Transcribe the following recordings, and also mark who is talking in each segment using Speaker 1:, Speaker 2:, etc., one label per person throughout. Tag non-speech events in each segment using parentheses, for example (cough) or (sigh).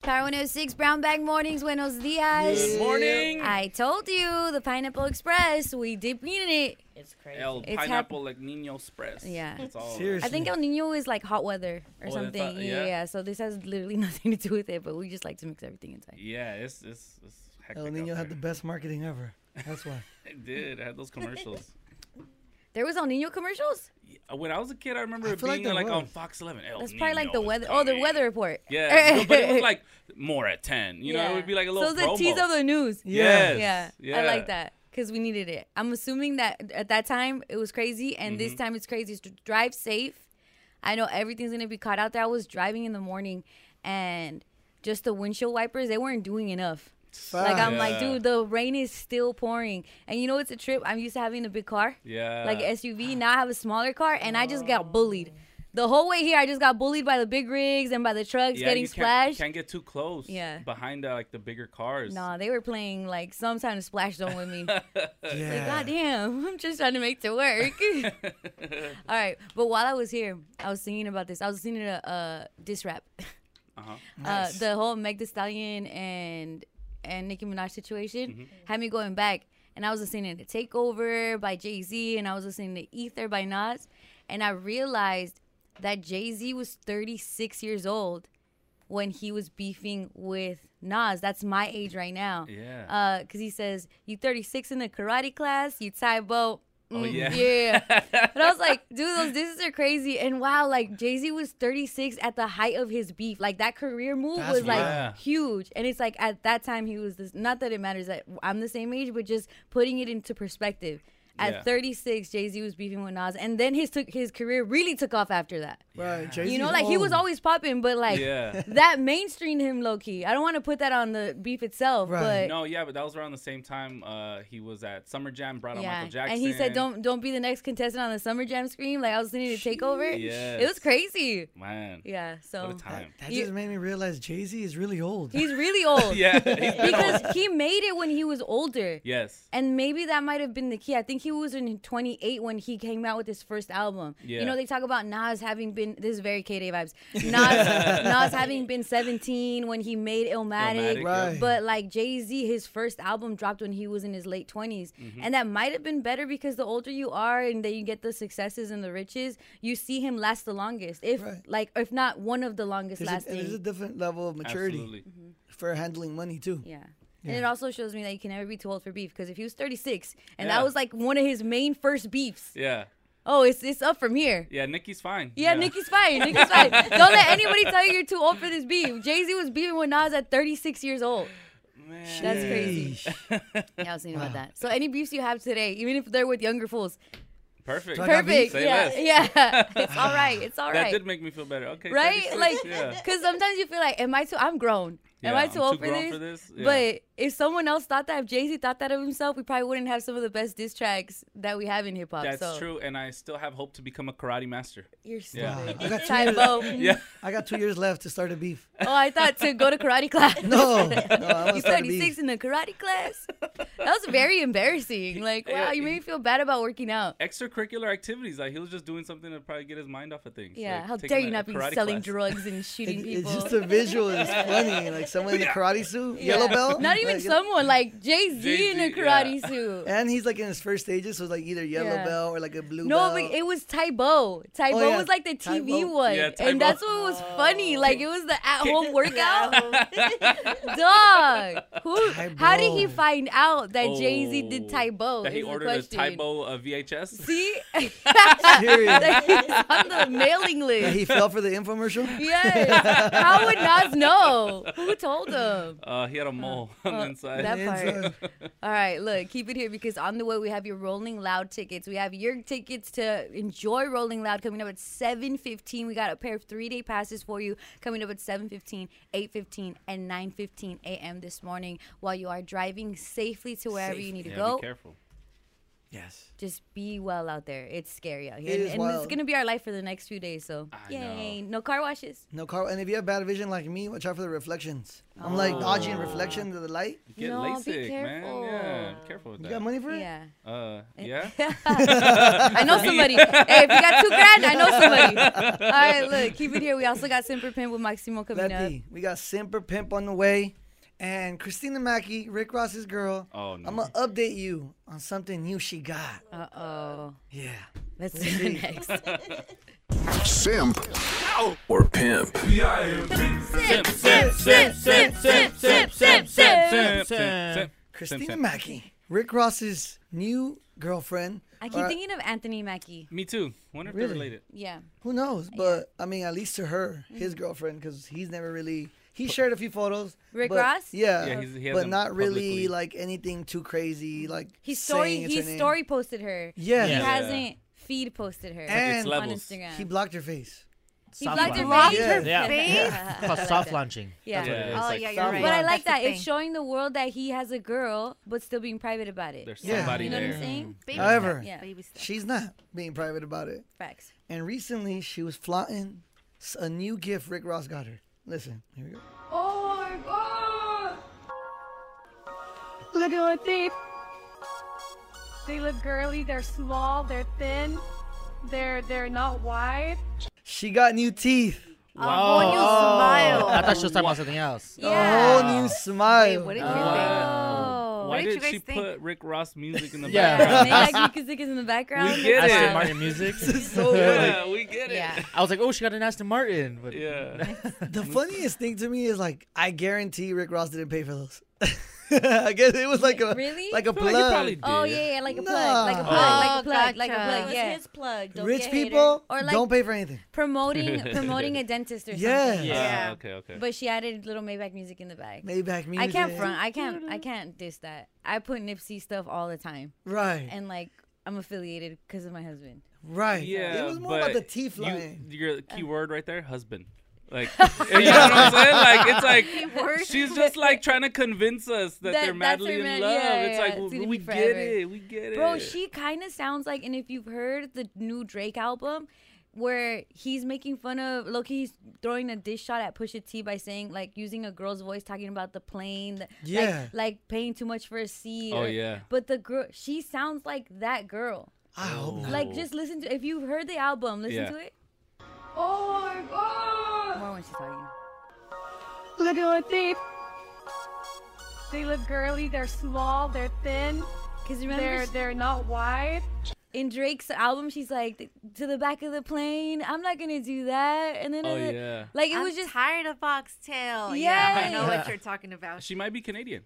Speaker 1: Power 106 Brown Bag Mornings, buenos dias.
Speaker 2: Good morning.
Speaker 1: I told you the Pineapple Express, we deep in it.
Speaker 3: It's crazy.
Speaker 2: El
Speaker 1: It's
Speaker 2: pineapple like Nino Express.
Speaker 1: Yeah.
Speaker 2: It's all
Speaker 4: Seriously.
Speaker 1: I think El Nino is like hot weather or
Speaker 2: Oh, that's
Speaker 1: something.
Speaker 2: hot-
Speaker 1: yeah.
Speaker 2: yeah.
Speaker 1: yeah, so this has literally (laughs) nothing to do with it, but we just like to mix everything inside.
Speaker 2: Yeah, it's it's, it's hectic.
Speaker 4: El
Speaker 2: out
Speaker 4: Nino had the
Speaker 2: there.
Speaker 4: best marketing ever. That's
Speaker 2: (laughs)
Speaker 4: why.
Speaker 2: It did. It had
Speaker 1: (laughs)
Speaker 2: those commercials.
Speaker 1: There was El Nino commercials?
Speaker 2: Yeah, when I was a kid, I remember
Speaker 4: I
Speaker 2: it
Speaker 4: feel like
Speaker 2: being
Speaker 4: there
Speaker 2: like, on
Speaker 4: was.
Speaker 2: Fox 11. El
Speaker 1: That's probably like the
Speaker 2: Niño is
Speaker 1: weather. Oh, the
Speaker 2: coming.
Speaker 1: weather report. (laughs)
Speaker 2: Yeah, no, but it was like more at 10. You know, it would be like a little
Speaker 1: So the
Speaker 2: promo.
Speaker 1: tease of the news.
Speaker 2: yes.
Speaker 1: Yeah, I
Speaker 2: yeah.
Speaker 1: like that because we needed it. I'm assuming that at that time it was crazy, and this
Speaker 2: Mm-hmm.
Speaker 1: time it's crazy. So drive safe. I know everything's gonna be caught out there. I was driving in the morning, and just the windshield wipers they weren't doing enough. Like I'm like,
Speaker 2: Yeah.
Speaker 1: dude, the rain is still pouring, and you know it's a trip. I'm used to having a big car,
Speaker 2: Yeah. Oh.
Speaker 1: like SUV. Now I have a smaller car, and I just got bullied. The whole way here, I just got bullied by the big rigs and by the trucks
Speaker 2: yeah,
Speaker 1: getting
Speaker 2: you
Speaker 1: splashed.
Speaker 2: Can't, can't get too close.
Speaker 1: Yeah.
Speaker 2: Behind uh, like the bigger cars. (laughs)
Speaker 1: Nah, they were playing like some kind of splash zone with me. Like,
Speaker 4: yeah.
Speaker 1: God damn, I'm just trying to make it work. All right. But while I was here, I was thinking about this. I was thinking a uh, diss rap.
Speaker 2: (laughs) Uh-huh.
Speaker 1: Uh, the whole Meg Thee Stallion and and Nicki Minaj situation had me going back. And I was listening to Takeover by Jay Z, and I was listening to Ether by Nas. And I realized that Jay Z was 36 years old when he was beefing with Nas. That's my age right now.
Speaker 2: Yeah.
Speaker 1: Uh, cause he says you 36 in the karate class, you Taibo.
Speaker 2: Oh, yeah.
Speaker 1: Mm,
Speaker 2: (laughs)
Speaker 1: But I was like, dude, those disses are crazy. And wow, like Jay Z was 36 at the height of his beef. Like that career move
Speaker 4: That's
Speaker 1: was like
Speaker 2: wild.
Speaker 1: huge. And it's like at that time he was this. Not that it matters that I'm the same age, but just putting it into perspective. At
Speaker 2: Yeah.
Speaker 1: 36, Jay Z was beefing with Nas, and then his took his career really took off after that.
Speaker 4: Right. Jay-Z's
Speaker 1: You know, like he was
Speaker 4: old.
Speaker 1: always popping, but like
Speaker 2: Yeah.
Speaker 1: that mainstreamed him low key. I don't want to put that on the beef itself,
Speaker 4: Right.
Speaker 1: but
Speaker 2: No, yeah, but that was around the same time uh, he was at Summer Jam, brought on Michael Jackson.
Speaker 1: And he said, "Don't don't be the next contestant on the Summer Jam scream." Like I was listening to Takeover.
Speaker 2: Yes.
Speaker 1: It was crazy.
Speaker 2: Man.
Speaker 1: Yeah. So
Speaker 2: What a time.
Speaker 4: That
Speaker 1: You-
Speaker 4: just made me realize Jay Z is really old. (laughs)
Speaker 1: he's really old.
Speaker 2: (laughs) yeah. he's been
Speaker 1: Because
Speaker 2: old.
Speaker 1: he made it when he was older.
Speaker 2: Yes.
Speaker 1: And maybe that might have been the key. I think he was in 28 when he came out with his first album. You
Speaker 2: Yeah.
Speaker 1: know, they talk about Nas having been, this is very K Day
Speaker 2: (laughs)
Speaker 1: vibes. Nas, Nas having been 17 when he made Illmatic.
Speaker 2: Illmatic,
Speaker 4: Right.
Speaker 2: yep.
Speaker 1: But like Jay Z, his first album dropped when he was in his late 20s.
Speaker 2: Mm-hmm.
Speaker 1: And that might have been better because the older you are and that you get the successes and the riches, you see him last the longest. If
Speaker 4: Right.
Speaker 1: like, if not one of the longest
Speaker 4: There's a,
Speaker 1: lasting.
Speaker 4: there's a different level of maturity
Speaker 2: Absolutely.
Speaker 4: for handling money too.
Speaker 1: Mm-hmm. Yeah.
Speaker 4: Yeah.
Speaker 2: (laughs)
Speaker 1: And it also shows me that you can never be too old for beef because if he was 36 and that
Speaker 2: Yeah.
Speaker 1: was like one of his main first beefs,
Speaker 2: Yeah.
Speaker 1: oh, it's it's up from here.
Speaker 2: Yeah, Nikki's fine.
Speaker 1: Yeah, Nicki's fine. Nicki's
Speaker 2: (laughs)
Speaker 1: fine. Don't let anybody tell you you're too old for this beef. Jay Z was beefing with Nas at 36 years old.
Speaker 2: Man.
Speaker 1: That's crazy.
Speaker 4: Sheesh.
Speaker 1: Yeah, I was thinking about that. So any beefs you have today, even if they're with younger fools,
Speaker 2: Perfect.
Speaker 4: Do I got
Speaker 1: perfect.
Speaker 2: Say
Speaker 1: Yeah,
Speaker 2: less.
Speaker 1: yeah.
Speaker 2: (laughs)
Speaker 1: It's all right. It's all
Speaker 2: That
Speaker 1: right.
Speaker 2: did make me feel better. Okay.
Speaker 1: Right?
Speaker 2: 36,
Speaker 1: Like, (laughs)
Speaker 2: yeah.
Speaker 1: because sometimes you feel like, am I too? I'm grown. am
Speaker 2: Yeah,
Speaker 1: I
Speaker 2: I'm
Speaker 1: too old
Speaker 2: too grown for this? Yeah.
Speaker 1: But if someone else thought that, if Jay Z thought that of himself, we probably wouldn't have some of the best diss tracks that we have in hip hop.
Speaker 2: That's
Speaker 1: so.
Speaker 2: true, and I still have hope to become a karate master.
Speaker 1: You're
Speaker 2: Yeah.
Speaker 1: stupid.
Speaker 4: I got two
Speaker 1: Tybo. (laughs)
Speaker 2: (laughs) Yeah.
Speaker 4: I got two years left to start a beef.
Speaker 1: Oh, I thought to go to karate class.
Speaker 4: No, no,
Speaker 1: (laughs)
Speaker 4: I'm gonna
Speaker 1: You're
Speaker 4: start a beef.
Speaker 1: 36 in the karate class. That was very embarrassing. Like, wow,
Speaker 2: Yeah,
Speaker 1: you made
Speaker 2: he-
Speaker 1: me feel bad about working out.
Speaker 2: Extracurricular activities, like he was just doing something to probably get his mind off of things.
Speaker 1: Yeah,
Speaker 2: like
Speaker 1: how
Speaker 2: taking
Speaker 1: dare you
Speaker 2: a
Speaker 1: not be
Speaker 2: karate
Speaker 1: selling
Speaker 2: class.
Speaker 4: (laughs)
Speaker 1: drugs and shooting
Speaker 4: It-
Speaker 1: people?
Speaker 4: it's just a visual.
Speaker 1: (laughs)
Speaker 4: It's funny. Like someone in a karate suit,
Speaker 1: Yeah.
Speaker 4: yellow belt.
Speaker 1: Not even
Speaker 4: like,
Speaker 1: someone like Jay Z
Speaker 2: Jay-Z,
Speaker 1: in a
Speaker 2: yeah.
Speaker 1: karate suit.
Speaker 4: And he's like in his first stages, so it's like either yellow
Speaker 1: Yeah.
Speaker 4: belt or like a blue
Speaker 1: No,
Speaker 4: belt.
Speaker 1: but it was Tybo. Tybo
Speaker 4: yeah. Oh.
Speaker 1: was like the TV
Speaker 4: Tybo.
Speaker 1: one,
Speaker 2: Yeah,
Speaker 1: and
Speaker 2: Tybo.
Speaker 1: that's what was funny. Like it was the
Speaker 2: (laughs)
Speaker 1: at-home workout. (laughs) Dog, who? How did he
Speaker 4: Tybo.
Speaker 1: find out that Jay Z did
Speaker 2: Oh,
Speaker 1: Tybo?
Speaker 2: That he
Speaker 1: is the
Speaker 2: ordered a
Speaker 1: question.
Speaker 2: Tybo uh,
Speaker 1: (laughs)
Speaker 2: VHS.
Speaker 1: See,
Speaker 4: Serious.
Speaker 1: That he's (laughs) on the mailing
Speaker 4: Yeah,
Speaker 1: list.
Speaker 4: he
Speaker 1: (laughs)
Speaker 4: fell for the infomercial.
Speaker 1: Yes. How would Nas know? Who told him?
Speaker 2: Uh, he had a mole on
Speaker 1: uh,
Speaker 2: the inside.
Speaker 1: that-
Speaker 4: It's, uh,
Speaker 1: All right, look, keep it here because on the way we have your Rolling Loud tickets. We have your tickets to enjoy Rolling Loud coming up at 7:15. We got a pair of 3-day passes for you coming up at 7:15, 8:15, and 9:15 a.m. this morning while you are driving safely to wherever you need to (laughs)
Speaker 2: yeah,
Speaker 1: go.
Speaker 2: Be careful.
Speaker 3: Yes.
Speaker 1: Just be well out there. It's scary out here,
Speaker 4: It
Speaker 1: and,
Speaker 4: is
Speaker 1: and it's
Speaker 4: wild.
Speaker 1: gonna be our life for the next few days. So
Speaker 2: I
Speaker 1: yay! No car washes.
Speaker 4: No car. And if you have bad vision like me, watch out for the reflections. I'm like dodging reflections of the light.
Speaker 2: Get
Speaker 1: Oh. No,
Speaker 2: LASIK,
Speaker 1: be
Speaker 2: man. Yeah,
Speaker 1: careful.
Speaker 2: be careful with
Speaker 4: You
Speaker 2: that.
Speaker 4: got money for it?
Speaker 1: Yeah.
Speaker 2: (laughs) Uh, yeah.
Speaker 1: (laughs) I know somebody. hey, if you got two grand, I
Speaker 4: (laughs)
Speaker 1: know somebody. All right, look, keep it here. We also got Simper Pimp with Maximo coming up.
Speaker 4: Lefty, we got Simper Pimp on the way. And Christina Mackey, Rick Ross's girl.
Speaker 2: Oh no.
Speaker 4: I'm going to update you on something new she got.
Speaker 1: Uh oh.
Speaker 4: Yeah.
Speaker 1: Let's do the next.
Speaker 4: (laughs)
Speaker 5: Simp or pimp.
Speaker 1: Simp, simp, simp, simp, simp, simp, simp, simp.
Speaker 2: Simp, simp, simp.
Speaker 4: Christina
Speaker 2: simp.
Speaker 4: Mackey, Rick Ross's new girlfriend.
Speaker 1: I
Speaker 4: Or-
Speaker 1: keep thinking of Anthony Mackie.
Speaker 2: Me too. Wonder if they're
Speaker 4: Uh, Really?
Speaker 2: related.
Speaker 1: Yeah.
Speaker 4: Who knows? But I mean, at least to her, his girlfriend, because he's never really. He shared a few photos.
Speaker 1: Rick
Speaker 4: but-
Speaker 1: Ross?
Speaker 4: Yeah,
Speaker 2: Yeah, he's- he
Speaker 4: but
Speaker 2: hasn't
Speaker 4: not really
Speaker 2: publicly-
Speaker 4: like anything too crazy. Like
Speaker 1: He story
Speaker 4: saying it's her
Speaker 1: he
Speaker 4: name.
Speaker 1: story posted her.
Speaker 4: Yeah.
Speaker 1: He
Speaker 3: Yeah.
Speaker 1: hasn't feed posted her
Speaker 4: And-
Speaker 2: It's
Speaker 4: On
Speaker 1: on
Speaker 2: levels.
Speaker 1: Instagram.
Speaker 4: He blocked her face.
Speaker 1: He blocked her
Speaker 6: Blocked
Speaker 1: face.
Speaker 4: her
Speaker 3: Yeah.
Speaker 6: face?
Speaker 1: Yeah.
Speaker 4: (laughs)
Speaker 1: I
Speaker 3: Called
Speaker 1: like
Speaker 3: soft
Speaker 1: that.
Speaker 3: launching.
Speaker 1: Yeah.
Speaker 3: That's what it
Speaker 2: Yeah.
Speaker 3: is.
Speaker 6: Oh
Speaker 3: like,
Speaker 6: yeah, you're
Speaker 4: someone.
Speaker 6: right.
Speaker 1: But I like
Speaker 6: That's the
Speaker 1: that. It's
Speaker 6: thing.
Speaker 1: showing the world that he has a girl, but still being private about it.
Speaker 2: There's
Speaker 4: Yeah. Mm-hmm.
Speaker 2: somebody
Speaker 1: you know what I'm
Speaker 2: there.
Speaker 1: saying?
Speaker 4: Mm.
Speaker 6: Baby
Speaker 4: However,
Speaker 6: steps,
Speaker 1: Yeah.
Speaker 4: (laughs)
Speaker 6: baby steps.
Speaker 4: She's not being private about it.
Speaker 1: Facts.
Speaker 4: And recently, she was flaunting s- a new gift Rick Ross got her. Listen, here we go.
Speaker 1: Oh
Speaker 7: Look at what they they look girly, they're small, they're thin, they're they're not wide.
Speaker 4: She got new teeth.
Speaker 3: Wow.
Speaker 6: When you smile.
Speaker 3: I thought she was talking about something else.
Speaker 1: Yeah.
Speaker 4: A whole new smile.
Speaker 6: What did you
Speaker 1: Oh.
Speaker 2: Why
Speaker 6: did
Speaker 2: did
Speaker 6: you
Speaker 2: she
Speaker 6: guys think?
Speaker 2: put Rick Ross music in the
Speaker 3: Yeah.
Speaker 2: background?
Speaker 1: Maybe like music is in the background.
Speaker 2: We get
Speaker 1: That's
Speaker 2: it.
Speaker 3: Aston
Speaker 1: wild.
Speaker 2: (laughs)
Speaker 3: Martin music.
Speaker 2: Yeah, we get it.
Speaker 1: Yeah.
Speaker 3: I was like, oh, she got an Aston Martin. But
Speaker 1: (laughs)
Speaker 2: Yeah.
Speaker 4: The funniest thing to me is like I guarantee Rick Ross didn't pay for those. (laughs) I guess it was like a
Speaker 1: Really?
Speaker 4: like a
Speaker 2: I feel like he
Speaker 4: plug.
Speaker 2: probably did.
Speaker 1: Oh yeah, yeah, like a plug, like a
Speaker 4: Nah.
Speaker 1: plug, like a
Speaker 6: Oh,
Speaker 1: plug, like a
Speaker 6: gotcha.
Speaker 1: plug. Yeah,
Speaker 8: his plug. Don't be
Speaker 4: Rich
Speaker 8: a hater.
Speaker 4: people
Speaker 1: Or like-
Speaker 4: don't pay for anything.
Speaker 1: (laughs) promoting promoting a dentist or
Speaker 4: Yeah.
Speaker 1: something.
Speaker 2: Ah,
Speaker 6: Yeah.
Speaker 2: okay. Okay.
Speaker 1: But she added little Maybach music in the back.
Speaker 4: Maybach music.
Speaker 1: I can't front. I can't. I can't diss that. I put Nipsey stuff all the time,
Speaker 4: Right.
Speaker 1: and like I'm affiliated because of my husband.
Speaker 4: right.
Speaker 2: yeah.
Speaker 4: It was more
Speaker 2: but
Speaker 4: about the teeth
Speaker 2: you-
Speaker 4: line.
Speaker 2: Your key word right there, husband.
Speaker 1: (laughs)
Speaker 2: Like, (laughs) you know what I'm saying? Like, it's like
Speaker 1: word.
Speaker 2: she's just like trying to convince us
Speaker 1: That-
Speaker 2: that, they're
Speaker 1: that's their
Speaker 2: madly in
Speaker 1: man-
Speaker 2: love.
Speaker 1: yeah,
Speaker 2: it's
Speaker 1: yeah,
Speaker 2: like
Speaker 1: it's
Speaker 2: well,
Speaker 1: gonna
Speaker 2: we
Speaker 1: be
Speaker 2: get
Speaker 1: forever.
Speaker 2: it. We get it.
Speaker 1: Bro, she kind of sounds like, and if you've heard the new Drake album, where he's making fun of Loki, he's throwing a dish shot at Pusha T by saying like using a girl's voice, talking about the plane, the,
Speaker 4: Yeah.
Speaker 1: like, like paying too much for a seat.
Speaker 2: Oh
Speaker 1: or-
Speaker 2: yeah.
Speaker 1: But the girl, she sounds like that girl.
Speaker 4: I hope not.
Speaker 1: Like
Speaker 2: Oh.
Speaker 1: just listen to if you've heard the album, listen
Speaker 2: Yeah.
Speaker 1: to it.
Speaker 7: Oh my god!
Speaker 1: More when she's talking.
Speaker 7: Look at what they they look girly, they're small, they're thin,
Speaker 1: Cause remember
Speaker 7: they're
Speaker 1: she-
Speaker 7: they're not wide.
Speaker 1: in Drake's album, she's like to the back of the plane. I'm not gonna do that. And then
Speaker 2: Oh
Speaker 1: uh,
Speaker 2: yeah.
Speaker 1: like it
Speaker 6: I'm
Speaker 1: was just
Speaker 6: tired of
Speaker 1: Oh,
Speaker 6: Foxtail. Yeah, I know
Speaker 1: Yes.
Speaker 6: what you're talking about.
Speaker 2: She might be Canadian.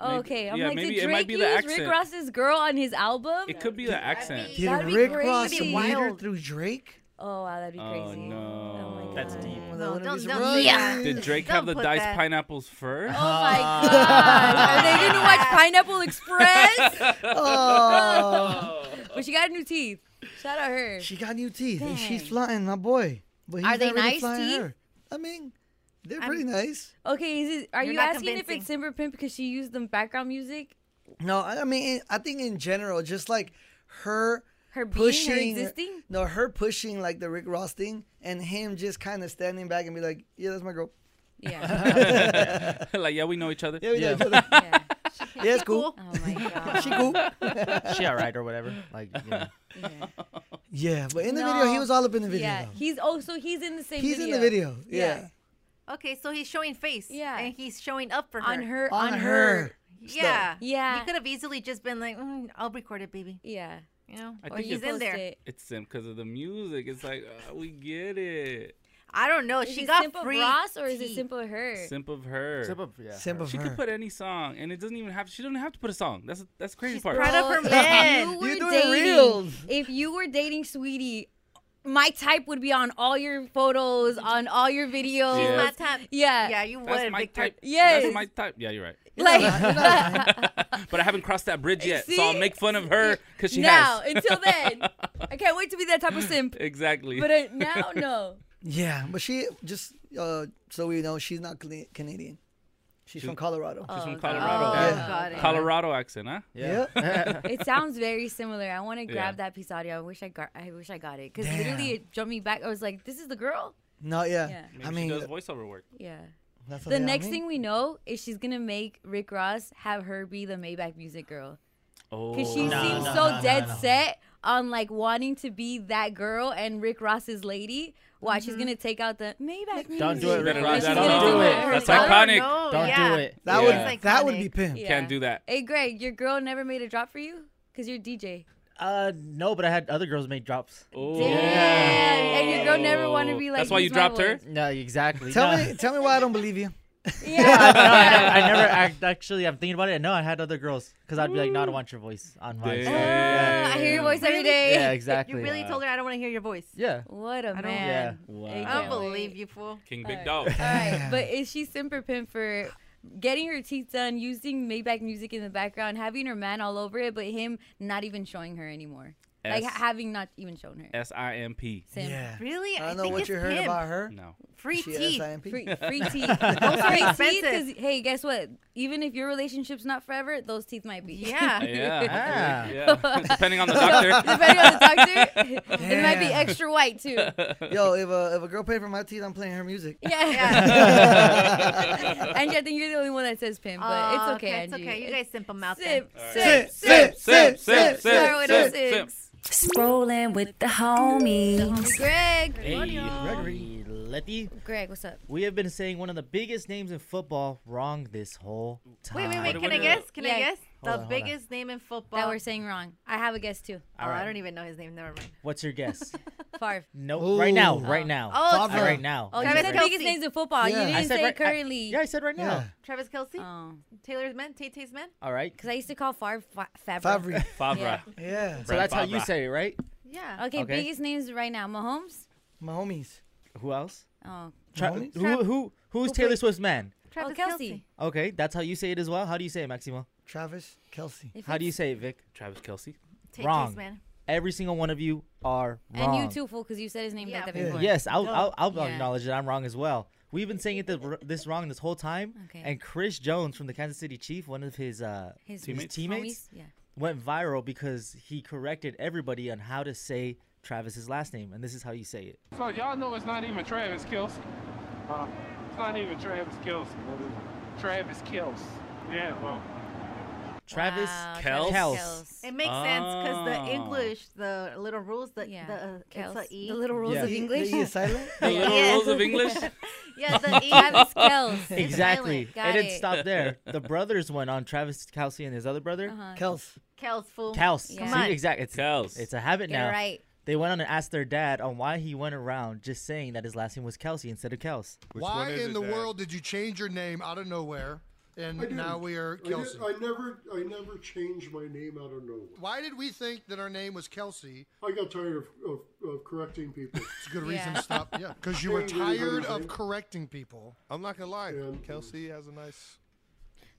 Speaker 1: oh,
Speaker 2: maybe-
Speaker 1: okay. I'm
Speaker 2: yeah,
Speaker 1: like,
Speaker 2: maybe
Speaker 1: did
Speaker 2: it might
Speaker 1: Drake
Speaker 2: be
Speaker 1: use
Speaker 2: the
Speaker 1: Rick
Speaker 2: accent.
Speaker 1: Ross's girl on his album?
Speaker 2: It could be the accent.
Speaker 6: be-
Speaker 4: Did
Speaker 1: that'd be
Speaker 4: Rick Ross
Speaker 1: crazy.
Speaker 4: lead her
Speaker 6: Wild.
Speaker 4: through Drake?
Speaker 1: Oh wow, that'd be
Speaker 2: Oh,
Speaker 1: crazy.
Speaker 2: no.
Speaker 1: Oh, my
Speaker 3: That's
Speaker 1: God.
Speaker 4: Well,
Speaker 3: deep.
Speaker 4: I
Speaker 6: No,
Speaker 4: wouldn't be
Speaker 6: don't- don't-
Speaker 4: surprised.
Speaker 6: yeah.
Speaker 2: Did Drake have
Speaker 6: Don't
Speaker 2: the
Speaker 6: put
Speaker 2: diced
Speaker 6: that-
Speaker 2: pineapples first?
Speaker 4: (laughs)
Speaker 1: Oh my god! they didn't
Speaker 2: (laughs)
Speaker 1: watch Pineapple Express,
Speaker 4: (laughs) Oh.
Speaker 1: but she got new teeth. Shout out her.
Speaker 4: she got new teeth and she's
Speaker 1: Dang.
Speaker 4: flying my boy. But he's
Speaker 1: Are they
Speaker 4: not really
Speaker 1: nice
Speaker 4: flying
Speaker 1: teeth?
Speaker 4: her. I mean, they're pretty nice.
Speaker 1: Okay, is it, are
Speaker 6: You're
Speaker 1: you
Speaker 6: not
Speaker 1: asking if
Speaker 6: convincing.
Speaker 1: it's Simber Pimp because she used the background music?
Speaker 4: No, I I mean, I think in general, just like her
Speaker 1: Her being,
Speaker 4: pushing,
Speaker 1: her existing.
Speaker 4: No, her pushing like the Rick Ross thing, and him just kind of standing back and be like, "Yeah, that's my girl.
Speaker 1: Yeah.
Speaker 2: (laughs)
Speaker 4: (laughs)
Speaker 1: (laughs)
Speaker 2: like, yeah, we know each other.
Speaker 4: Yeah, we know
Speaker 3: Yeah.
Speaker 4: each other.
Speaker 1: yeah.
Speaker 4: (laughs) Yeah, it's cool.
Speaker 1: Oh
Speaker 4: (laughs)
Speaker 1: my god.
Speaker 4: She
Speaker 2: (laughs)
Speaker 4: cool."
Speaker 3: she alright or whatever. Like, you know.
Speaker 1: Yeah.
Speaker 4: yeah, but in the video, he
Speaker 1: No.
Speaker 4: was all up in the video.
Speaker 1: Yeah,
Speaker 4: though.
Speaker 1: he's oh, so he's in the same.
Speaker 4: he's
Speaker 1: video.
Speaker 4: in the video. Yeah,
Speaker 6: Okay, so he's showing face.
Speaker 1: Yeah.
Speaker 6: and he's showing up for her.
Speaker 1: on her
Speaker 4: on, her.
Speaker 6: Yeah,
Speaker 1: Yeah.
Speaker 6: He could have easily just been like, mm, "I'll record it, baby."
Speaker 1: Yeah,
Speaker 6: You know,
Speaker 2: I
Speaker 6: or
Speaker 2: think
Speaker 6: he's
Speaker 2: it's-
Speaker 6: in
Speaker 1: Post
Speaker 6: there.
Speaker 1: it.
Speaker 2: It's Sim because of the music. It's like, uh, we get it.
Speaker 6: I don't know.
Speaker 1: Is
Speaker 6: she
Speaker 1: it
Speaker 6: got
Speaker 1: simple
Speaker 6: free
Speaker 1: Ross or is it
Speaker 6: tea.
Speaker 1: simple her?
Speaker 4: (laughs)
Speaker 2: Simp of her.
Speaker 3: Sip of- yeah.
Speaker 4: Simp of
Speaker 2: she
Speaker 4: her.
Speaker 2: could put any song, and it doesn't even have. She doesn't have to put a song. That's that's the crazy
Speaker 6: She's
Speaker 2: part.
Speaker 6: proud of
Speaker 4: (laughs)
Speaker 6: her
Speaker 1: Bro,
Speaker 6: man.
Speaker 1: If you
Speaker 4: You're doing
Speaker 1: were dating,
Speaker 4: reels.
Speaker 1: if you were dating Sweetie, my type would be on all your photos, on all your videos.
Speaker 6: She's
Speaker 2: Yeah.
Speaker 6: my type.
Speaker 1: Yeah.
Speaker 6: yeah, you
Speaker 2: That's
Speaker 6: would,
Speaker 2: my
Speaker 6: Victor.
Speaker 2: type. (laughs)
Speaker 1: Yes.
Speaker 2: That's my type. Yeah, you're right.
Speaker 1: Like (laughs)
Speaker 2: (laughs) but I haven't crossed that bridge yet, so I'll
Speaker 1: See?
Speaker 2: make fun of her because she
Speaker 1: now,
Speaker 2: has.
Speaker 1: until then,
Speaker 2: (laughs)
Speaker 1: I can't wait to be that type of simp.
Speaker 2: exactly.
Speaker 1: But uh,
Speaker 2: (laughs)
Speaker 1: now, no.
Speaker 4: Yeah, but she just uh, so we know she's not Cana- Canadian. She's from Colorado.
Speaker 2: She's from
Speaker 6: Oh,
Speaker 2: Colorado.
Speaker 6: Oh,
Speaker 4: Yeah.
Speaker 6: got it.
Speaker 2: Colorado accent, huh?
Speaker 4: yeah. (laughs)
Speaker 1: It sounds very similar. I want to grab
Speaker 2: Yeah.
Speaker 1: that piece audio. I wish I got. I wish I got it because literally it jumped me back. I was like, "This is the girl."
Speaker 4: No, yeah.
Speaker 1: Yeah.
Speaker 2: Maybe
Speaker 4: I mean, uh,
Speaker 2: she does voiceover work.
Speaker 1: Yeah.
Speaker 4: that's what
Speaker 1: The
Speaker 4: they- I
Speaker 1: next
Speaker 4: mean,
Speaker 1: thing we know is she's gonna make Rick Ross have her be the Maybach Music Girl
Speaker 2: Oh,
Speaker 1: because she
Speaker 3: No,
Speaker 1: seems
Speaker 3: no,
Speaker 1: so
Speaker 3: no, no,
Speaker 1: dead
Speaker 3: no.
Speaker 1: set on like wanting to be that girl and Rick Ross's lady. Why she's gonna take out the Maybach Music?
Speaker 3: Don't do it, Rick
Speaker 2: Better
Speaker 1: And
Speaker 2: not-
Speaker 1: she's
Speaker 2: Mm-hmm. don't
Speaker 1: gonna
Speaker 2: do it.
Speaker 1: her
Speaker 2: That's
Speaker 1: own-
Speaker 2: iconic.
Speaker 6: Oh, no,
Speaker 3: Don't
Speaker 6: yeah.
Speaker 3: do it.
Speaker 4: that
Speaker 2: Yeah.
Speaker 4: would that would be
Speaker 6: Iconic.
Speaker 4: pimp.
Speaker 1: Yeah.
Speaker 2: Can't do that.
Speaker 1: Hey Greg, your girl never made a drop for you because you're DJ.
Speaker 3: Uh, no, but I had other girls make drops.
Speaker 2: Oh.
Speaker 1: Damn. And your girl never wanted to be like.
Speaker 2: That's why you
Speaker 1: "Use my
Speaker 2: dropped her.
Speaker 1: voice."
Speaker 3: No, exactly.
Speaker 4: Tell
Speaker 3: no.
Speaker 4: me,
Speaker 3: (laughs)
Speaker 4: tell me why I don't believe you.
Speaker 1: Yeah.
Speaker 3: no, I,
Speaker 1: (laughs)
Speaker 3: I never act, actually. I'm thinking about it. No, I had other girls because I'd be like, "No, I don't want your voice on my."
Speaker 2: Damn.
Speaker 3: stuff."
Speaker 1: Mm. Oh, I hear your voice every
Speaker 6: Really?
Speaker 1: day.
Speaker 3: Yeah, exactly.
Speaker 6: You really told her I don't want to hear your voice.
Speaker 3: Yeah.
Speaker 1: What a
Speaker 6: don't-
Speaker 1: man.
Speaker 2: Wow.
Speaker 1: Hey,
Speaker 2: I
Speaker 6: I
Speaker 1: can't
Speaker 6: don't believe
Speaker 1: wait.
Speaker 6: you, fool.
Speaker 2: King Big Dog.
Speaker 1: All
Speaker 4: (laughs)
Speaker 1: right, but is she simper pimp for getting her teeth done, using Maybach music in the background, having her man all over it, but him not even showing her anymore, like
Speaker 2: S-
Speaker 1: ha- having not even shown her.
Speaker 2: S I M P.
Speaker 1: Sim.
Speaker 6: Really?
Speaker 4: I don't know
Speaker 6: think
Speaker 4: what
Speaker 6: it's
Speaker 4: you heard
Speaker 6: him.
Speaker 4: about her.
Speaker 2: No.
Speaker 6: Free
Speaker 4: She
Speaker 6: teeth.
Speaker 4: S-I-M-P. (laughs)
Speaker 3: (laughs)
Speaker 1: Free, free teeth.
Speaker 6: Those are
Speaker 1: free teeth,
Speaker 6: expensive.
Speaker 1: 'cause, hey, guess what? Even if your relationship's not forever, those teeth might be. (laughs)
Speaker 6: Yeah.
Speaker 2: Yeah.
Speaker 3: Ah.
Speaker 2: yeah. Depending on the doctor.
Speaker 1: Depending on the doctor, it might be
Speaker 4: Damn.
Speaker 1: extra white
Speaker 4: (laughs)
Speaker 1: too.
Speaker 2: (laughs)
Speaker 4: Yo, if a if a girl paid for my teeth, I'm playing her music.
Speaker 1: Yeah.
Speaker 4: (laughs)
Speaker 6: Yeah.
Speaker 1: Angie, I think you're the only one that says pimp, but
Speaker 6: Aw,
Speaker 1: it's okay,
Speaker 6: It's
Speaker 1: Angie.
Speaker 6: Oh, okay. You guys simp them out there.
Speaker 1: Sip,
Speaker 2: All
Speaker 1: sip,
Speaker 4: Sip,
Speaker 2: Sip,
Speaker 4: sip, sip,
Speaker 2: sip, sip, sip, sip.
Speaker 6: 406.
Speaker 1: Scrolling with the homies. Greg.
Speaker 3: Gregory Letty.
Speaker 1: Greg, what's up?
Speaker 3: We have been saying one of the biggest names in football wrong this whole time.
Speaker 6: Wait, wait,
Speaker 2: What
Speaker 6: wait.
Speaker 2: do-
Speaker 6: Can
Speaker 2: what
Speaker 6: I
Speaker 2: do-
Speaker 6: guess? Can
Speaker 1: Yeah.
Speaker 6: I guess?
Speaker 3: Hold on,
Speaker 6: the
Speaker 3: hold on.
Speaker 6: biggest name in football.
Speaker 1: That we're saying wrong. I have a guess too.
Speaker 6: Oh,
Speaker 3: Alright.
Speaker 6: I don't even know his name. Never mind.
Speaker 3: What's
Speaker 6: (laughs)
Speaker 3: your guess?
Speaker 1: Favre.
Speaker 3: no, right now,
Speaker 4: Ooh.
Speaker 3: right now,
Speaker 6: Oh,
Speaker 3: Uh,
Speaker 6: it's
Speaker 4: Favre.
Speaker 3: right now.
Speaker 1: Oh, you
Speaker 6: Travis
Speaker 1: said
Speaker 6: Kelce.
Speaker 1: biggest names in football.
Speaker 4: Yeah.
Speaker 1: You
Speaker 4: I
Speaker 1: didn't say
Speaker 3: right,
Speaker 1: currently.
Speaker 3: yeah, I said
Speaker 1: (laughs)
Speaker 3: right now.
Speaker 4: Yeah.
Speaker 6: Travis Kelsey,
Speaker 1: Oh,
Speaker 6: Taylor's men, Tay Tay's men.
Speaker 3: All right.
Speaker 1: because I used to call Favre fa- Favre.
Speaker 3: (laughs)
Speaker 4: Favre.
Speaker 2: Favre.
Speaker 4: Yeah.
Speaker 3: So that's how you say it, right?
Speaker 1: (laughs)
Speaker 6: Yeah.
Speaker 1: Okay,
Speaker 3: Okay.
Speaker 1: biggest names right now. Mahomes.
Speaker 4: My homies.
Speaker 3: Who else?
Speaker 1: Oh,
Speaker 3: Tra-
Speaker 4: Mahomes?
Speaker 3: who who who's Taylor Swift's man?
Speaker 1: oh
Speaker 6: Travis
Speaker 1: Kelsey.
Speaker 3: Okay, that's how you say it as well. How do you say it, Maximo?
Speaker 4: Travis Kelsey.
Speaker 1: If
Speaker 3: How do you
Speaker 1: it's-
Speaker 3: say it, Vic?
Speaker 2: Travis Kelsey.
Speaker 6: Tay
Speaker 3: Wrong.
Speaker 6: Tay's men.
Speaker 3: Every single one of you are
Speaker 1: And
Speaker 3: wrong.
Speaker 1: you too, fool, because you said his name
Speaker 6: Yeah,
Speaker 1: like that
Speaker 4: fool.
Speaker 1: before.
Speaker 3: Yes, I'll, I'll, I'll
Speaker 1: Yeah.
Speaker 3: acknowledge that I'm wrong as well. We've been saying it th- this wrong this whole time.
Speaker 1: Okay.
Speaker 3: And Chris Jones from the Kansas City Chief, one of his uh,
Speaker 1: His homies?
Speaker 3: Teammates? Teammates?
Speaker 1: Yeah.
Speaker 3: went viral because he corrected everybody on how to say Travis's last name, and this is how you say it.
Speaker 8: So y'all know it's not even Travis Kelsey. Uh, it's not even Travis Kelsey. Travis Kelsey. Yeah, well.
Speaker 3: Travis
Speaker 1: Wow,
Speaker 2: Kelce.
Speaker 6: It makes sense 'cause sense because
Speaker 2: Oh.
Speaker 6: the English, the little rules, the
Speaker 1: Yeah.
Speaker 6: the uh,
Speaker 1: Kelce.
Speaker 6: it's a e.
Speaker 1: The little rules
Speaker 3: Yeah.
Speaker 1: of
Speaker 4: The-
Speaker 1: English.
Speaker 4: The E is
Speaker 1: (laughs)
Speaker 4: silent.
Speaker 2: The little
Speaker 6: Yeah.
Speaker 2: rules of English.
Speaker 6: (laughs) yeah, the e.
Speaker 2: (laughs)
Speaker 1: Travis Kelce.
Speaker 3: Exactly.
Speaker 1: Got
Speaker 3: it didn't
Speaker 1: it.
Speaker 3: stop there. The brothers went on Travis Kelsey and his other brother,
Speaker 1: Uh-huh.
Speaker 4: Kels.
Speaker 6: Kels fool.
Speaker 3: Kelsey.
Speaker 1: Yeah.
Speaker 6: Come on.
Speaker 3: See, exactly. It's,
Speaker 2: Kels.
Speaker 3: it's a habit
Speaker 1: Get
Speaker 3: now.
Speaker 1: it right.
Speaker 3: They went on and asked their dad on why he went around just saying that his last name was Kelsey instead of Kels.
Speaker 9: Why in the world did you change your name out of nowhere and now we are
Speaker 10: I, did,
Speaker 9: Kelsey?
Speaker 10: I never, I never changed my name out of nowhere.
Speaker 9: Why did we think that our name was Kelsey?
Speaker 10: I got tired of, of, of correcting people.
Speaker 9: (laughs) It's a good
Speaker 1: Yeah.
Speaker 9: reason to stop. Yeah, because you were
Speaker 10: Change anybody's
Speaker 9: tired of
Speaker 10: name.
Speaker 9: correcting people.
Speaker 11: I'm not gonna lie.
Speaker 10: Yeah.
Speaker 11: Kelsey has a nice.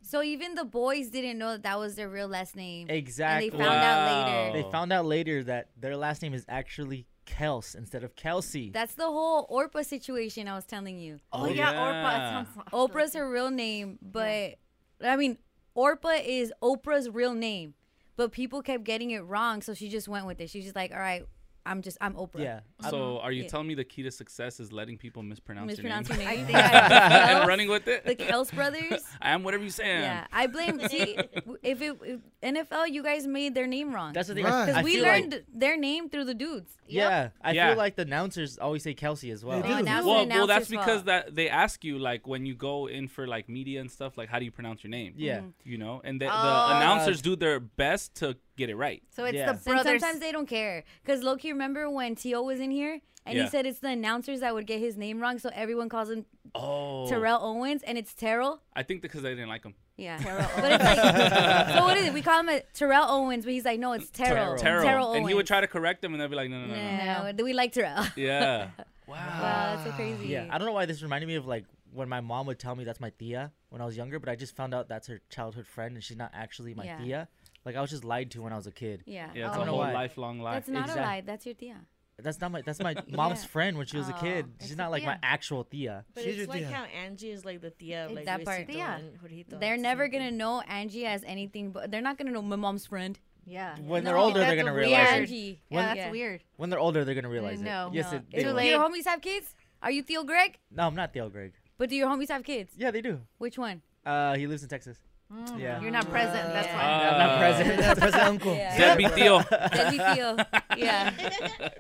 Speaker 1: So even the boys didn't know that that was their real last name.
Speaker 3: Exactly.
Speaker 1: And they found out later.
Speaker 2: Wow.
Speaker 3: They found out later that their last name is actually Kels instead of Kelsey.
Speaker 1: That's the whole Orpa situation I was telling you.
Speaker 6: Oh
Speaker 2: yeah.
Speaker 6: yeah, Orpa. It sounds-
Speaker 1: Oprah's her real name, but I mean, Orpa is Oprah's real name, but people kept getting it wrong, so she just went with it. She's just like, all right, I'm just I'm Oprah.
Speaker 3: yeah.
Speaker 2: So are you
Speaker 1: yeah.
Speaker 2: telling me the key to success is letting people mispronounce,
Speaker 1: mispronounce
Speaker 2: your
Speaker 1: your
Speaker 2: name?
Speaker 1: name.
Speaker 2: (laughs) and
Speaker 1: I
Speaker 2: running with it?
Speaker 1: the Kels brothers.
Speaker 2: (laughs) I am whatever you say I am.
Speaker 1: Yeah, I
Speaker 2: (laughs)
Speaker 1: blame. See, if it if NFL, you guys made their name wrong.
Speaker 3: That's the thing.
Speaker 4: Right.
Speaker 3: I- I
Speaker 1: because we
Speaker 3: feel like-
Speaker 1: learned their name through the dudes.
Speaker 3: yeah. I
Speaker 2: Yeah.
Speaker 3: feel like the announcers always say Kelsey as well.
Speaker 4: They do.
Speaker 1: now it's an
Speaker 2: Well, well, that's
Speaker 1: announcer's fault.
Speaker 2: because that they ask you like when you go in for like media and stuff, like how do you pronounce your name?
Speaker 3: Yeah.
Speaker 1: Mm-hmm.
Speaker 2: you know, and the, the
Speaker 6: Oh.
Speaker 2: announcers do their best to get it right.
Speaker 6: So it's the
Speaker 3: Yeah.
Speaker 1: And
Speaker 6: brothers.
Speaker 1: sometimes they don't care. Because Loki, remember when T.O. was in here? And
Speaker 2: Yeah.
Speaker 1: he said it's the announcers that would get his name wrong, so everyone calls him
Speaker 2: Oh,
Speaker 1: Terrell Owens, and it's Terrell.
Speaker 2: I think because they didn't like him.
Speaker 1: Yeah. But it's like, so what is it? We call him a Terrell Owens, but he's like, no, it's Terrell.
Speaker 3: Terrell.
Speaker 2: Terrell,
Speaker 1: Terrell
Speaker 2: and he would
Speaker 1: Owens.
Speaker 2: try to correct them, and they'd be like, no, no, no, no.
Speaker 1: No, do we like
Speaker 3: (laughs)
Speaker 1: Terrell? (laughs)
Speaker 2: yeah.
Speaker 1: Wow, that's so crazy.
Speaker 3: Yeah. I don't know why this reminded me of like when my mom would tell me that's my tia when I was younger, but I just found out that's her childhood friend and she's not actually my
Speaker 1: Yeah.
Speaker 3: tia. Like I was just lied to when I was a kid.
Speaker 1: Yeah.
Speaker 2: Yeah, it's
Speaker 3: Oh.
Speaker 2: a whole
Speaker 3: Why?
Speaker 2: lifelong lie.
Speaker 1: That's not
Speaker 3: Exact-
Speaker 1: a lie. That's your tia.
Speaker 3: That's not my.
Speaker 1: (laughs)
Speaker 3: That's my mom's
Speaker 12: Yeah.
Speaker 3: friend when she was Oh, a
Speaker 1: Oh,
Speaker 12: Aw,
Speaker 3: kid.
Speaker 12: it's
Speaker 3: She's
Speaker 12: a
Speaker 3: not like my
Speaker 12: tia.
Speaker 3: actual tia.
Speaker 12: But
Speaker 3: She's
Speaker 12: it's
Speaker 3: your
Speaker 12: like
Speaker 3: tia.
Speaker 12: how Angie is like the tia of like
Speaker 1: that part.
Speaker 12: Luisito
Speaker 1: Yeah.
Speaker 12: and Jorito.
Speaker 1: They're
Speaker 12: It's
Speaker 1: never
Speaker 12: like-
Speaker 1: gonna know Angie as anything, but they're not gonna know my mom's friend.
Speaker 6: Yeah.
Speaker 3: When they're older, they're gonna realize it.
Speaker 1: Angie.
Speaker 3: When-
Speaker 6: weird.
Speaker 3: When they're older, they're gonna realize
Speaker 1: No.
Speaker 3: it. Yes,
Speaker 1: No.
Speaker 3: it, they
Speaker 1: Do
Speaker 3: will.
Speaker 1: your homies have kids? Are you Theo Greg?
Speaker 3: No, I'm not Theo Greg.
Speaker 1: But do your homies have kids?
Speaker 3: Yeah, they do.
Speaker 1: Which one?
Speaker 3: Uh, he lives in Texas.
Speaker 1: Mm.
Speaker 3: Yeah.
Speaker 1: You're not present, that's
Speaker 2: Uh,
Speaker 1: why.
Speaker 3: Yeah,
Speaker 2: (laughs)
Speaker 3: I'm Uh, not present.
Speaker 1: Ah. Present uncle. Yeah.
Speaker 3: Deadbeat
Speaker 1: (laughs) Deadbeat
Speaker 3: (laughs)
Speaker 1: Theo. Yeah.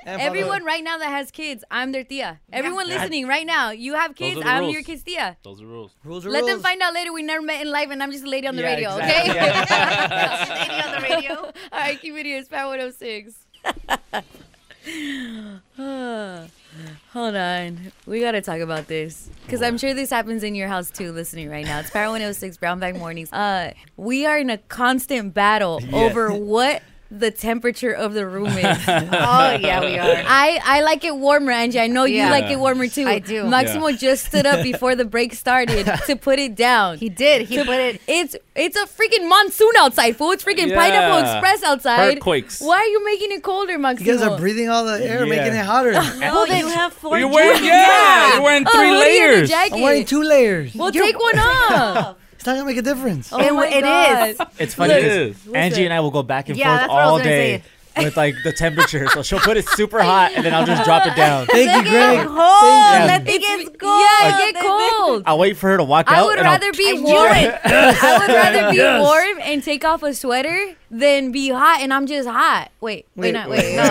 Speaker 1: Everyone right now that has kids, I'm their tia. Everyone
Speaker 2: Yeah.
Speaker 1: listening right now, you have
Speaker 2: Those
Speaker 1: kids,
Speaker 2: are the
Speaker 1: I'm
Speaker 2: rules.
Speaker 1: your kid's tia.
Speaker 2: Those are rules.
Speaker 4: Rules
Speaker 1: Let them find out later we never met in life and I'm just a lady on the
Speaker 2: Yeah,
Speaker 1: radio,
Speaker 2: exactly.
Speaker 1: okay?
Speaker 2: Yeah.
Speaker 6: Lady on the radio.
Speaker 1: (laughs) All right, keep it here. It's Power 106. (sighs) Hold on. We got to talk about this. Because I'm sure this happens in your house too, listening right now. It's Power 106 Brown Bag Mornings. Uh, we are in a constant battle
Speaker 12: Yes.
Speaker 1: over what the temperature of the room is.
Speaker 12: Oh, yeah, we are.
Speaker 1: I, I like it warmer, Angie. I know
Speaker 12: Yeah.
Speaker 1: you like it warmer too.
Speaker 12: I do.
Speaker 1: Maximo
Speaker 12: Yeah.
Speaker 1: just stood up before the break started to put it down. He did.
Speaker 6: He put it.
Speaker 1: It's it's a freaking monsoon outside, fool. It's freaking
Speaker 2: Yeah.
Speaker 1: Pineapple Express outside.
Speaker 2: Earthquakes.
Speaker 1: Why are you making it colder,
Speaker 4: You
Speaker 1: Maximo?
Speaker 4: guys are
Speaker 1: (laughs)
Speaker 4: breathing all the air, making it hotter.
Speaker 1: Well, then- you have four
Speaker 2: You're wearing- jackets. yeah, Oh, you're wearing
Speaker 1: three
Speaker 2: three layers.
Speaker 4: I'm wearing two layers.
Speaker 1: Well,
Speaker 4: (laughs)
Speaker 1: take one off.
Speaker 4: It's not gonna make a difference.
Speaker 1: Oh It- my it God. is.
Speaker 3: It's funny
Speaker 1: Look,
Speaker 3: 'cause
Speaker 1: listen.
Speaker 3: Angie and I will go back and
Speaker 1: Yeah,
Speaker 3: forth
Speaker 1: that's what I was
Speaker 3: all
Speaker 1: gonna
Speaker 3: day with like the temperature. so she'll put
Speaker 1: (laughs)
Speaker 3: it super hot and then I'll just drop it down.
Speaker 4: Thank you, Greg.
Speaker 1: cold.
Speaker 3: Yeah.
Speaker 1: Let it get cold. Yeah, it get (laughs) cold.
Speaker 3: I'll wait for her to walk
Speaker 1: I
Speaker 3: out.
Speaker 1: would
Speaker 3: and I'll- (laughs)
Speaker 1: rather be warm. I would rather be
Speaker 3: Yes.
Speaker 1: warm and take off a sweater than be hot and I'm just hot. Wait, wait, not wait. No.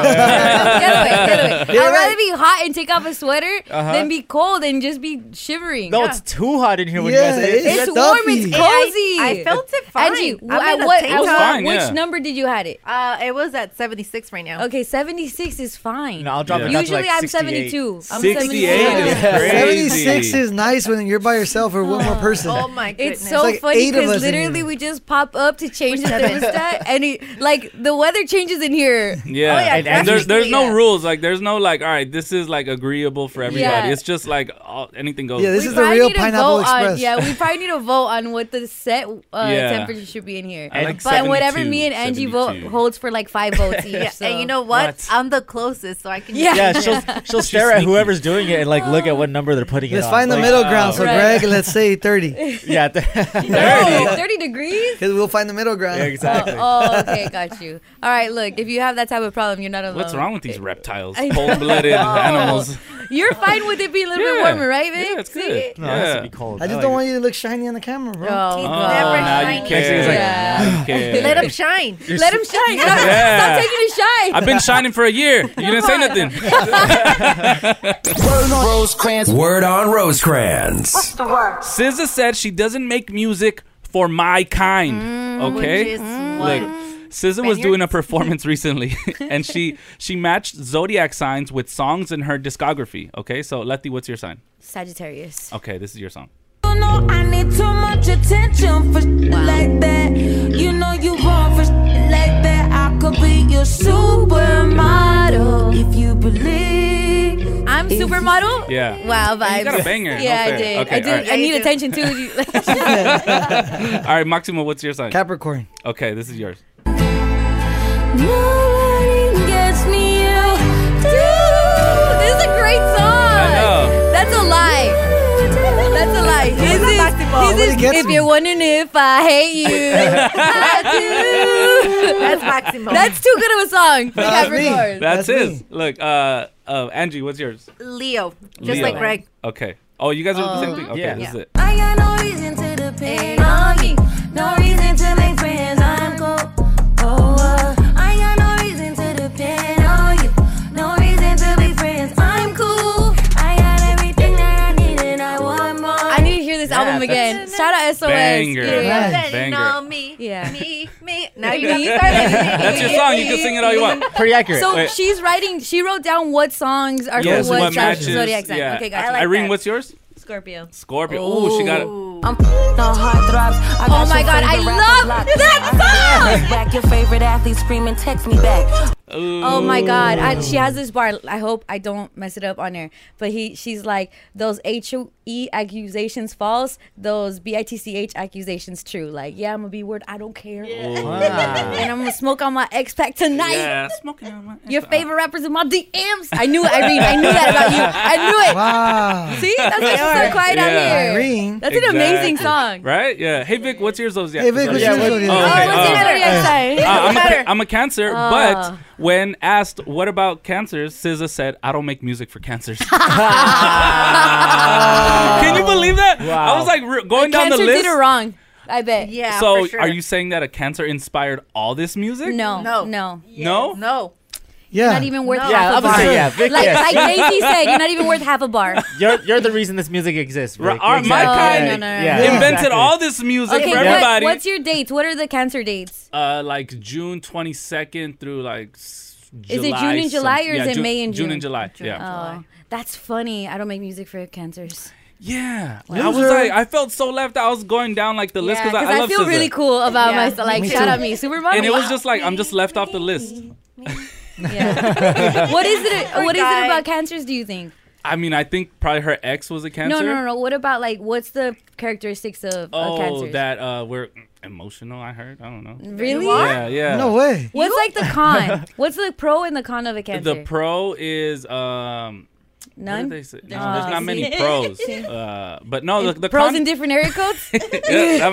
Speaker 3: (laughs)
Speaker 1: I'd rather be hot and take off a sweater
Speaker 3: Uh-huh.
Speaker 1: than be cold and just be shivering.
Speaker 3: No, it's too hot in here when
Speaker 1: Yeah,
Speaker 3: you guys
Speaker 1: it's, warm. It's cozy.
Speaker 6: I
Speaker 1: (laughs)
Speaker 6: felt it fine.
Speaker 1: Angie,
Speaker 6: I'm
Speaker 1: wh-
Speaker 6: in
Speaker 1: at
Speaker 6: a
Speaker 1: what,
Speaker 6: tank
Speaker 1: at what-
Speaker 6: top. Fine,
Speaker 1: which
Speaker 6: yeah.
Speaker 1: number did you had it?
Speaker 6: Uh, it was at 76 right now.
Speaker 1: Okay, 76 is fine.
Speaker 3: No, I'll drop it down to
Speaker 1: Usually
Speaker 3: like
Speaker 1: I'm
Speaker 3: 68.
Speaker 1: 72. I'm
Speaker 2: 68 is crazy.
Speaker 4: 76 is nice when you're by yourself or one more person.
Speaker 2: (laughs)
Speaker 6: Oh my goodness.
Speaker 1: It's so
Speaker 4: It's like
Speaker 1: funny
Speaker 4: eight of
Speaker 1: because
Speaker 4: us in here.
Speaker 1: literally we just pop up to change the
Speaker 6: seven. Oh,
Speaker 1: thermostat, and it, like the weather changes in here.
Speaker 2: Yeah, and, there's there's no rules. Like there's no like, all right, this is like agreeable for everybody.
Speaker 1: Yeah.
Speaker 2: It's just like all, anything goes.
Speaker 4: Yeah, this
Speaker 1: We
Speaker 4: is the
Speaker 1: probably
Speaker 4: real
Speaker 1: need to
Speaker 4: Pineapple
Speaker 1: vote on-
Speaker 4: Express.
Speaker 1: yeah, we probably need to vote on what the set uh,
Speaker 2: Yeah.
Speaker 1: temperature should be in here.
Speaker 2: I like
Speaker 1: but whatever
Speaker 2: 72,
Speaker 1: me and Angie vote
Speaker 2: 72.
Speaker 1: holds for like five votes each.
Speaker 6: Yeah,
Speaker 1: so.
Speaker 6: And you know what? I'm the closest, so I can.
Speaker 1: Yeah.
Speaker 3: Yeah,
Speaker 1: (laughs)
Speaker 3: she'll she'll stare at whoever's doing it and like look at what number they're putting it
Speaker 4: Let's
Speaker 3: on.
Speaker 4: find the
Speaker 3: Like,
Speaker 2: uh,
Speaker 4: middle ground. So,
Speaker 3: Right.
Speaker 4: Greg, let's say 30.
Speaker 3: (laughs) Yeah, (laughs) th-
Speaker 1: No, 30 degrees?
Speaker 2: (laughs)
Speaker 4: Because we'll find the middle ground.
Speaker 3: Yeah, exactly.
Speaker 1: Oh, okay, got you. All right, look, if you have that type of problem, you're not alone.
Speaker 2: What's wrong with these reptiles?
Speaker 1: (laughs) I know.
Speaker 2: Cold blooded
Speaker 1: Oh.
Speaker 2: animals. (laughs)
Speaker 1: You're fine with it being a little bit
Speaker 2: Yeah.
Speaker 1: warmer, right, Vic?
Speaker 2: Yeah, it's good.
Speaker 1: See?
Speaker 3: No, it has to be cold.
Speaker 4: I just don't want you to look shiny on the camera, bro.
Speaker 1: Oh,
Speaker 2: Oh, now you
Speaker 1: shiny. (laughs)
Speaker 2: care. Now you care.
Speaker 6: Let him shine.
Speaker 2: You're
Speaker 1: Let him shine. Stop,
Speaker 2: Yeah.
Speaker 1: stop taking a shine.
Speaker 2: I've been shining for a year. You didn't say nothing.
Speaker 13: Word on Rosecrans. Word on Rosecrans.
Speaker 2: the word? SZA said she doesn't make music for my kind.
Speaker 1: Mm,
Speaker 2: okay,
Speaker 6: which is
Speaker 2: look, SZA was doing a performance (laughs) recently, and she she matched zodiac signs with songs in her discography. Okay, so Letty, what's your sign?
Speaker 1: Sagittarius.
Speaker 2: Okay, this is
Speaker 1: (laughs)
Speaker 2: your song.
Speaker 12: You know I need too much attention for shit like that. You know you wrong for shit like that. I could be your supermodel if you believe.
Speaker 1: I'm supermodel.
Speaker 2: Yeah.
Speaker 1: Wow, vibes.
Speaker 2: You got a banger. No
Speaker 1: Yeah, I
Speaker 2: fair.
Speaker 1: did.
Speaker 2: Okay,
Speaker 1: I did.
Speaker 2: all right.
Speaker 1: I need attention
Speaker 2: (laughs)
Speaker 1: too.
Speaker 2: All right, Maximo, what's your sign?
Speaker 4: Capricorn.
Speaker 2: Okay, this is yours.
Speaker 12: Gets me out.
Speaker 1: This is a great song.
Speaker 2: I know.
Speaker 1: That's a lie. That's a lie. This is, this is
Speaker 4: gets
Speaker 1: if
Speaker 4: me.
Speaker 1: you're wondering if I hate
Speaker 2: (laughs)
Speaker 1: you. I do.
Speaker 6: That's Maximo.
Speaker 1: That's too good of a song. for
Speaker 2: (laughs) That's
Speaker 1: Capricorn.
Speaker 2: That's, his. Look, uh, uh, Angie, what's yours?
Speaker 6: Leo, just
Speaker 2: Leo.
Speaker 6: like Greg.
Speaker 2: Okay. Oh, you guys are the same thing. Okay,
Speaker 3: Yeah.
Speaker 2: this is it.
Speaker 12: I got no reason to depend on you. No reason to make friends. I'm cold. Oh, uh, I got no reason to depend on you. No reason to be friends. I'm cool. I got everything that I need and I want more.
Speaker 1: I need to hear this
Speaker 12: Yeah,
Speaker 1: album again.
Speaker 12: (laughs) that's-
Speaker 1: Shout out SOS.
Speaker 2: Banger.
Speaker 1: Yeah.
Speaker 2: Yes. Banger.
Speaker 6: No, me.
Speaker 1: Yeah.
Speaker 6: Me, me. Now you got me
Speaker 2: (laughs)
Speaker 6: started.
Speaker 2: That's your song. You can sing it all you want.
Speaker 3: Pretty accurate.
Speaker 1: So
Speaker 2: Wait.
Speaker 1: she's writing. She wrote down what songs are
Speaker 2: Yes,
Speaker 1: for what,
Speaker 2: what
Speaker 1: zod-
Speaker 2: matches.
Speaker 1: zodiac sign.
Speaker 2: Yeah.
Speaker 1: Okay, gotcha.
Speaker 2: Irene, what's yours?
Speaker 12: Scorpio.
Speaker 2: Scorpio. Ooh, she got it.
Speaker 12: I'm the heart throbs. I got
Speaker 1: Oh my
Speaker 12: your
Speaker 1: God, I
Speaker 12: favorite rapper
Speaker 1: love
Speaker 12: locked.
Speaker 1: that
Speaker 12: I got your back, your favorite athlete screaming, text me back.
Speaker 1: Oh my God! I, she
Speaker 2: Mm.
Speaker 1: has this bar. I hope I don't mess it up on there. But he, she's like those H O E accusations false, those B I T C H accusations true. Like, yeah, I'm gonna be word. I don't care,
Speaker 2: Wow.
Speaker 1: (laughs) and I'm gonna smoke on my ex pack tonight.
Speaker 2: Yeah, smoking on my.
Speaker 1: Your favorite rappers in my DMs. I knew it, Irene. I knew that about you. I knew it.
Speaker 4: Wow.
Speaker 1: (laughs) See, that's why she's so quiet out here. That's an amazing song.
Speaker 2: Right? Yeah. Hey, Vic, what's your zodiac?
Speaker 4: Hey, Vic, what's
Speaker 2: zodiac?
Speaker 4: your zodiac?
Speaker 2: Oh,
Speaker 4: Oh,
Speaker 2: okay.
Speaker 4: what's your
Speaker 2: Uh,
Speaker 4: zodiac sign?
Speaker 2: uh, I'm, a,
Speaker 4: Matter.
Speaker 2: ca- I'm a Cancer,
Speaker 4: Ah.
Speaker 1: Oh.
Speaker 2: but when asked, what about Cancers, SZA said, I don't make music
Speaker 1: (laughs)
Speaker 2: for Cancers. (laughs) Can you believe that?
Speaker 1: Wow.
Speaker 2: I was like re- going down the
Speaker 1: Cancer
Speaker 2: list.
Speaker 1: did it wrong. I bet.
Speaker 6: Yeah.
Speaker 2: so are you saying that a Cancer inspired all this music?
Speaker 1: No. No. No.
Speaker 2: No?
Speaker 6: No.
Speaker 2: Yeah.
Speaker 1: Not even worth
Speaker 6: No.
Speaker 1: half
Speaker 3: Yeah,
Speaker 1: a
Speaker 3: I'm
Speaker 1: bar.
Speaker 3: saying, yeah, Vic,
Speaker 1: like
Speaker 3: yes.
Speaker 1: like Daisy said, you're not even worth half a bar.
Speaker 3: You're, you're the reason this music exists. Rick.
Speaker 2: Right, our- my kind No,
Speaker 3: Yeah,
Speaker 1: no,
Speaker 3: yeah,
Speaker 2: invented
Speaker 3: exactly.
Speaker 2: (laughs) all this music
Speaker 1: okay,
Speaker 2: for
Speaker 1: what-
Speaker 2: everybody.
Speaker 1: what's your dates? What are the cancer dates?
Speaker 2: uh, like June 22nd through like s- July.
Speaker 1: Is it June and
Speaker 2: some-
Speaker 1: July or
Speaker 2: yeah,
Speaker 1: is it
Speaker 2: Ju-
Speaker 1: May and June?
Speaker 2: June and July. yeah.
Speaker 1: Oh, that's funny. I don't make music for cancers.
Speaker 2: Yeah. I was like, I felt so left. out. I was going down like the list
Speaker 1: Yeah,
Speaker 2: because I, I love
Speaker 1: feel
Speaker 2: SZA.
Speaker 1: really cool about
Speaker 6: Yeah.
Speaker 1: myself. Like,
Speaker 6: Me
Speaker 1: shout
Speaker 6: too.
Speaker 1: out me, supermodel.
Speaker 2: And it was just like I'm just left off the list. (laughs)
Speaker 1: what is it?
Speaker 6: Poor
Speaker 1: What is
Speaker 6: guy.
Speaker 1: it about cancers? Do you think?
Speaker 2: I mean, I think probably her ex was a cancer.
Speaker 1: No, no, no, no. What about like what's the characteristics of,
Speaker 2: Oh,
Speaker 1: of cancers?
Speaker 2: that uh, we're emotional. I heard. I don't know.
Speaker 1: Really?
Speaker 2: Yeah, yeah.
Speaker 4: No way.
Speaker 1: What's like the
Speaker 2: (laughs)
Speaker 1: con? What's the pro and the con of a cancer?
Speaker 2: The pro is um. what did
Speaker 1: None?
Speaker 2: they say? No,
Speaker 1: Oh,
Speaker 2: there's not many
Speaker 1: see.
Speaker 2: pros.
Speaker 1: (laughs) See?
Speaker 2: Uh, but no, the, the
Speaker 1: Pros
Speaker 2: con-
Speaker 1: in
Speaker 2: (laughs)
Speaker 1: different area codes.
Speaker 2: yeah, that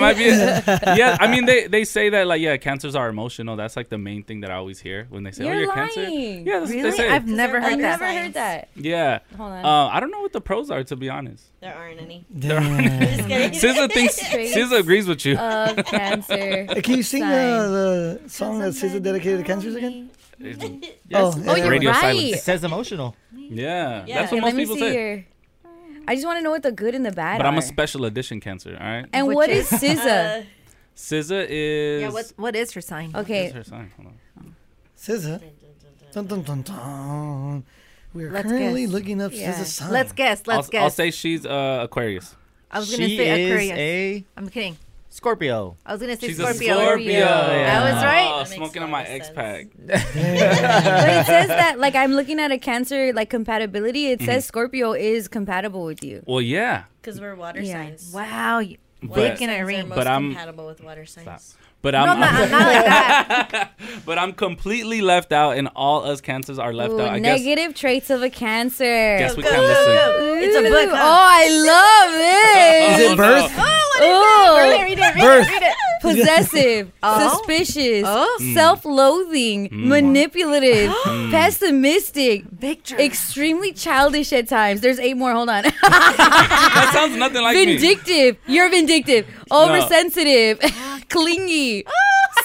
Speaker 1: (laughs)
Speaker 2: might be it. Yeah, I mean they, they say that like yeah, cancers are emotional. That's like the main thing that I always hear when they say, "Oh,
Speaker 1: You're
Speaker 2: you're
Speaker 1: lying.
Speaker 2: cancer." Yeah, that's what they
Speaker 6: Really?
Speaker 2: say.
Speaker 6: I've never heard
Speaker 1: I've
Speaker 6: that.
Speaker 1: never heard that.
Speaker 2: Yeah.
Speaker 1: Hold on.
Speaker 2: Uh, I don't know what the pros are to be honest.
Speaker 14: There aren't any.
Speaker 2: There aren't (laughs) any. SZA
Speaker 1: (laughs)
Speaker 2: thinks SZA agrees with you.
Speaker 1: Of
Speaker 2: (laughs)
Speaker 1: cancer.
Speaker 4: Uh, Can you sing uh, the song that SZA dedicated to cancers again?
Speaker 1: (laughs)
Speaker 3: Yes.
Speaker 1: Oh, you're
Speaker 3: Radio
Speaker 1: right.
Speaker 3: silence. It says emotional.
Speaker 2: Yeah,
Speaker 1: Yeah.
Speaker 2: that's
Speaker 1: Okay,
Speaker 2: what most
Speaker 1: let me
Speaker 2: people
Speaker 1: see
Speaker 2: say.
Speaker 1: Here. I just want to know what the good and the bad
Speaker 2: But I'm
Speaker 1: are.
Speaker 2: a special edition cancer. All right.
Speaker 1: and
Speaker 6: Which
Speaker 1: what
Speaker 6: is-
Speaker 1: is SZA?
Speaker 2: SZA is.
Speaker 6: Yeah, what what is her sign?
Speaker 1: Okay.
Speaker 2: What's her sign? Hold on.
Speaker 4: SZA. Dun, dun, dun, dun. We are
Speaker 6: Let's
Speaker 4: currently
Speaker 6: guess.
Speaker 4: looking up
Speaker 6: Yeah.
Speaker 4: SZA sign.
Speaker 6: Let's guess. Let's
Speaker 2: I'll,
Speaker 6: guess.
Speaker 2: I'll say she's uh, Aquarius.
Speaker 6: I was gonna
Speaker 3: She
Speaker 6: say
Speaker 3: is
Speaker 6: Aquarius.
Speaker 3: a-
Speaker 6: I'm kidding.
Speaker 3: Scorpio.
Speaker 6: I was gonna say
Speaker 2: She's
Speaker 6: Scorpio.
Speaker 2: a Scorpio.
Speaker 6: I was right.
Speaker 2: Oh, smoking on my X pack.
Speaker 1: but
Speaker 2: (laughs)
Speaker 1: it says that like I'm looking at a cancer like compatibility. It says
Speaker 2: Mhm.
Speaker 1: Scorpio is compatible with you.
Speaker 2: Well, yeah.
Speaker 14: Because we're water signs.
Speaker 6: Wow. you-
Speaker 2: But-
Speaker 6: Vic and
Speaker 14: signs are
Speaker 6: Irene.
Speaker 14: most
Speaker 2: But I'm-
Speaker 14: compatible with water signs.
Speaker 2: But
Speaker 6: No,
Speaker 2: I'm,
Speaker 6: I'm not- I'm not like that.
Speaker 2: (laughs) but I'm completely left out, and all us cancers are left
Speaker 1: Ooh,
Speaker 2: out. I guess.
Speaker 1: negative traits of a cancer.
Speaker 2: Guess we Go, can't go, listen. go.
Speaker 14: It's a book,
Speaker 1: Ooh,
Speaker 14: huh?
Speaker 1: Oh,
Speaker 2: (laughs)
Speaker 1: I love
Speaker 2: Is
Speaker 1: this.
Speaker 2: it Oh, birth? no.
Speaker 1: Oh,
Speaker 6: Read it, read it, read it,
Speaker 1: Birth.
Speaker 6: read it.
Speaker 1: (laughs) Possessive,
Speaker 6: (laughs) Oh. Hmm.
Speaker 1: suspicious,
Speaker 2: Mm.
Speaker 1: self-loathing,
Speaker 2: Mm.
Speaker 6: (gasps)
Speaker 1: manipulative,
Speaker 2: Mm.
Speaker 1: pessimistic, extremely childish at times. There's eight more. Hold on. (laughs)
Speaker 2: that sounds nothing like me.
Speaker 1: vindictive. You're vindictive.
Speaker 6: (laughs)
Speaker 1: Oversensitive. (laughs) Clingy.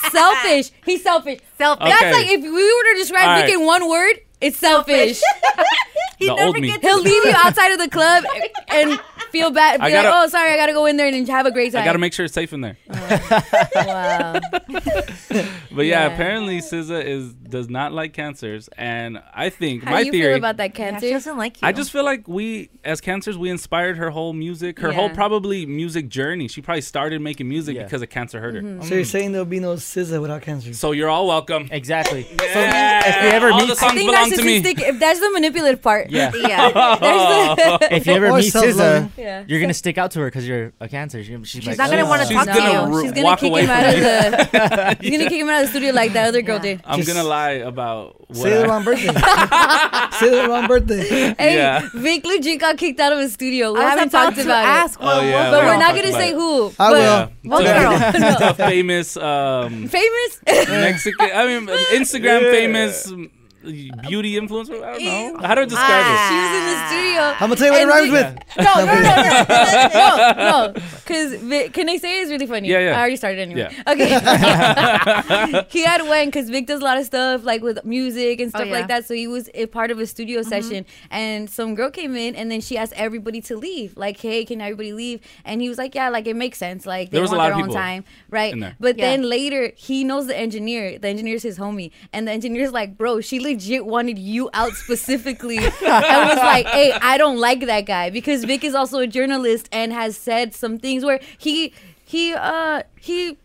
Speaker 1: selfish. He's selfish. Selfish.
Speaker 2: Okay.
Speaker 1: That's like if we were to describe
Speaker 2: All
Speaker 1: Vic
Speaker 2: right.
Speaker 1: in one word, it's selfish.
Speaker 6: (laughs)
Speaker 2: He The never old me. gets-
Speaker 1: He'll leave you outside of the club
Speaker 6: Oh
Speaker 1: and feel bad. Be
Speaker 2: I
Speaker 1: like,
Speaker 2: gotta-
Speaker 1: oh, sorry, I gotta go in there and have a great time.
Speaker 2: I gotta make sure it's safe in there. (laughs)
Speaker 1: wow.
Speaker 2: But yeah,
Speaker 1: Yeah.
Speaker 2: apparently SZA is does not like cancers, and I think
Speaker 1: How
Speaker 2: my
Speaker 1: do you
Speaker 2: theory.
Speaker 1: feel about that cancer? she doesn't
Speaker 6: like
Speaker 2: I just feel like we, as cancers, we inspired her whole music, her whole
Speaker 1: Yeah.
Speaker 2: probably music journey. She probably started making music because a cancer hurt her.
Speaker 1: Mm-hmm.
Speaker 4: So you're saying there'll be no SZA without cancer?
Speaker 2: So you're all welcome.
Speaker 3: Exactly.
Speaker 2: Yeah.
Speaker 3: So if we ever
Speaker 2: all
Speaker 3: meet-
Speaker 2: the
Speaker 3: I
Speaker 2: songs
Speaker 1: I think
Speaker 2: belong to me.
Speaker 1: narcissistic. If that's the manipulative part.
Speaker 3: Yeah.
Speaker 1: (laughs)
Speaker 2: (laughs)
Speaker 1: yeah. There's the-
Speaker 3: (laughs) if you ever
Speaker 4: Or
Speaker 3: meet SZA,
Speaker 4: self-love.
Speaker 1: Yeah. (laughs)
Speaker 3: you're gonna stick out to her because you're a Cancer. She- She's,
Speaker 6: not gonna wanna She's talk to gonna you. ru-
Speaker 1: She's gonna
Speaker 2: walk
Speaker 1: kick
Speaker 2: away
Speaker 1: him
Speaker 2: from
Speaker 1: out of
Speaker 2: you.
Speaker 1: the. She's gonna kick him out of the studio like that other girl did.
Speaker 2: I'm gonna lie about what
Speaker 4: Say
Speaker 2: I-
Speaker 4: the
Speaker 2: (laughs)
Speaker 4: wrong birthday. Say the wrong birthday.
Speaker 1: Hey,
Speaker 2: Yeah.
Speaker 1: Vic legit got kicked out of his studio. We
Speaker 6: I was
Speaker 1: haven't
Speaker 6: about
Speaker 1: talked
Speaker 6: to
Speaker 1: about
Speaker 6: ask,
Speaker 1: it.
Speaker 2: Oh, well, yeah,
Speaker 1: but
Speaker 2: we
Speaker 1: we're
Speaker 2: haven't
Speaker 1: not
Speaker 2: talked
Speaker 1: gonna
Speaker 2: about
Speaker 1: say
Speaker 2: it.
Speaker 1: who.
Speaker 4: I
Speaker 1: but
Speaker 4: will.
Speaker 1: One
Speaker 4: (laughs)
Speaker 1: girl.
Speaker 2: (laughs) the famous
Speaker 1: (laughs)
Speaker 2: um,
Speaker 1: Famous.
Speaker 2: Mexican. I
Speaker 1: (laughs)
Speaker 2: mean, Instagram famous um, beauty influencer. I don't know how to describe
Speaker 6: Ah.
Speaker 2: this.
Speaker 1: She was in the studio.
Speaker 4: I'm gonna tell you what it rhymes
Speaker 1: and Vic-
Speaker 4: with.
Speaker 1: No, no, no, no,
Speaker 2: (laughs)
Speaker 1: no, no. Because Vic, can I say it's really funny?
Speaker 2: Yeah, yeah.
Speaker 1: I already started anyway.
Speaker 2: Yeah. (laughs)
Speaker 1: Okay. (laughs) he had one because Vic does a lot of stuff like with music
Speaker 2: Oh,
Speaker 1: and stuff
Speaker 6: yeah.
Speaker 1: like that. So he was a part of a studio
Speaker 2: Mm-hmm.
Speaker 1: session, and some girl came in, and then she asked everybody to leave. Like, hey, can everybody leave? And he was like, yeah, like it makes sense. Like they
Speaker 2: There was a
Speaker 1: want
Speaker 2: lot
Speaker 1: their
Speaker 2: of
Speaker 1: own
Speaker 2: people
Speaker 1: time, right?
Speaker 2: in there.
Speaker 1: But
Speaker 6: Yeah.
Speaker 1: then later, he knows the engineer. The engineer's his homie, and the engineer's like, bro, she legit wanted you
Speaker 2: (laughs)
Speaker 1: out specifically. I was like, hey, I don't like that guy because Vic is also a journalist and has said some things where he he uh he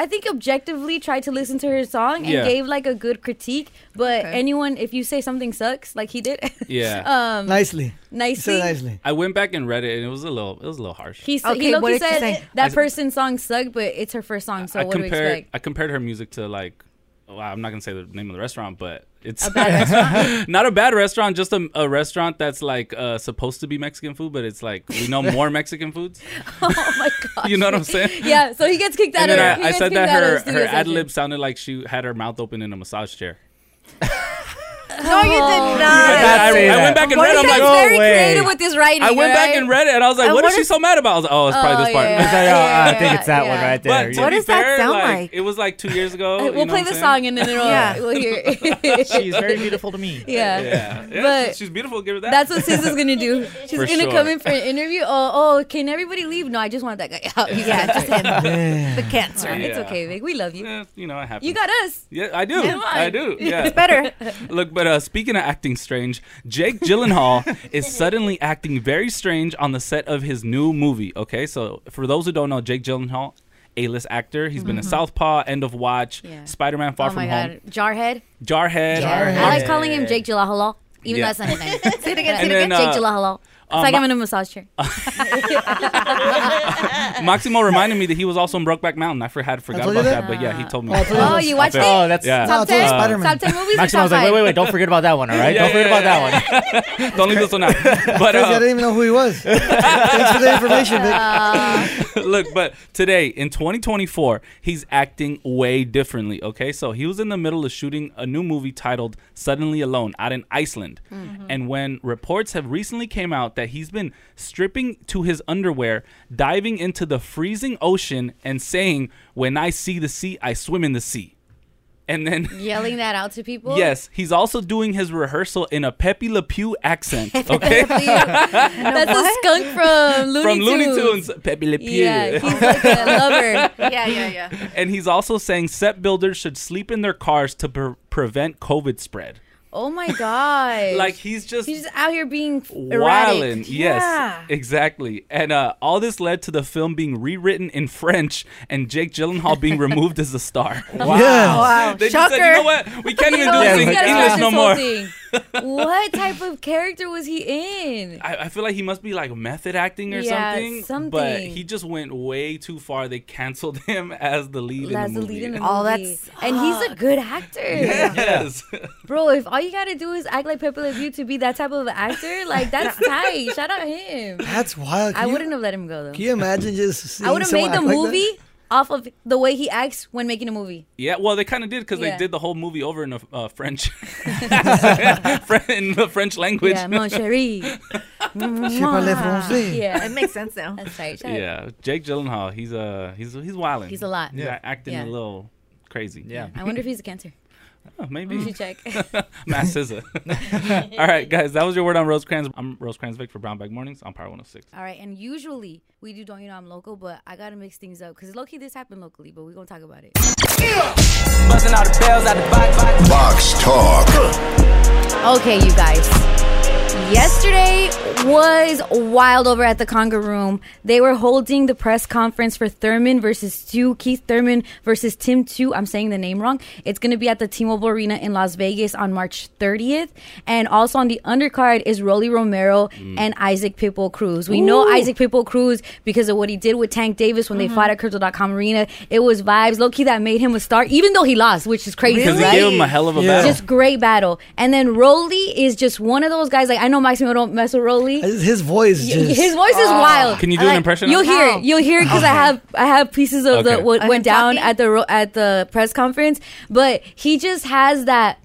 Speaker 1: I think objectively tried to listen to her song and
Speaker 2: Yeah.
Speaker 1: gave like a good critique. But anyone, if you say something sucks, like he did, (laughs)
Speaker 2: Yeah.
Speaker 1: um,
Speaker 4: Nicely.
Speaker 1: nicely,
Speaker 2: I went back and read it, and it was a little, it was a little harsh.
Speaker 1: He, sa-
Speaker 6: Okay,
Speaker 1: he,
Speaker 6: what
Speaker 1: low-key
Speaker 6: did she
Speaker 1: said
Speaker 6: say?
Speaker 1: that
Speaker 2: I-
Speaker 1: person's song sucked, but it's her first song, so
Speaker 2: I
Speaker 1: what do we
Speaker 2: compared,
Speaker 1: expect?
Speaker 2: I compared her music to like, well, I'm not gonna say the name of the restaurant, but it's
Speaker 1: A bad restaurant?
Speaker 2: (laughs) not a bad restaurant, just a, a restaurant that's like uh, supposed to be Mexican food, but it's like we know more Mexican foods.
Speaker 1: (laughs) oh my god!
Speaker 2: (laughs) You know what I'm saying?
Speaker 1: Yeah. So he gets kicked out
Speaker 2: And
Speaker 1: of.
Speaker 2: then
Speaker 1: he
Speaker 2: I, I
Speaker 1: gets
Speaker 2: said
Speaker 1: kicked out
Speaker 2: that
Speaker 1: of
Speaker 2: her,
Speaker 1: the
Speaker 2: her
Speaker 1: studio
Speaker 2: ad
Speaker 1: session.
Speaker 2: lib sounded like she had her mouth open in a massage chair.
Speaker 1: No, you did
Speaker 2: I, I- I went back and read. it, I'm like,
Speaker 1: very creative with this writing.
Speaker 2: I went back
Speaker 1: alright?
Speaker 2: and read it, and I was like,
Speaker 1: I
Speaker 2: (laughs) "What is she
Speaker 1: wonder-
Speaker 2: so mad about?" I was like, "Oh, it's probably
Speaker 1: Oh,
Speaker 2: this part."
Speaker 1: yeah,
Speaker 3: uh,
Speaker 15: I think it's that one right there.
Speaker 2: But
Speaker 15: yeah.
Speaker 2: to be fair, It was like two years ago.
Speaker 1: Uh, We'll play the song and then it'll
Speaker 2: Yeah.
Speaker 1: we'll hear.
Speaker 2: (laughs)
Speaker 1: it.
Speaker 2: She's very beautiful to me.
Speaker 1: Yeah.
Speaker 2: Yeah. Yeah,
Speaker 1: But oh,
Speaker 2: she's beautiful, give her that.
Speaker 1: That's what Sis's
Speaker 2: (laughs)
Speaker 1: gonna do. She's
Speaker 2: For
Speaker 1: gonna
Speaker 2: sure.
Speaker 1: come in for an interview. Oh, oh, can everybody leave? No, I just want that guy (laughs) out. He's
Speaker 6: Yeah,
Speaker 1: cancer.
Speaker 6: just him.
Speaker 1: (laughs)
Speaker 2: Yeah.
Speaker 6: The cancer.
Speaker 1: It's
Speaker 2: Yeah.
Speaker 1: okay, Vic. We love you.
Speaker 2: you know, I have.
Speaker 1: You got us.
Speaker 2: Yeah, I do.
Speaker 1: Never mind.
Speaker 2: I
Speaker 1: (laughs)
Speaker 2: do. Yeah.
Speaker 1: It's better.
Speaker 2: (laughs) Look, but uh, speaking of acting strange, Jake Gyllenhaal
Speaker 1: (laughs)
Speaker 2: is suddenly acting very strange on the set of his new movie. Okay, so for those who don't know, Jake Gyllenhaal, A-list actor. He's been in
Speaker 1: Mhm.
Speaker 2: Southpaw, End of Watch, Spider-Man: Far
Speaker 1: oh
Speaker 2: From
Speaker 1: my
Speaker 2: Home,
Speaker 1: god, Jarhead.
Speaker 2: Jarhead.
Speaker 1: I like calling him Jake Jalahalo, even
Speaker 2: Yeah.
Speaker 1: though that's not his name. (laughs) say it again.
Speaker 2: say it again.
Speaker 1: Jake Jalahalo. It's
Speaker 2: uh, (laughs)
Speaker 1: like
Speaker 2: Ma-
Speaker 1: I'm in a massage chair.
Speaker 2: Maximo reminded me that he was also in Brokeback Mountain. I for, had forgot
Speaker 3: told
Speaker 2: about
Speaker 3: you
Speaker 2: that,
Speaker 3: that?
Speaker 2: but yeah, he told me.
Speaker 3: Oh, I told you Oh, that. you watched it? Oh, that's- Top ten?
Speaker 2: Uh,
Speaker 3: Top ten movies or
Speaker 15: Maximo was like,
Speaker 3: top
Speaker 15: wait,
Speaker 3: five?
Speaker 15: wait, wait, don't forget about that one, all right?
Speaker 2: Yeah,
Speaker 15: don't forget
Speaker 2: yeah,
Speaker 15: about that
Speaker 3: (laughs)
Speaker 15: one.
Speaker 2: Don't leave this one out. (laughs) But
Speaker 4: Crazy, I
Speaker 2: uh,
Speaker 4: didn't even know who he
Speaker 2: (laughs)
Speaker 4: was. Thanks for the information, Vic.
Speaker 1: Uh,
Speaker 2: look, but today in 2024, he's acting way differently. Okay, so he was in the middle of shooting a new movie titled "Suddenly Alone" out in Iceland,
Speaker 15: Mhm.
Speaker 2: and when reports have recently came out that he's been stripping to his underwear, diving into the freezing ocean, and saying, "When I see the sea, I swim in the sea," and then.
Speaker 1: Yelling that out to people. (laughs)
Speaker 2: (laughs) Yes, he's also doing his rehearsal in a Pepe Le Pew accent. Okay,
Speaker 1: That's a skunk from Looney
Speaker 2: from Looney
Speaker 1: Tunes.
Speaker 2: Tunes, Pepe Le Pew.
Speaker 1: Yeah, he's like
Speaker 2: (laughs)
Speaker 1: a lover. Yeah, yeah, yeah.
Speaker 2: And he's also saying set builders should sleep in their cars to pre- prevent COVID spread.
Speaker 1: Oh my god!
Speaker 2: Like, he's just
Speaker 1: he's just out here being f- erratic.
Speaker 2: Wildin', yes,
Speaker 1: Yeah.
Speaker 2: exactly. And uh, all this led to the film being rewritten in French and Jake
Speaker 1: (laughs)
Speaker 2: Gyllenhaal being removed as a star.
Speaker 1: Wow. Wow.
Speaker 2: They just said, you
Speaker 1: Shocker.
Speaker 2: know what? We can't
Speaker 1: You (laughs)
Speaker 2: even
Speaker 1: know,
Speaker 2: do this
Speaker 1: we
Speaker 2: in
Speaker 1: gotta stop
Speaker 2: English
Speaker 1: this
Speaker 2: no
Speaker 1: whole
Speaker 2: more.
Speaker 1: thing.
Speaker 2: (laughs)
Speaker 1: what type of character was he in?
Speaker 2: I, I feel like he must be like method acting or
Speaker 1: Yeah,
Speaker 2: something, But
Speaker 1: something.
Speaker 2: he just went way too far. They canceled (laughs) him as the lead
Speaker 1: As
Speaker 2: in
Speaker 1: the
Speaker 2: the movie.
Speaker 1: lead in the
Speaker 6: Oh,
Speaker 1: movie.
Speaker 6: that
Speaker 1: and he's a good actor.
Speaker 2: Yes.
Speaker 1: Bro, if all you gotta do is act like Pepe Le Pew to be that type of actor, like (laughs) that's tight. Shout out him.
Speaker 4: That's wild.
Speaker 1: I
Speaker 4: Can you-
Speaker 1: wouldn't have let him go though.
Speaker 4: Can you imagine just?
Speaker 1: I
Speaker 4: seeing
Speaker 1: would have
Speaker 4: someone
Speaker 1: made the
Speaker 4: act like that?
Speaker 1: movie off of the way he acts when making a movie.
Speaker 2: (laughs) Yeah, well, they kind of did because
Speaker 1: Yeah.
Speaker 2: they did the whole movie over in a, uh,
Speaker 1: (laughs)
Speaker 2: French, Fr- in the French language.
Speaker 1: Yeah, mon chéri.
Speaker 4: Je parle français.
Speaker 1: Yeah.
Speaker 6: It makes sense now.
Speaker 1: That's right. Shout out.
Speaker 2: (laughs) yeah, Jake Gyllenhaal, he's uh, he's he's wilding.
Speaker 1: He's a lot.
Speaker 2: He's
Speaker 1: Yeah.
Speaker 2: acting
Speaker 1: Yeah.
Speaker 2: a little crazy. Yeah,
Speaker 1: I wonder if he's a cancer.
Speaker 2: Oh, maybe.
Speaker 1: We should
Speaker 2: (laughs)
Speaker 1: check.
Speaker 2: Matt
Speaker 1: (laughs)
Speaker 2: SZA. (laughs) All right, guys, that was your word on Rosecrans. I'm Rosecrans Vic for Brown Bag Mornings on Power 106.
Speaker 1: All right, and usually we do don't you know I'm local, but I gotta mix things up because low key this happened locally, but we're gonna talk about it.
Speaker 13: Buzzing all the bells out the box.
Speaker 5: Box Talk.
Speaker 1: Okay, you guys. Yesterday was wild over at the Conga Room. They were holding the press conference for Thurman versus Two, Keith Thurman versus Tim Two. I'm saying the name wrong. It's going to be at the T-Mobile Arena in Las Vegas on March 30th, and also on the undercard is Rolly Romero and Isaac Pitbull Cruz. We know
Speaker 6: Ooh.
Speaker 1: Isaac Pitbull Cruz because of what he did with Tank Davis when they fought at Crypto.com Arena. It was vibes, low key that made him a star, even though he lost, which is crazy.
Speaker 2: Because he
Speaker 1: right?
Speaker 2: gave him a hell of a battle.
Speaker 1: Just great battle. And then Rolly is just one of those guys. Like I know Maximo don't mess with Rolly.
Speaker 4: His voice.
Speaker 1: Y-
Speaker 4: Just,
Speaker 1: (laughs) His voice is
Speaker 2: (laughs)
Speaker 1: wild.
Speaker 2: Can you do an impression?
Speaker 1: You'll
Speaker 2: of him?
Speaker 1: hear it. You'll hear it because I have I have pieces of
Speaker 2: Okay.
Speaker 1: the what went down at the ro- at the press conference. But he just has that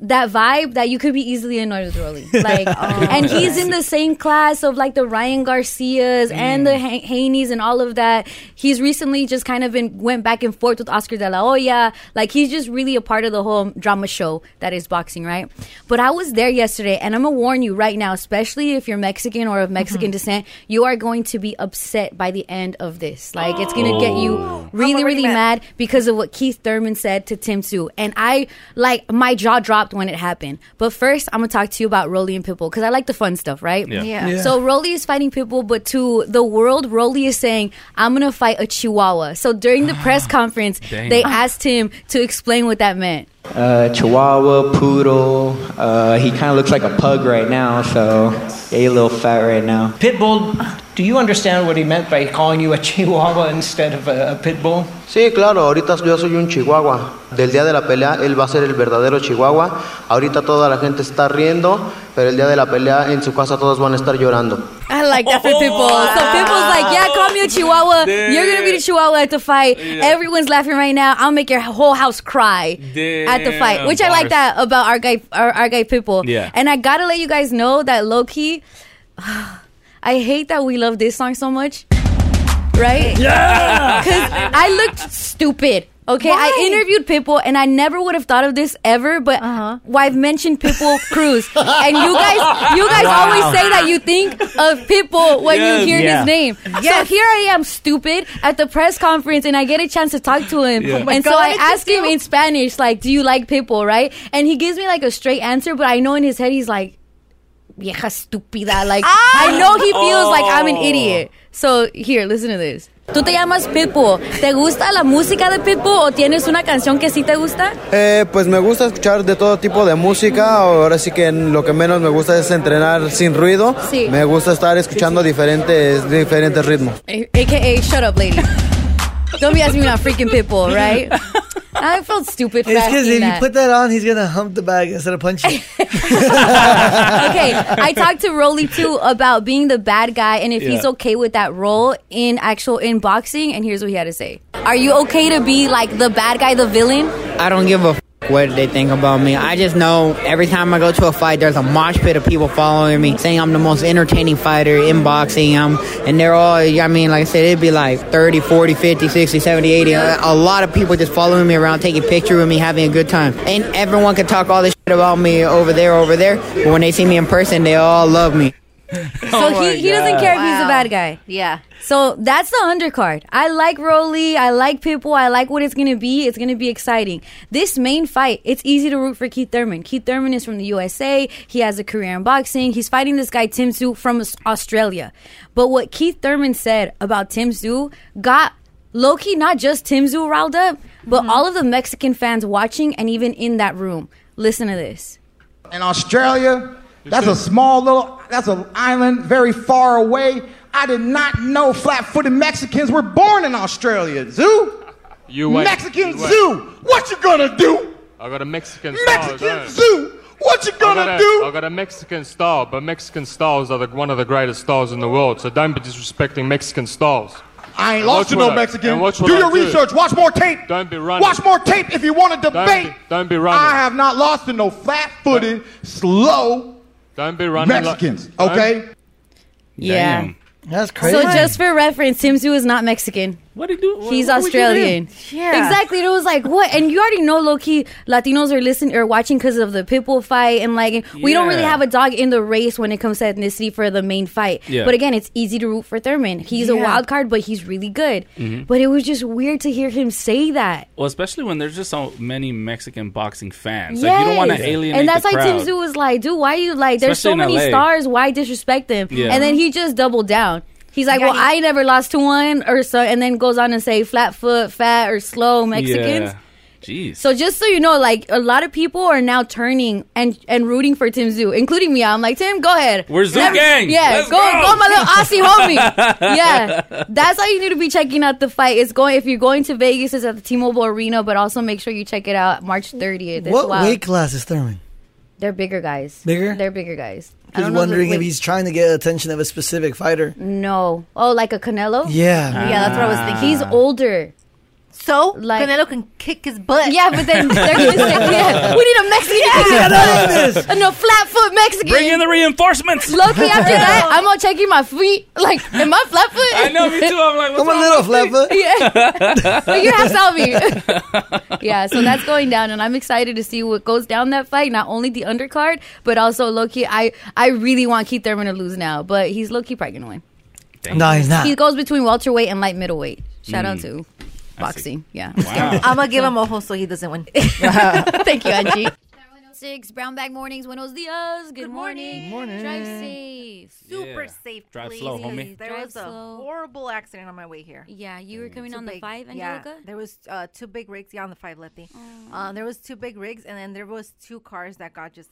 Speaker 1: that vibe that you could be easily annoyed with Rolly. Like,
Speaker 12: (laughs)
Speaker 1: and he's in the same class of like the Ryan Garcias and the Han- Haney's and all of that. He's recently just kind of been went back and forth with Oscar De La Hoya. Like, he's just really a part of the whole drama show that is boxing, right? But I was there yesterday, and I'm gonna warn you right now, especially if you're Mexican or of Mexican descent, you are going to be upset by the end of this. Like, it's gonna get
Speaker 6: Oh.
Speaker 1: you really, really mad because of what Keith Thurman said to Tim Su. And I, like, my jaw dropped stopped when it happened. But first, I'm gonna talk to you about Rolly and Pitbull because I like the fun stuff, right?
Speaker 6: Yeah. Yeah. Yeah.
Speaker 1: So Rolly is fighting Pitbull, but to the world, Rolly is saying, "I'm gonna fight a Chihuahua." So during the press conference,
Speaker 16: Dang.
Speaker 1: they asked him to explain what that meant.
Speaker 16: Uh, Chihuahua, poodle. Uh, he kind of looks like a pug right now, so yeah, he's a little fat right now.
Speaker 17: Pitbull, do you understand what he meant by calling you a chihuahua instead of a, a pitbull?
Speaker 18: Sí, claro, ahorita yo soy un chihuahua. Del día de la pelea él va a ser el verdadero chihuahua. Ahorita toda la gente está riendo, pero el día de la pelea en su casa todos van a estar llorando.
Speaker 1: I like that for Pitbull.
Speaker 6: Oh,
Speaker 1: So Pitbull's like, yeah, call me a Chihuahua. You're gonna be the Chihuahua at the fight. Everyone's laughing right now. I'll make your whole house cry at the fight,
Speaker 6: Damn,
Speaker 1: which I like
Speaker 6: bars.
Speaker 1: that about our guy, our, our guy Pitbull.
Speaker 6: Yeah.
Speaker 1: And I gotta let you guys know that low key, (sighs) I hate that we love this song so much, right? (laughs)
Speaker 6: Yeah.
Speaker 1: Because
Speaker 2: (laughs)
Speaker 1: I looked stupid. Okay, I
Speaker 6: Why?
Speaker 1: interviewed Pitbull and I never would have thought of this ever, but
Speaker 6: Uh-huh.
Speaker 1: why I've mentioned Pitbull Cruz. and you guys you guys
Speaker 6: Wow.
Speaker 1: always say that you think of Pitbull when
Speaker 6: Yes.
Speaker 1: you hear
Speaker 6: Yeah.
Speaker 1: his name. So here I am, stupid, at the press conference, and I get a chance to talk to him.
Speaker 6: Yeah. Oh my
Speaker 1: and so
Speaker 6: God,
Speaker 1: I
Speaker 6: it's
Speaker 1: ask him in Spanish, like, "Do you like Pitbull?" Right? And he gives me like a straight answer, but I know in his head he's like, "Vieja estúpida." Like I know he feels like I'm an idiot. So here, listen to this. Tú te llamas Pitbull. ¿Te gusta la música de Pitbull o tienes una canción que sí te gusta?
Speaker 19: Eh, pues me gusta escuchar de todo tipo de música. Ahora sí que lo que menos me gusta es entrenar sin ruido.
Speaker 1: Sí.
Speaker 19: Me gusta estar escuchando diferentes, diferentes ritmos.
Speaker 1: A- AKA, shut up, lady. Don't be asking me about freaking Pitbull, right? I felt stupid for
Speaker 4: It's because
Speaker 1: asking
Speaker 4: if
Speaker 1: that.
Speaker 4: you put that on, he's gonna hump the bag instead of punch
Speaker 1: (laughs)
Speaker 4: you.
Speaker 1: okay, I talked to Rolly too about being the bad guy and if
Speaker 4: Yeah.
Speaker 1: he's okay with that role in actual in boxing. And here's what he had to say: Are you okay to be like the bad guy, the villain?
Speaker 20: I don't give a f- what they think about me. I just know every time I go to a fight, there's a mosh pit of people following me, saying I'm the most entertaining fighter in boxing. Um, and they're all, I mean, like I said, it'd be like 30, 40, 50, 60, 70, 80. A, a lot of people just following me around, taking pictures with me, having a good time. And everyone could talk all this shit about me over there, over there. But when they see me in person, they all love me.
Speaker 1: (laughs)
Speaker 2: Oh
Speaker 1: So
Speaker 12: Oh
Speaker 1: he, he doesn't care if he's the bad guy.
Speaker 6: Yeah.
Speaker 1: So that's the undercard. I like Rolly. I like Pitbull. I like what it's going to be. It's going to be exciting. This main fight, it's easy to root for Keith Thurman. Keith Thurman is from the USA. He has a career in boxing. He's fighting this guy, Tim Su, from Aus- Australia. But what Keith Thurman said about Tim Su got Loki, not just Tim Su riled up, but all of the Mexican fans watching and even in that room. Listen to this.
Speaker 21: in Australia. That's a small little, that's an island very far away. I did not know flat footed Mexicans were born in Australia. Zoo?
Speaker 22: You wait.
Speaker 21: Mexican
Speaker 22: You wait.
Speaker 21: zoo? What you gonna do?
Speaker 22: I got a Mexican style.
Speaker 21: Mexican
Speaker 22: don't I?
Speaker 21: zoo? What you
Speaker 22: I
Speaker 21: gonna
Speaker 22: got a-
Speaker 21: do?
Speaker 22: I got a Mexican style, but Mexican styles are the, one of the greatest styles in the world. So don't be disrespecting Mexican styles.
Speaker 21: I ain't
Speaker 22: And
Speaker 21: lost
Speaker 22: watch
Speaker 21: to
Speaker 22: what
Speaker 21: no
Speaker 22: I-
Speaker 21: Mexican.
Speaker 22: and watch
Speaker 21: Do
Speaker 22: what I
Speaker 21: your research. Watch more tape.
Speaker 22: Don't be running.
Speaker 21: Watch more tape if you want to
Speaker 22: Don't
Speaker 21: debate.
Speaker 22: be, don't be running.
Speaker 21: I have not lost to no flat footed, slow
Speaker 22: don't be running. like-
Speaker 21: Mexicans,
Speaker 22: don't-
Speaker 21: okay?
Speaker 1: Yeah.
Speaker 4: That's
Speaker 1: So just for reference, Tim Su is not Mexican.
Speaker 2: What do you do?
Speaker 1: He's
Speaker 2: what would you do? (laughs)
Speaker 1: Australian.
Speaker 2: Yeah.
Speaker 1: Exactly. It was like what and you already know low key Latinos are listening or watching because of the Pitbull fight and like we don't really
Speaker 6: Yeah.
Speaker 1: have a dog in the race when it comes to ethnicity for the main fight.
Speaker 6: Yeah.
Speaker 1: But again, it's easy to root for Thurman. He's a
Speaker 6: Yeah.
Speaker 1: wild card, but he's really good.
Speaker 2: Mhm.
Speaker 1: But it was just weird to hear him say that.
Speaker 2: Well, especially when there's just so many Mexican boxing fans. Like you don't want
Speaker 1: Yes.
Speaker 2: to alienate
Speaker 1: And that's
Speaker 2: the
Speaker 1: why
Speaker 2: crowd.
Speaker 1: Tim Zoo was like, dude, why you like there's
Speaker 2: Especially
Speaker 1: so
Speaker 2: in
Speaker 1: many
Speaker 2: LA.
Speaker 1: stars, why disrespect them?
Speaker 2: Yeah.
Speaker 1: And then he just doubled down. He's like,
Speaker 6: Yeah,
Speaker 1: Well, I never lost to one or so and then goes on to say flat foot, fat or slow Mexicans.
Speaker 2: Yeah. Jeez.
Speaker 1: So just so you know, like a lot of people are now turning and and rooting for Tim Zoo, including me. I'm like, Tim, go ahead.
Speaker 2: We're Zoo
Speaker 1: Never-
Speaker 2: gang.
Speaker 1: Yeah,
Speaker 2: Let's
Speaker 1: go,
Speaker 2: go.
Speaker 1: go my little
Speaker 2: (laughs)
Speaker 1: Aussie homie. Yeah. That's how you need to be checking out the fight. It's going if you're going to Vegas, it's at the T Mobile Arena, but also make sure you check it out March thirtieth. It's
Speaker 4: what
Speaker 1: wild.
Speaker 4: weight class is Thurman?
Speaker 1: They're bigger guys.
Speaker 4: Bigger?
Speaker 1: They're bigger guys. I
Speaker 4: Just
Speaker 1: don't know the
Speaker 4: wondering if
Speaker 1: weight.
Speaker 4: he's trying to get attention of a specific fighter. (laughs)
Speaker 1: No. Oh, like a Canelo?
Speaker 4: Yeah.
Speaker 1: Yeah, that's what I was thinking. He's
Speaker 4: Ah.
Speaker 1: older. So like, Canelo can kick his butt. Yeah, but then they're gonna say, yeah, we need a Mexican.
Speaker 6: Yeah.
Speaker 1: to (laughs) kick No flat foot Mexican.
Speaker 2: Bring in the reinforcements.
Speaker 1: Loki,
Speaker 2: (laughs)
Speaker 1: after that, I'm gonna check you my feet. Like, am I flat foot?
Speaker 6: I know, me too. I'm like, what's I'm a wrong
Speaker 4: little flat foot.
Speaker 1: Yeah.
Speaker 2: (laughs)
Speaker 1: But you have Salvi. (laughs) yeah, so that's going down, and I'm excited to see what goes down that fight. Not only the undercard, but also Loki. I I really want Keith Thurman to lose now, but he's Loki probably gonna win.
Speaker 4: No, he's not.
Speaker 1: He goes between welterweight and light middleweight. Shout out
Speaker 4: Mm.
Speaker 1: to boxing. Yeah. (laughs)
Speaker 14: I'm gonna give him a hole so he doesn't win.
Speaker 1: Thank you, Angie. six, Brown Bag Mornings, Buenos Dias. Good, morning.
Speaker 2: morning.
Speaker 1: Drive safe.
Speaker 7: (laughs) Super
Speaker 2: Yeah.
Speaker 7: safe,
Speaker 2: Drive
Speaker 7: please.
Speaker 2: slow,
Speaker 7: because
Speaker 2: homie.
Speaker 7: There
Speaker 1: Drive
Speaker 7: was a
Speaker 1: slow.
Speaker 7: horrible accident on my way here.
Speaker 1: Yeah, you were coming
Speaker 7: Two
Speaker 1: on the
Speaker 7: big-
Speaker 1: five,
Speaker 7: Yeah,
Speaker 1: Angelica?
Speaker 7: there was uh, two big rigs. Yeah, on the five, Lefty. Uh, there was two big rigs, and then there was two cars that got just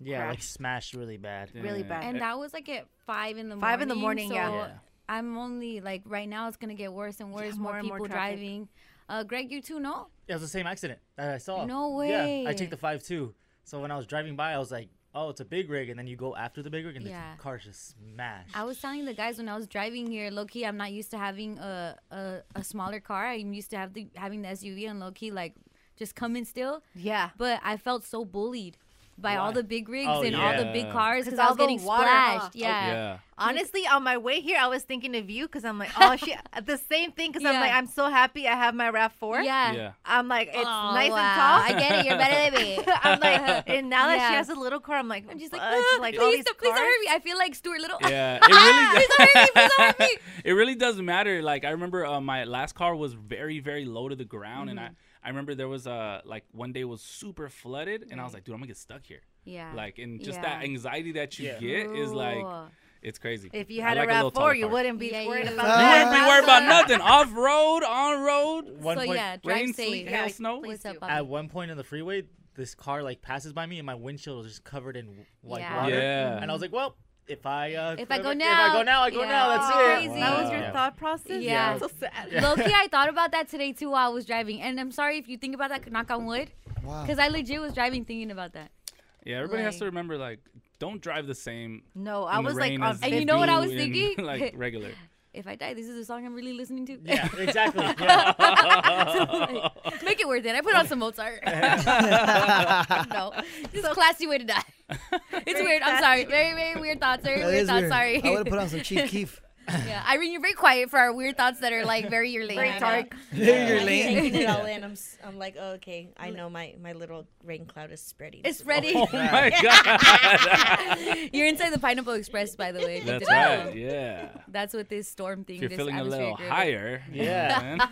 Speaker 3: Yeah, like
Speaker 7: Crashed.
Speaker 3: smashed really bad.
Speaker 7: Really bad.
Speaker 1: And that was like at five in the morning.
Speaker 7: Five in the morning,
Speaker 1: so
Speaker 7: yeah. Yeah.
Speaker 1: I'm only like right now. It's gonna get worse and worse. more,
Speaker 7: more and more
Speaker 1: people
Speaker 7: traffic.
Speaker 1: driving. Uh, Greg, you too? No.
Speaker 3: It was the same accident that I saw.
Speaker 1: No
Speaker 3: Yeah, I
Speaker 1: way.
Speaker 3: took the five too. So when I was driving by, I was like, "Oh, it's a big rig," and then you go after the big rig, and
Speaker 1: Yeah.
Speaker 3: the car just smashed.
Speaker 1: I was telling the guys when I was driving here, low key, I'm not used to having a a, a smaller car. I'm used to have the, having the SUV and low key, like just coming still.
Speaker 7: Yeah.
Speaker 1: But I felt so bullied by all
Speaker 7: Why?
Speaker 1: the big rigs
Speaker 7: Oh,
Speaker 1: and all the big
Speaker 7: yeah. 'Cause
Speaker 1: cars because I
Speaker 7: all
Speaker 1: was
Speaker 7: the
Speaker 1: getting
Speaker 7: water, huh?
Speaker 1: splashed.
Speaker 7: Oh,
Speaker 1: Yeah.
Speaker 7: yeah. Honestly, on my way here, I was thinking of you because I'm like, oh
Speaker 1: (laughs)
Speaker 7: shit, the same thing. Because I'm
Speaker 1: Yeah.
Speaker 7: like, I'm so happy I have my Rav Four.
Speaker 1: Yeah. Yeah.
Speaker 7: I'm like, it's
Speaker 1: Oh,
Speaker 7: nice
Speaker 1: wow.
Speaker 7: and tall.
Speaker 1: I get it. You're better than me.
Speaker 7: (laughs) I'm like, and now that she
Speaker 1: Yeah.
Speaker 7: has a little car, I'm like, I'm just like, like all
Speaker 1: please,
Speaker 7: these
Speaker 1: don't, please don't
Speaker 7: cars.
Speaker 1: hurt me. I feel like Stuart Little.
Speaker 2: Yeah,
Speaker 1: (laughs)
Speaker 2: it really, (laughs) it really doesn't matter. Like I remember uh, my last car was very, very low to the ground, and I,
Speaker 1: Mhm.
Speaker 2: I remember there was a like one day was super flooded, and I was
Speaker 1: Right.
Speaker 2: like, dude, I'm gonna get stuck here.
Speaker 1: Yeah.
Speaker 2: Like and just
Speaker 1: Yeah.
Speaker 2: that anxiety that you
Speaker 1: Yeah.
Speaker 2: get is like,
Speaker 1: Ooh.
Speaker 2: it's crazy.
Speaker 7: If you
Speaker 2: I
Speaker 7: had
Speaker 2: like
Speaker 7: a
Speaker 2: little
Speaker 7: Rav Four,
Speaker 2: taller
Speaker 7: you
Speaker 2: car.
Speaker 7: wouldn't be worried about
Speaker 2: You
Speaker 7: that.
Speaker 2: wouldn't be
Speaker 7: (laughs)
Speaker 2: worried about nothing. Off road, on road.
Speaker 3: One
Speaker 1: So
Speaker 3: point-
Speaker 1: yeah, drive safe.
Speaker 3: hail,
Speaker 1: yeah,
Speaker 3: snow.
Speaker 1: Please help out.
Speaker 3: At one point in the freeway, this car like passes by me, and my windshield was just covered in like
Speaker 1: Yeah.
Speaker 3: water.
Speaker 2: Yeah.
Speaker 3: And I was like, "Well, if I uh,
Speaker 1: If I go
Speaker 3: if I
Speaker 1: now-
Speaker 3: go now, I go
Speaker 1: yeah.
Speaker 3: now. That's
Speaker 1: Oh,
Speaker 3: it."
Speaker 1: crazy. That was your
Speaker 3: Yeah.
Speaker 7: thought process.
Speaker 1: Yeah.
Speaker 7: so sad.
Speaker 1: Loki, I thought about that today too while I was driving. And I'm sorry if you think about that, knock on wood.
Speaker 2: Wow.
Speaker 1: Because I legit was driving thinking about that.
Speaker 2: Yeah, everybody has
Speaker 1: Like-
Speaker 2: to remember like, don't drive the same.
Speaker 1: No,
Speaker 2: in
Speaker 1: I
Speaker 2: the
Speaker 1: was, like,
Speaker 2: rain
Speaker 1: on
Speaker 2: as
Speaker 1: And
Speaker 2: they
Speaker 1: you know what I
Speaker 2: do
Speaker 1: was
Speaker 2: in, (laughs)
Speaker 1: thinking? (laughs)
Speaker 2: like regular.
Speaker 1: If I die, this is the song I'm really listening to. (laughs)
Speaker 3: Yeah, exactly.
Speaker 2: Yeah.
Speaker 1: Make it worth it. I put on some Mozart. (laughs)
Speaker 7: (laughs)
Speaker 1: no. This is a classy way to die. It's
Speaker 7: Very
Speaker 1: weird. I'm
Speaker 7: classy.
Speaker 1: sorry. Very, very weird thoughts. Very
Speaker 4: That
Speaker 1: weird
Speaker 4: is
Speaker 1: thoughts.
Speaker 4: weird.
Speaker 1: Sorry.
Speaker 4: I would've put on some
Speaker 1: (laughs)
Speaker 4: Chief Keef.
Speaker 1: yeah. Irene, you're very quiet for our weird thoughts that are like very your lane.
Speaker 14: Very
Speaker 1: dark.
Speaker 2: (laughs)
Speaker 4: Very your
Speaker 14: I'm
Speaker 4: lane.
Speaker 14: taking it all in. I'm, s- I'm like, oh, okay, I know my, my little rain cloud is spreading.
Speaker 1: It's spreading.
Speaker 14: Oh (laughs)
Speaker 1: (laughs)
Speaker 14: my
Speaker 2: God.
Speaker 1: You're inside the Pineapple Express, by the way. if you
Speaker 2: That's
Speaker 1: didn't know.
Speaker 2: right. Yeah.
Speaker 1: That's what this storm thing.
Speaker 2: If you're
Speaker 1: this
Speaker 2: feeling a
Speaker 1: atmospheric
Speaker 2: little
Speaker 1: river- (laughs)
Speaker 2: higher, Yeah.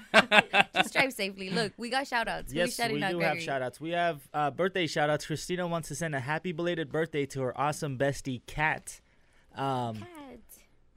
Speaker 1: Just drive
Speaker 2: (laughs)
Speaker 1: safely. Look, we got shout outs.
Speaker 3: Yes,
Speaker 1: We're
Speaker 3: we
Speaker 1: shouting out
Speaker 3: do have
Speaker 1: Gregory.
Speaker 3: shout outs. We have uh, birthday shout outs. Christina wants to send a happy belated birthday to her awesome bestie, Kat. Um,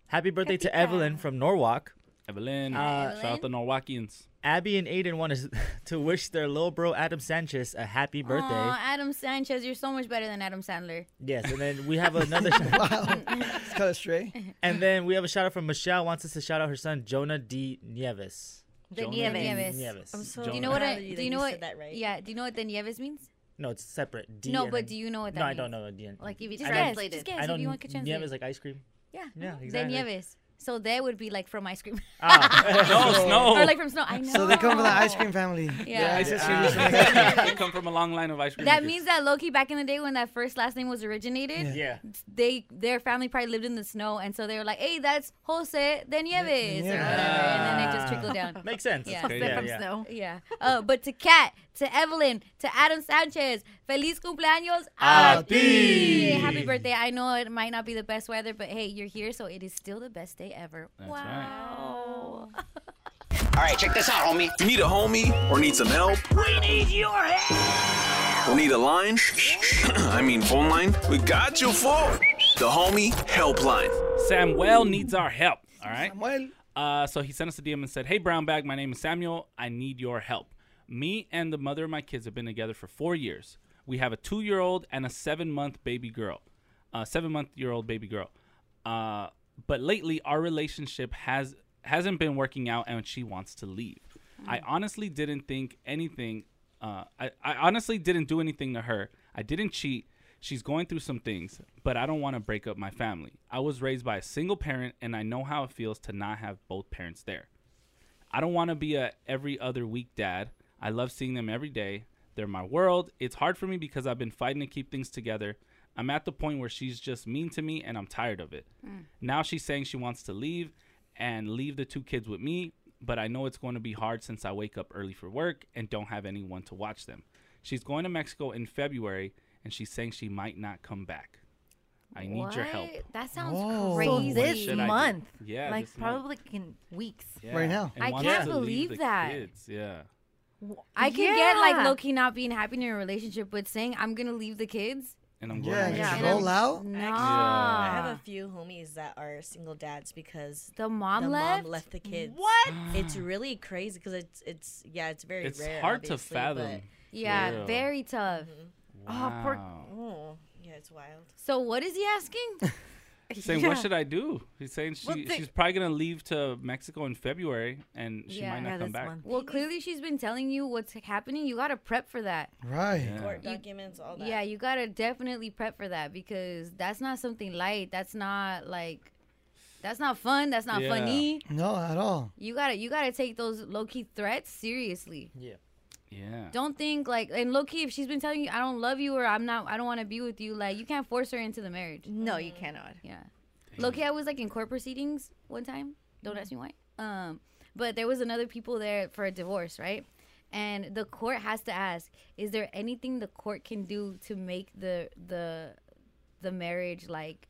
Speaker 3: Happy birthday to Evelyn from Norwalk.
Speaker 2: Evelyn,
Speaker 3: Uh,
Speaker 2: shout out the Norwalkians.
Speaker 3: Abby and Aiden want to, (laughs) to wish their little bro, Adam Sanchez, a happy birthday.
Speaker 1: Aw, Adam Sanchez, you're so much better than Adam Sandler.
Speaker 3: Yes, and then we
Speaker 1: (laughs)
Speaker 3: have another. wow, it's kind of stray. And then we have a shout out from Michelle. Wants us to shout out her son Jonah D Nieves.
Speaker 1: The
Speaker 3: Jonah
Speaker 1: Nieves.
Speaker 3: D.
Speaker 14: I'm so
Speaker 1: do you know what?
Speaker 14: proud
Speaker 1: I,
Speaker 14: of you
Speaker 1: do
Speaker 14: that
Speaker 1: you know
Speaker 14: you
Speaker 1: what?
Speaker 14: said that right.
Speaker 1: Yeah. Do you know what the Nieves means?
Speaker 3: No, it's separate. D
Speaker 1: No,
Speaker 3: and
Speaker 1: but
Speaker 3: then-
Speaker 1: do you know what that
Speaker 3: no,
Speaker 1: means?
Speaker 3: I don't know. what D and-
Speaker 1: Like, if you
Speaker 3: I
Speaker 1: just
Speaker 3: don't-
Speaker 1: guess, just guess
Speaker 3: I
Speaker 1: if
Speaker 3: don't,
Speaker 1: you want to translate.
Speaker 3: Nieves like ice cream.
Speaker 1: Yeah.
Speaker 3: Yeah,
Speaker 1: The
Speaker 3: exactly.
Speaker 1: Nieves. So they would be like from ice cream. (laughs)
Speaker 3: Ah. (laughs) No, snow.
Speaker 1: Or like from snow. I know.
Speaker 4: So they come from the ice
Speaker 2: (laughs)
Speaker 4: cream family.
Speaker 1: Yeah.
Speaker 2: Ice
Speaker 4: Yeah.
Speaker 2: cream. (laughs)
Speaker 4: Yeah.
Speaker 2: They come from a long line of ice
Speaker 1: (laughs)
Speaker 2: cream.
Speaker 1: That
Speaker 2: makers.
Speaker 1: means that Loki back in the day when that first last name was originated,
Speaker 2: Yeah.
Speaker 1: they their family probably lived in the snow, and so they were like, "Hey, that's Jose de Nieves," Uh, or whatever,
Speaker 15: Uh,
Speaker 1: and then it just trickled
Speaker 15: (laughs)
Speaker 1: down.
Speaker 3: Makes sense.
Speaker 1: Yeah.
Speaker 3: It's crazy. Yeah, yeah.
Speaker 1: Yeah. Uh, but to Kat, to Evelyn, to Adam Sanchez, feliz cumpleaños
Speaker 3: A
Speaker 1: ti.
Speaker 3: ti.
Speaker 1: Happy birthday. I know it might not be the best weather, but hey, you're here, so it is still the best day ever. wow.
Speaker 5: All right, check this out, homie. Need a homie or need some help?
Speaker 1: We need your help.
Speaker 5: Or need a line? (clears throat) I mean, phone line? We got you for the homie helpline.
Speaker 2: Samuel needs our help. All right. Uh, so he sent us a DM and said, "Hey, brown bag. My name is Samuel. I need your help. Me and the mother of my kids have been together for four years. We have a two-year-old and a seven-month baby girl. A seven-month-year-old baby girl. Uh, but lately, our relationship has hasn't been working out, and she wants to leave. I honestly didn't think anything. Uh, I, I honestly didn't do anything to her. I didn't cheat." She's going through some things, but I don't want to break up my family. I was raised by a single parent, and I know how it feels to not have both parents there. I don't want to be a every other week dad. I love seeing them every day. They're my world. It's hard for me because I've been fighting to keep things together. I'm at the point where she's just mean to me, and I'm tired of it.
Speaker 8: Mm.
Speaker 2: Now she's saying she wants to leave and leave the two kids with me, but I know it's going to be hard since I wake up early for work and don't have anyone to watch them. She's going to Mexico in February, and she's saying she might not come back. I need your help.
Speaker 1: What? That sounds
Speaker 2: Whoa.
Speaker 1: crazy.
Speaker 2: So
Speaker 7: this
Speaker 2: Should I do-
Speaker 7: month.
Speaker 2: Yeah,
Speaker 7: Like
Speaker 2: this month.
Speaker 7: probably like in weeks.
Speaker 2: Yeah, and
Speaker 1: I
Speaker 2: wants
Speaker 1: can't
Speaker 2: to leave
Speaker 1: believe
Speaker 2: the
Speaker 1: that.
Speaker 2: Kids. Yeah.
Speaker 1: I can get
Speaker 7: Yeah.
Speaker 1: like low key not being happy in a relationship, but saying I'm gonna leave the kids.
Speaker 2: And I'm
Speaker 4: Yeah,
Speaker 2: going.
Speaker 4: just Yeah. roll out?
Speaker 1: No.
Speaker 14: I have a few homies that are single dads because the mom
Speaker 1: left?
Speaker 14: the kids. What? it's really crazy because it's it's yeah, it's very
Speaker 2: It's
Speaker 14: rare,
Speaker 2: hard to
Speaker 14: obviously,
Speaker 2: fathom.
Speaker 14: but-
Speaker 1: Yeah,
Speaker 2: Yeah.
Speaker 1: very tough.
Speaker 2: Oh, poor- Wow.
Speaker 14: Mm-hmm. Oh, yeah, it's wild.
Speaker 1: So what is he
Speaker 4: (laughs)
Speaker 1: asking?
Speaker 2: Saying what should I do? He's saying she,
Speaker 1: Well, the-
Speaker 2: she's probably gonna leave to Mexico in February, and she might not come back.
Speaker 1: Well, clearly she's been telling you what's happening. You gotta prep for that.
Speaker 4: Right.
Speaker 14: Court documents, all that.
Speaker 1: Yeah, you gotta definitely prep for that because that's not something light. That's not like, that's not fun. That's not
Speaker 4: Yeah.
Speaker 1: funny.
Speaker 4: No, at all.
Speaker 1: You gotta you gotta take those low key threats seriously.
Speaker 3: Yeah.
Speaker 2: Yeah.
Speaker 1: Don't think like and low key if she's been telling you I don't love you or I'm not I don't want to be with you like you can't force her into the marriage.
Speaker 7: No, you cannot.
Speaker 1: Yeah. Low key I was like in court proceedings one time.
Speaker 7: Mm-hmm.
Speaker 1: Don't ask me why. Um, but there was another people there for a divorce, right? And the court has to ask: Is there anything the court can do to make the the the marriage like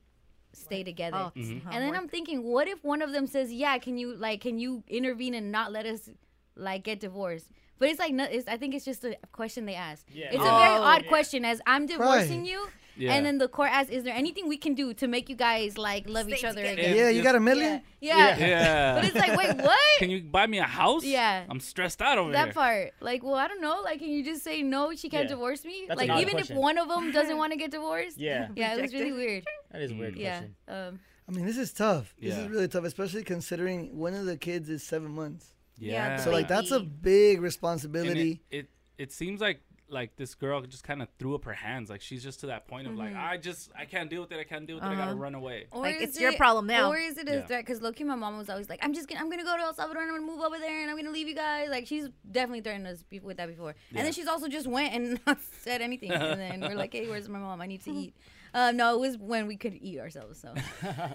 Speaker 1: stay together?
Speaker 7: Oh, it's Mhm. not
Speaker 1: And then
Speaker 7: work.
Speaker 1: I'm thinking, what if one of them says, "Yeah, can you like can you intervene and not let us like get divorced?" But it's like no, it's, I think it's just a question they ask.
Speaker 7: Yeah.
Speaker 1: It's a very
Speaker 7: Oh,
Speaker 1: odd
Speaker 7: yeah.
Speaker 1: question. As I'm divorcing
Speaker 4: Right.
Speaker 1: you,
Speaker 4: Yeah.
Speaker 1: and then the court asks, "Is there anything we can do to make you guys like love each other again?"
Speaker 4: yeah, you got a million?
Speaker 1: Yeah.
Speaker 2: Yeah.
Speaker 1: But it's like,
Speaker 2: (laughs)
Speaker 1: wait, what?
Speaker 2: Can you buy me a house?
Speaker 1: Yeah.
Speaker 2: I'm stressed out over
Speaker 1: that
Speaker 2: here.
Speaker 1: part. Like, well, I don't know. Like, can you just say no? She can't
Speaker 2: Yeah.
Speaker 1: divorce me.
Speaker 2: That's
Speaker 1: like,
Speaker 2: an odd
Speaker 1: even
Speaker 2: question.
Speaker 1: if one of
Speaker 7: (laughs)
Speaker 1: them doesn't want to get divorced.
Speaker 4: Yeah.
Speaker 1: Yeah, it was really
Speaker 4: Rejected.
Speaker 1: weird.
Speaker 3: That is a weird
Speaker 1: Yeah.
Speaker 3: question.
Speaker 1: Um,
Speaker 4: I mean, this is tough. This
Speaker 3: Yeah.
Speaker 4: is really tough, especially considering one of the kids is seven months.
Speaker 2: Yeah, the
Speaker 4: So like that's a
Speaker 2: baby.
Speaker 4: big
Speaker 2: And
Speaker 4: responsibility.
Speaker 2: it, it it seems like like this girl just kind of threw up her hands. Like she's just to that point of like
Speaker 1: Mhm.
Speaker 2: I just I can't deal with it. I can't deal with it. I gotta
Speaker 1: Uh-huh.
Speaker 2: run away.
Speaker 1: or
Speaker 7: Like,
Speaker 1: is
Speaker 7: it's your problem now.
Speaker 1: Or is it a
Speaker 2: Yeah.
Speaker 1: threat? Because low-key, my mom was always like, I'm just gonna, I'm gonna go to El Salvador and I'm gonna move over there and I'm gonna leave you guys. Like, she's definitely threatened us be- with that before. And
Speaker 7: Yeah.
Speaker 1: then she's also just went and (laughs) not said anything. And then we're like, hey, where's my mom? I need to eat. Uh, no, it was when we could eat ourselves. So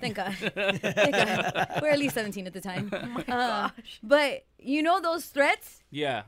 Speaker 1: thank God. (laughs)
Speaker 2: (laughs)
Speaker 1: Thank God. We're at least 17 at
Speaker 7: (laughs)
Speaker 1: the time. Oh my gosh. But you know those threats?
Speaker 2: Yeah.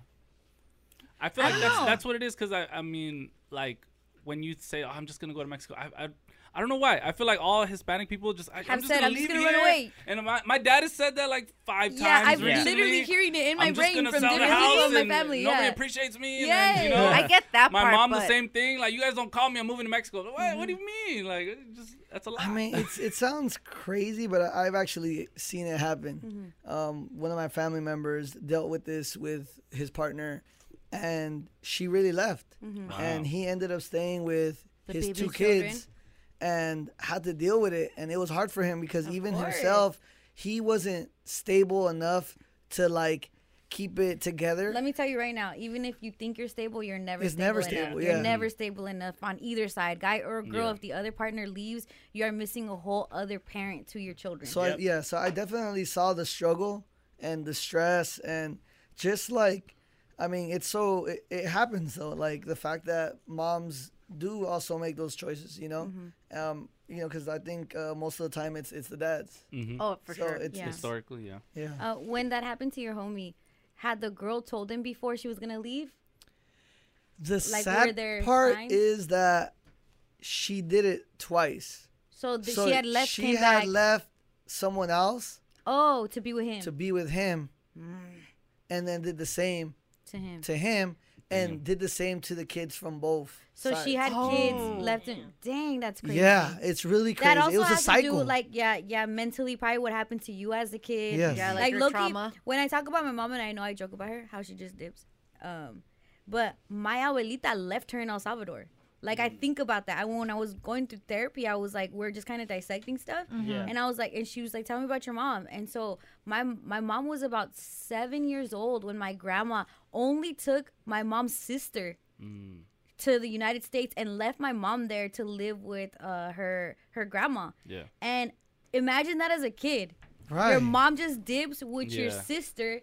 Speaker 2: I feel
Speaker 1: I
Speaker 2: like
Speaker 1: don't
Speaker 2: that's
Speaker 1: know.
Speaker 2: that's what it is because I I mean like when you say oh, I'm just gonna go to Mexico I. I I don't know why. I feel like all Hispanic people just I, am
Speaker 1: Have
Speaker 2: just
Speaker 1: said,
Speaker 2: gonna
Speaker 1: "I'm just
Speaker 2: leave
Speaker 1: gonna
Speaker 2: here.
Speaker 1: run away.
Speaker 2: And my, my dad has said that like five
Speaker 1: Yeah,
Speaker 2: times.
Speaker 1: I'm
Speaker 2: recently.
Speaker 1: literally hearing it in my
Speaker 2: I'm just
Speaker 1: brain
Speaker 2: gonna
Speaker 1: from
Speaker 2: sell the
Speaker 1: different
Speaker 2: house
Speaker 1: people in my
Speaker 2: and
Speaker 1: family,
Speaker 2: Nobody
Speaker 1: yeah.
Speaker 2: appreciates me. And
Speaker 1: Yeah,
Speaker 2: then, you know,
Speaker 1: I get that
Speaker 2: My
Speaker 1: part,
Speaker 2: mom the
Speaker 1: but-
Speaker 2: same thing. Like you guys don't call me. I'm moving to Mexico. What, what do you mean? Like it just that's a lot.
Speaker 4: I mean,
Speaker 2: (laughs)
Speaker 4: it's it sounds crazy, but I- I've actually seen it happen.
Speaker 1: Mm-hmm.
Speaker 4: Um, one of my family members dealt with this with his partner, and she really left,
Speaker 1: Mhm. Wow.
Speaker 4: and he ended up staying with
Speaker 1: The
Speaker 4: his
Speaker 1: baby
Speaker 4: two
Speaker 1: children.
Speaker 4: kids, and had to deal with it, and it was hard for him because even himself, he wasn't stable enough to like keep it together.
Speaker 1: Let me tell you right now, even if you think you're stable, you're never
Speaker 4: It's
Speaker 1: stable
Speaker 4: never
Speaker 1: enough.
Speaker 4: stable, yeah.
Speaker 1: You're never stable enough on either side, guy or girl.
Speaker 4: Yeah.
Speaker 1: If the other partner leaves, you are missing a whole other parent to your children.
Speaker 4: So I, yeah, so I definitely saw the struggle and the stress and just like, I mean, it's so it, it happens though. Like the fact that moms do also make those choices, you know,
Speaker 1: Mm-hmm.
Speaker 4: um, you know, because I think uh, most of the time it's it's the dads.
Speaker 2: Mhm.
Speaker 1: Oh, for
Speaker 4: So
Speaker 1: sure.
Speaker 4: It's,
Speaker 1: Yeah.
Speaker 2: Historically, yeah.
Speaker 4: Yeah.
Speaker 1: Uh, when that happened to your homie, had the girl told him before she was gonna leave?
Speaker 4: The
Speaker 1: Like, were
Speaker 4: sad
Speaker 1: there
Speaker 4: part
Speaker 1: signs?
Speaker 4: is that she did it twice.
Speaker 1: So, th- she had left
Speaker 4: She
Speaker 1: him
Speaker 4: had
Speaker 1: back.
Speaker 4: left someone else.
Speaker 1: Oh, to be with him. Mm.
Speaker 4: To be with him. And then did the same
Speaker 1: to him.
Speaker 4: To him, and did the same to the kids from both.
Speaker 1: So she had
Speaker 4: sides.
Speaker 1: kids left him. Dang, that's crazy.
Speaker 4: Oh. Yeah, it's really crazy.
Speaker 1: That also
Speaker 4: it was
Speaker 1: has
Speaker 4: a cycle.
Speaker 1: to do like yeah, yeah, mentally probably what happened to you as a kid.
Speaker 4: Yes. Yeah, like
Speaker 1: like
Speaker 7: your
Speaker 1: low-key,
Speaker 7: trauma.
Speaker 1: when I talk about my mom and I know I joke about her, how she just dips. Um, but my abuelita left her in El Salvador. Like
Speaker 4: Mm.
Speaker 1: I think about that. I when I was going through therapy, I was like, we're just kind of dissecting stuff,
Speaker 7: Mhm. Yeah.
Speaker 1: and I was like, and she was like, tell me about your mom. And so my my mom was about seven years old when my grandma only took my mom's sister (laughs)
Speaker 8: Mm,
Speaker 1: to the United States and left my mom there to live with uh, her her grandma.
Speaker 2: Yeah.
Speaker 1: And imagine that as a kid.
Speaker 2: Right.
Speaker 1: Your mom just dibs with your
Speaker 2: Yeah.
Speaker 1: sister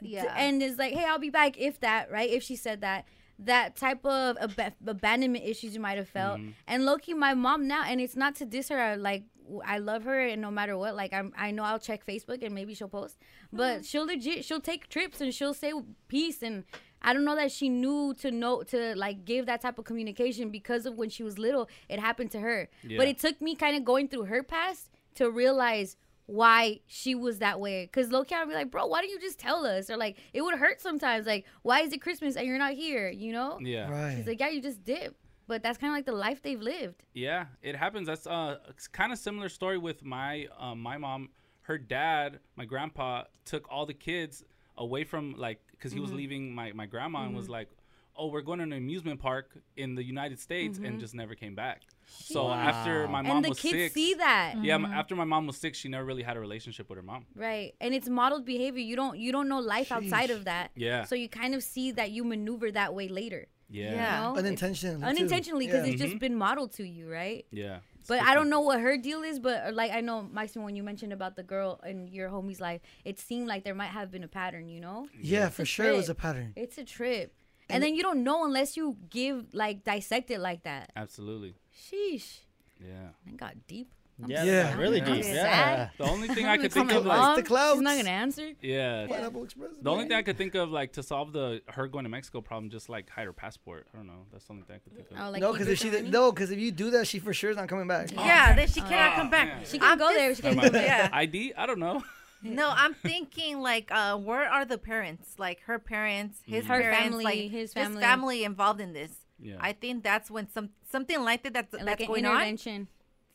Speaker 7: Yeah.
Speaker 1: t- and is like, hey, I'll be back if that, right? If she said that. That type of ab- abandonment issues you might have felt.
Speaker 2: Mm-hmm.
Speaker 7: Mhm.
Speaker 1: And Loki, my mom now, and it's not to diss her, I, like, w- I love her, and no matter what, like, I'm, I know I'll check Facebook and maybe she'll post, but she'll legit, she'll take trips and she'll say peace. And I don't know that she knew to know, to like give that type of communication because of when she was little, it happened to her.
Speaker 7: Yeah.
Speaker 1: But it took me kind of going through her past to realize why she was that way. Cause low key I'd be like, bro, why don't you just tell us? Or like, it would hurt sometimes. Like, why is it Christmas and you're not here? You know?
Speaker 2: Yeah. Right.
Speaker 1: She's like, yeah, you just dip. But that's kind of like the life they've lived.
Speaker 2: Yeah, it happens. That's uh, kind of similar story with my uh, my mom. Her dad, my grandpa, took all the kids away from like because he was
Speaker 1: Mm-hmm.
Speaker 8: Mhm.
Speaker 2: leaving my my grandma and was
Speaker 8: Mhm.
Speaker 2: like, "Oh, we're going to an amusement park in the United States," and just never came back. So
Speaker 1: Wow.
Speaker 2: after my
Speaker 1: Mm-hmm. And
Speaker 2: mom
Speaker 1: the
Speaker 2: was
Speaker 1: kids
Speaker 2: six,
Speaker 1: see that.
Speaker 2: Yeah, m-
Speaker 1: Mhm.
Speaker 2: after my mom was six, she never really had a relationship with her mom.
Speaker 1: Right. And it's modeled behavior. You don't you don't know life outside of that.
Speaker 2: Yeah.
Speaker 1: So you kind of see that you maneuver that way later.
Speaker 2: Yeah.
Speaker 1: You
Speaker 2: Yeah.
Speaker 1: know? It's-
Speaker 4: Unintentionally, too.
Speaker 1: Unintentionally, because
Speaker 4: Yeah. Mm-hmm.
Speaker 1: it's
Speaker 2: Mhm.
Speaker 1: just been modeled to you, right?
Speaker 2: Yeah.
Speaker 1: But I don't know what her deal is, but uh, like I know Maxine, when you mentioned about the girl in your homie's life, it seemed like there might have been a pattern, you know?
Speaker 4: Yeah,
Speaker 1: It's
Speaker 4: for
Speaker 1: a
Speaker 4: sure it was
Speaker 1: trip.
Speaker 4: a pattern.
Speaker 1: It's a trip. And, then you don't know unless you give like dissect it like that.
Speaker 2: Absolutely.
Speaker 1: Sheesh.
Speaker 2: Yeah.
Speaker 1: It got deep.
Speaker 3: Yeah, that got really
Speaker 1: I'm
Speaker 3: deep,
Speaker 1: sad.
Speaker 3: yeah.
Speaker 2: The
Speaker 1: (laughs)
Speaker 2: only thing I
Speaker 1: I'm
Speaker 2: could
Speaker 1: gonna
Speaker 2: think
Speaker 1: call
Speaker 2: of,
Speaker 1: my
Speaker 2: like-
Speaker 1: mom.
Speaker 2: The
Speaker 1: She's not gonna answer.
Speaker 2: Yeah.
Speaker 4: Pineapple Express,
Speaker 2: The only
Speaker 4: man.
Speaker 2: thing I could think of, like, to solve the her going to Mexico problem, just like hide her passport. I don't know. That's the only thing I could think of.
Speaker 1: Oh, like
Speaker 4: no,
Speaker 1: keep
Speaker 4: because
Speaker 1: it
Speaker 4: if she
Speaker 1: (laughs)
Speaker 4: did- no, because if you do that, she for sure is not coming back.
Speaker 7: Yeah, then she cannot
Speaker 2: Oh,
Speaker 7: come back.
Speaker 2: man.
Speaker 1: She can go there. She
Speaker 2: Am
Speaker 1: can
Speaker 2: I-
Speaker 1: go there.
Speaker 7: (laughs)
Speaker 2: ID? I
Speaker 4: (laughs)
Speaker 2: don't know.
Speaker 7: No, I'm thinking like, uh, where are the parents? Like her parents, his
Speaker 1: Mhm. Her
Speaker 7: parents,
Speaker 1: family,
Speaker 7: like,
Speaker 1: his
Speaker 7: his
Speaker 1: family.
Speaker 7: family involved in this.
Speaker 2: Mm. Yeah.
Speaker 7: I think that's when some something like that that's
Speaker 1: Like
Speaker 7: that's
Speaker 1: an
Speaker 7: going on.
Speaker 1: intervention.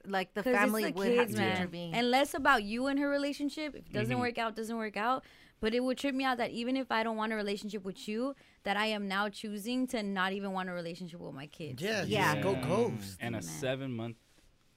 Speaker 7: Like the
Speaker 1: 'Cause it's
Speaker 7: family would have to
Speaker 1: man.
Speaker 7: intervene.
Speaker 1: And less about you and her relationship. If it doesn't
Speaker 2: Mm-hmm.
Speaker 7: Mhm.
Speaker 1: work out, doesn't work out. But it would trip me out that even if I don't want a relationship with you, that I am now choosing to not even want a relationship with my kids.
Speaker 2: And a seven month.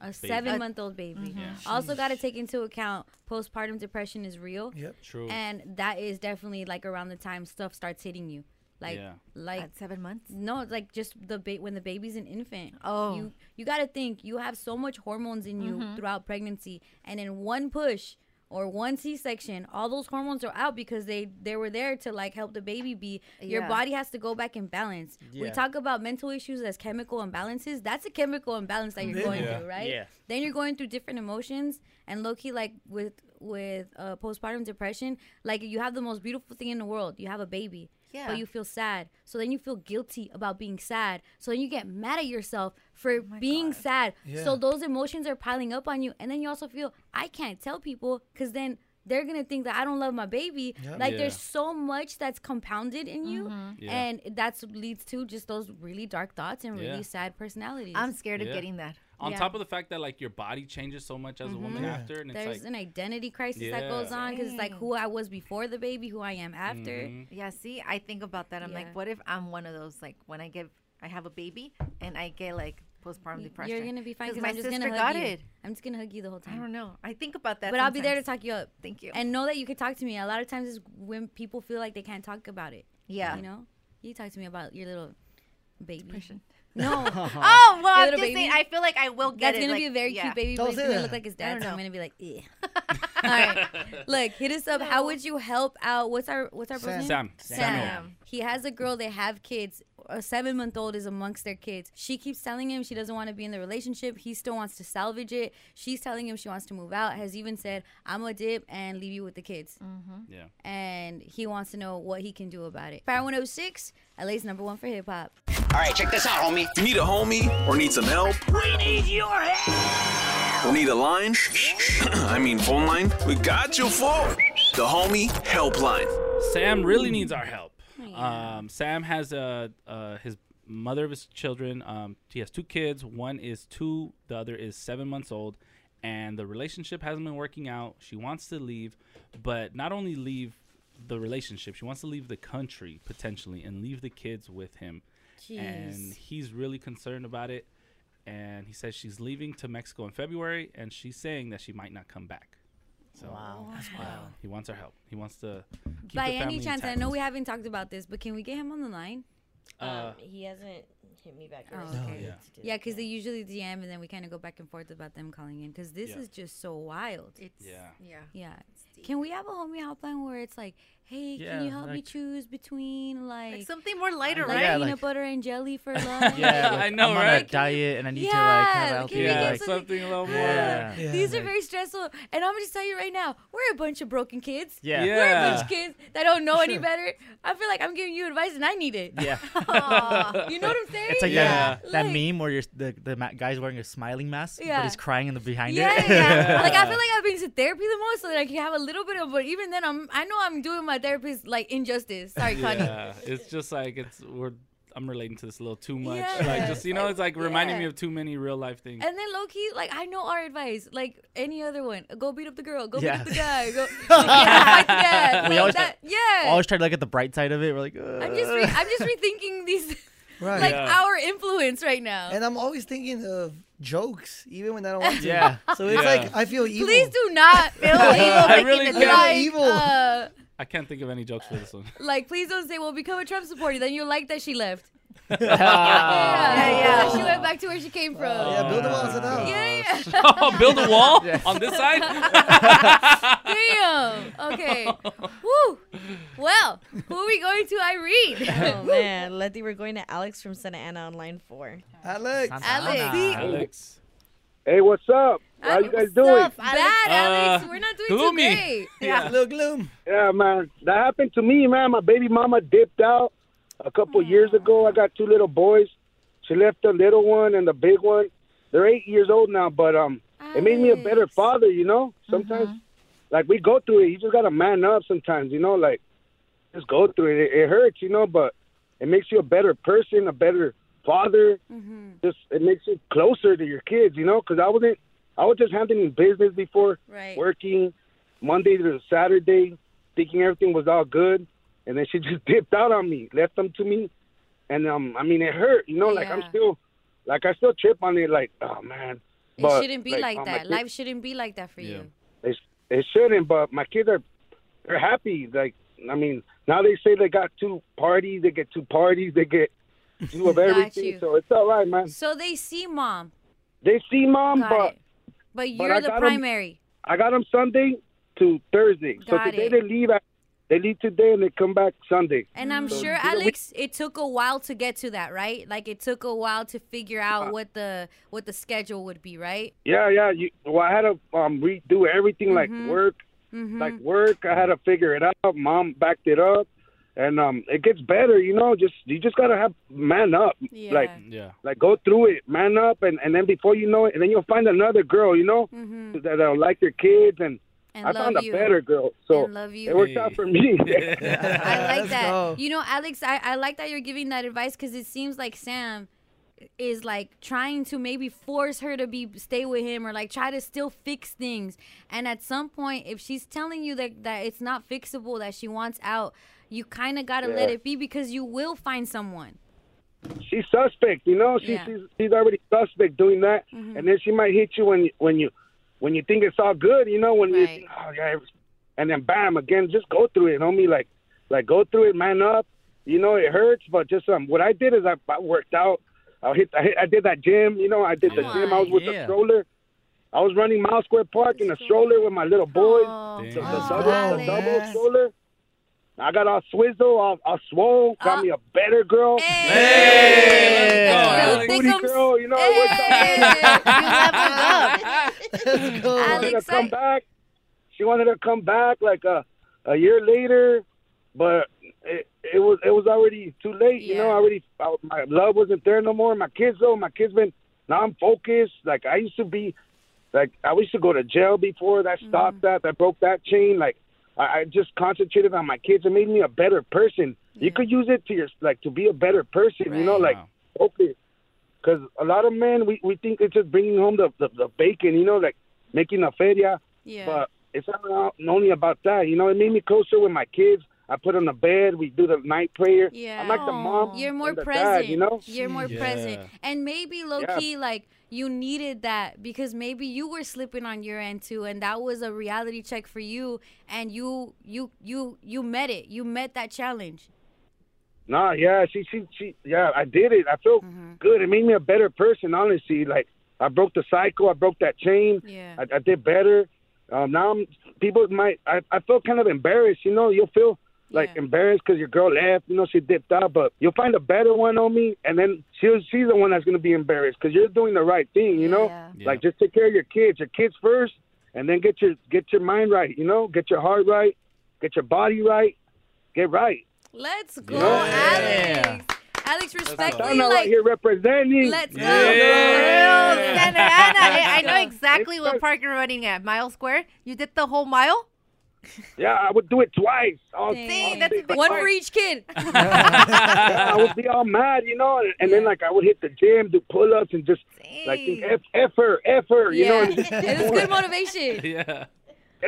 Speaker 1: A seven month old baby.
Speaker 7: Mm-hmm.
Speaker 2: Yeah.
Speaker 1: Also, got to take into account postpartum depression is real.
Speaker 2: Yep. True.
Speaker 1: And that is definitely like around the time stuff starts hitting you. Like,
Speaker 7: Yeah.
Speaker 1: like
Speaker 7: At seven months.
Speaker 1: No, it's like just the ba- when the baby's an infant. Oh, you you got to think you have so much hormones in you
Speaker 7: Mhm.
Speaker 1: throughout pregnancy, and in one push or one C-section, all those hormones are out because they they were there to like help the baby be. Your
Speaker 7: Yeah.
Speaker 1: body has to go back in balance. We
Speaker 7: Yeah.
Speaker 1: talk about mental issues as chemical imbalances. That's a chemical imbalance that you're
Speaker 7: Mhm.
Speaker 1: going
Speaker 7: Yeah.
Speaker 1: through, right?
Speaker 7: Yeah.
Speaker 1: Then you're going through different emotions, and low key, like with with uh, postpartum depression, like you have the most beautiful thing in the world. You have a baby,
Speaker 7: Yeah.
Speaker 1: but you feel sad. So then you feel guilty about being sad. So then you get mad at yourself for
Speaker 7: Oh
Speaker 1: being sad.
Speaker 7: Yeah.
Speaker 1: So those emotions are piling up on you, and then you also feel I can't tell people because then. They're gonna think that I don't love my baby.
Speaker 7: Yep.
Speaker 1: Like
Speaker 7: Yeah.
Speaker 1: there's so much that's compounded in you,
Speaker 7: Mhm. Yeah.
Speaker 1: and that's leads to just those really dark thoughts and really
Speaker 2: Yeah.
Speaker 1: sad personalities.
Speaker 7: I'm scared
Speaker 2: Yeah. On top of the fact that like your body changes so much as a woman
Speaker 1: Mhm.
Speaker 2: after, and it's
Speaker 1: There's
Speaker 2: like
Speaker 1: an identity crisis that
Speaker 2: Yeah.
Speaker 1: goes on because it's like who I was before the baby, who I am after.
Speaker 2: Mhm.
Speaker 7: Yeah, see, I think about that. I'm
Speaker 1: Yeah.
Speaker 7: like, what if I'm one of those like when I give, I have a baby and I get like postpartum depression.
Speaker 1: You're gonna be fine because
Speaker 7: my
Speaker 1: I'm just
Speaker 7: sister
Speaker 1: gonna hug
Speaker 7: got
Speaker 1: you. (laughs)
Speaker 7: it.
Speaker 1: I'm just gonna hug you the whole time.
Speaker 7: I don't know. I think about that.
Speaker 1: but I'll be there to
Speaker 7: sometimes.
Speaker 1: talk you up.
Speaker 7: Thank you.
Speaker 1: And know that you can talk to me. A lot of times is when people feel like they can't talk about it.
Speaker 7: Yeah.
Speaker 1: You know, you talk to me about your little baby. (laughs) No.
Speaker 7: (laughs) oh well,
Speaker 1: Your
Speaker 7: I'm
Speaker 1: little
Speaker 7: just saying. I feel like I will get
Speaker 1: That's
Speaker 7: it.
Speaker 1: gonna
Speaker 7: like,
Speaker 1: be a very
Speaker 7: yeah.
Speaker 1: cute baby, but it's gonna look like his
Speaker 7: I
Speaker 1: dad.
Speaker 7: don't
Speaker 1: So I'm
Speaker 7: know.
Speaker 1: gonna be like, eh. All right, look, hit us up. How would you help out? What's our what's our brother's
Speaker 2: Sam.
Speaker 1: name?
Speaker 2: Sam. Samuel.
Speaker 1: He has a girl. They have kids. A seven month old is amongst their kids. She keeps telling him she doesn't want to be in the relationship. He still wants to salvage it. She's telling him she wants to move out. Has even said, "I'm a dip and leave you with the kids."
Speaker 2: yeah.
Speaker 1: And he wants to know what he can do about it. Fire 106, LA's number one for hip hop.
Speaker 5: All right, check this out, homie. If you need a homie or need some help,
Speaker 1: We need your help.
Speaker 5: or need a line, (clears throat) I mean phone line, we got you for the homie helpline.
Speaker 2: Sam really needs our help.
Speaker 1: Oh,
Speaker 2: Um, Sam has uh, uh, his mother of his children. Um, he has two kids. One is two, the other is seven months old, and the relationship hasn't been working out. She wants to leave, but not only leave the relationship, she wants to leave the country potentially and leave the kids with him. And
Speaker 1: Jeez.
Speaker 2: he's really concerned about it. And he says she's leaving to Mexico in February, and she's saying that she might not come back. So
Speaker 1: Wow. That's
Speaker 2: uh,
Speaker 1: wild.
Speaker 2: He wants our help. He wants to keep
Speaker 1: By
Speaker 2: the family
Speaker 1: any chance,
Speaker 2: intact.
Speaker 1: I know we haven't talked about this, but can we get him on the line?
Speaker 2: Uh,
Speaker 14: um, he hasn't hit me back.
Speaker 1: Oh,
Speaker 14: or
Speaker 1: okay.
Speaker 14: anything
Speaker 1: Yeah,
Speaker 14: to do
Speaker 1: 'cause because they usually DM and then we kind of go back and forth about them calling in because this
Speaker 14: Yeah.
Speaker 1: is just so wild.
Speaker 7: It's
Speaker 2: Yeah.
Speaker 7: yeah.
Speaker 1: yeah.
Speaker 7: crazy.
Speaker 1: Can we have a homie helpline where it's like, hey,
Speaker 3: Yeah,
Speaker 1: can you help me
Speaker 3: like-
Speaker 1: choose between like,
Speaker 7: something more lighter,
Speaker 1: like,
Speaker 7: right?
Speaker 1: Peanut
Speaker 15: Yeah, like-
Speaker 1: butter and jelly for love.
Speaker 15: Yeah, like, I know, I'm on a diet and I need to like have a
Speaker 1: Yeah,
Speaker 15: healthy
Speaker 1: can we get
Speaker 15: like,
Speaker 2: something a little more.
Speaker 15: Yeah.
Speaker 1: These are very stressful, and I'm gonna tell you right now, we're a bunch of broken kids.
Speaker 15: Yeah.
Speaker 1: we're a bunch
Speaker 15: Yeah.
Speaker 1: of kids that
Speaker 15: (laughs)
Speaker 1: don't know any
Speaker 15: Sure.
Speaker 1: better. I feel like I'm giving you advice, and I need it.
Speaker 15: Yeah.
Speaker 1: Aw, you know what I'm
Speaker 15: (laughs)
Speaker 1: saying?
Speaker 15: It's like that, uh, that
Speaker 1: Like-
Speaker 15: meme where you're, the, the ma- guy's wearing a smiling mask,
Speaker 1: Yeah.
Speaker 15: but he's crying in the behind
Speaker 1: Yeah,
Speaker 15: it.
Speaker 1: yeah.
Speaker 15: (laughs)
Speaker 1: like I feel like I've been to therapy the most, so that I can have a little bit of. But even then, I'm I know I'm doing my therapist like injustice.
Speaker 2: (laughs)
Speaker 1: Sorry, Connie.
Speaker 2: Yeah, it's just like it's we're. I'm relating to this a little too much.
Speaker 1: Yeah.
Speaker 2: Like just you know, it's like reminding me
Speaker 1: Yeah.
Speaker 2: of too many real life things.
Speaker 1: And then low key, like I know our advice, like any other one. Go beat up the girl. Go
Speaker 15: Yeah.
Speaker 1: beat up the guy. Go. fight the dad.
Speaker 15: We
Speaker 1: Like
Speaker 15: always
Speaker 1: that-
Speaker 15: try-
Speaker 1: yeah.
Speaker 15: Always try to look at the bright side of it. We're like,
Speaker 1: I'm just re- I'm just rethinking these, (laughs)
Speaker 4: Right.
Speaker 1: like
Speaker 15: Yeah.
Speaker 1: our influence right now.
Speaker 4: And I'm always thinking of jokes, even when I don't want to.
Speaker 2: (laughs) Yeah.
Speaker 4: So it's
Speaker 2: Yeah.
Speaker 4: like I feel evil.
Speaker 1: Please do not feel evil.
Speaker 2: (laughs) I
Speaker 1: making
Speaker 2: really
Speaker 1: it
Speaker 2: can't.
Speaker 1: like,
Speaker 2: Evil.
Speaker 1: uh,
Speaker 2: I can't think of any jokes for
Speaker 1: (laughs)
Speaker 2: this one.
Speaker 1: like, please don't say, "Well, become a Trump supporter." Then you like that she left.
Speaker 2: Ah. yeah, Ah.
Speaker 1: yeah, she went back to where she came from.
Speaker 4: yeah, build a wall and out.
Speaker 1: Yeah,
Speaker 2: Uh, (laughs) Oh, build a
Speaker 4: (laughs)
Speaker 2: wall on this side.
Speaker 1: (laughs) Damn. Okay. Woo. Well, who are we going to, Irene?
Speaker 14: (laughs) Oh man, Letty, we're going to Alex from Santa Ana on line four.
Speaker 4: Alex.
Speaker 1: Alex.
Speaker 2: Alex.
Speaker 8: Hey, what's up? How you guys doing?
Speaker 1: Bad, Alex.
Speaker 8: Uh,
Speaker 1: We're not doing
Speaker 8: gloomy.
Speaker 1: too great.
Speaker 8: Yeah.
Speaker 4: Little gloom.
Speaker 8: Yeah, man. That happened to me, man. My baby mama dipped out a couple years ago. I got two little boys. She left the little one and the big one. They're eight years old now, but um, it made me a better father. You know, sometimes like we go through it. You just gotta man up sometimes. You know, like just go through it. It, it hurts, you know, but it makes you a better person, a better father.
Speaker 1: Mm-hmm.
Speaker 8: Just it makes you closer to your kids, you know, because I wasn't. I was just handling business before,
Speaker 14: Right.
Speaker 8: working Monday to Saturday, thinking everything was all good, and then she (laughs) just dipped out on me, left them to me, and um, I mean it hurt, you know. Like I'm
Speaker 1: Yeah.
Speaker 8: still, like I still trip on it, like oh man.
Speaker 1: It
Speaker 8: But,
Speaker 1: shouldn't be like,
Speaker 8: oh, my
Speaker 1: that.
Speaker 8: kid-
Speaker 1: Life shouldn't be like that for you.
Speaker 8: it, it shouldn't, but my kids are they're happy. Like I mean, now they say they got two parties, they get two parties, they
Speaker 1: (laughs)
Speaker 8: get two of
Speaker 1: Got
Speaker 8: everything.
Speaker 1: you.
Speaker 8: So it's all right, man.
Speaker 1: So they see mom,
Speaker 8: They see mom,
Speaker 1: Got
Speaker 8: but
Speaker 1: it. but
Speaker 8: But
Speaker 1: you're
Speaker 8: I
Speaker 1: the
Speaker 8: got 'em-
Speaker 1: primary.
Speaker 8: I got them Sunday to Thursday.
Speaker 1: Got
Speaker 8: so today
Speaker 1: it.
Speaker 8: they leave. At, they leave today and they come back Sunday.
Speaker 1: And I'm
Speaker 8: So,
Speaker 1: sure,
Speaker 8: you know, we-
Speaker 1: Alex, it took a while to get to that, right? Like it took a while to figure
Speaker 8: Uh,
Speaker 1: out what the what the schedule would be, right?
Speaker 8: yeah, yeah. You, well, I had to um, redo everything,
Speaker 1: Mhm.
Speaker 8: like work,
Speaker 1: Mm-hmm.
Speaker 8: like work. I had to figure it out. Mom backed it up, and um, it gets better. You know, just you just gotta have man up.
Speaker 1: Yeah.
Speaker 8: Like
Speaker 2: Yeah.
Speaker 8: like go through it, man up, and, and then before you know it, and then you'll find another girl, you know, that, that'll like your kids, and,
Speaker 1: Mm-hmm. And
Speaker 8: I
Speaker 1: love
Speaker 8: found a
Speaker 1: you.
Speaker 8: better girl, so
Speaker 1: And love you.
Speaker 8: it worked out for me.
Speaker 1: I like that.
Speaker 8: go.
Speaker 1: You know, Alex, I, I like that you're giving that advice because it seems like Sam is like trying to maybe force her to be stay with him or like try to still fix things. And at some point, if she's telling you that that it's not fixable, that she wants out, you kind of gotta let
Speaker 8: Yeah.
Speaker 1: it be because you will find someone.
Speaker 8: she's suspect, you know. She,
Speaker 1: Yeah.
Speaker 8: She's she's already suspect doing that,
Speaker 1: Mhm.
Speaker 8: and then she might hit you when when you when you think it's all good, you know. When you
Speaker 1: Right.
Speaker 8: think, oh yeah, every- and then bam again, just go through it, homie. Like like go through it, man up. You know it hurts, but just um, what I did is I, I worked out. I hit, I hit I did that gym, you know. I did the gym. I was with
Speaker 15: Yeah.
Speaker 8: the stroller. I was running Mile Square Park in a stroller with my little boys. the, the double, the double stroller. I got all swizzle, all, all swole, got me a better girl.
Speaker 1: Alex.
Speaker 8: Booty girl, you know, it worked out. She wanted to come back. She wanted to come back like a a year later, but it, it was it was already too late. You know, I already I, my love wasn't there no more. My kids though, my kids been now I'm focused. Like I used to be, like I used to go to jail before. That stopped that. That broke that chain. Like I, I just concentrated on my kids. It made me a better person. You could use it to your like to be a better person. You know, like okay, because a lot of men we we think it's just bringing home the the, the bacon. You know, like making a feria.
Speaker 1: Yeah.
Speaker 8: But it's not about- only about that. You know, it made me closer with my kids. I put on the bed. We do the night prayer. I'm like the mom.
Speaker 1: You're more
Speaker 8: and the
Speaker 1: present.
Speaker 8: Dad, you know.
Speaker 1: You're more present. And maybe low
Speaker 8: Yeah.
Speaker 1: key, like you needed that because maybe you were slipping on your end too, and that was a reality check for you. And you, you, you, you met it. You met that challenge.
Speaker 8: Nah, yeah, she, she, she, yeah, I did it. I felt good. It made me a better person, honestly. Like I broke the cycle. I broke that chain.
Speaker 1: Yeah.
Speaker 8: I, I did better. Um, now I'm, people might. I, I feel kind of embarrassed. You know, you'll feel like embarrassed because your girl left. You know, she dipped out. But you'll find a better one on me, and then she'll, she's the one that's gonna be embarrassed because you're doing the right thing. You know, like just take care of your kids. Your kids first, and then get your get your mind right. You know, get your heart right, get your body right, get right.
Speaker 1: Let's go, Alex. Alex, respectfully,
Speaker 8: Sana right
Speaker 1: like,
Speaker 8: here representing.
Speaker 1: Let's go.
Speaker 7: Girl, Santa Ana, I, I
Speaker 2: (laughs)
Speaker 7: know exactly what park you're running at. Mile Square. You did the whole mile.
Speaker 8: Yeah, I would do it twice.
Speaker 1: (laughs)
Speaker 8: All,
Speaker 7: See, that's a big
Speaker 1: One
Speaker 7: park.
Speaker 1: for
Speaker 9: (laughs)
Speaker 1: each kid.
Speaker 8: I would be all mad, you know, and, and then like I would hit the gym, do pull ups, and just like think F effer, effer, you know.
Speaker 1: yeah.
Speaker 8: and just-
Speaker 1: it was good motivation.
Speaker 2: (laughs) Yeah.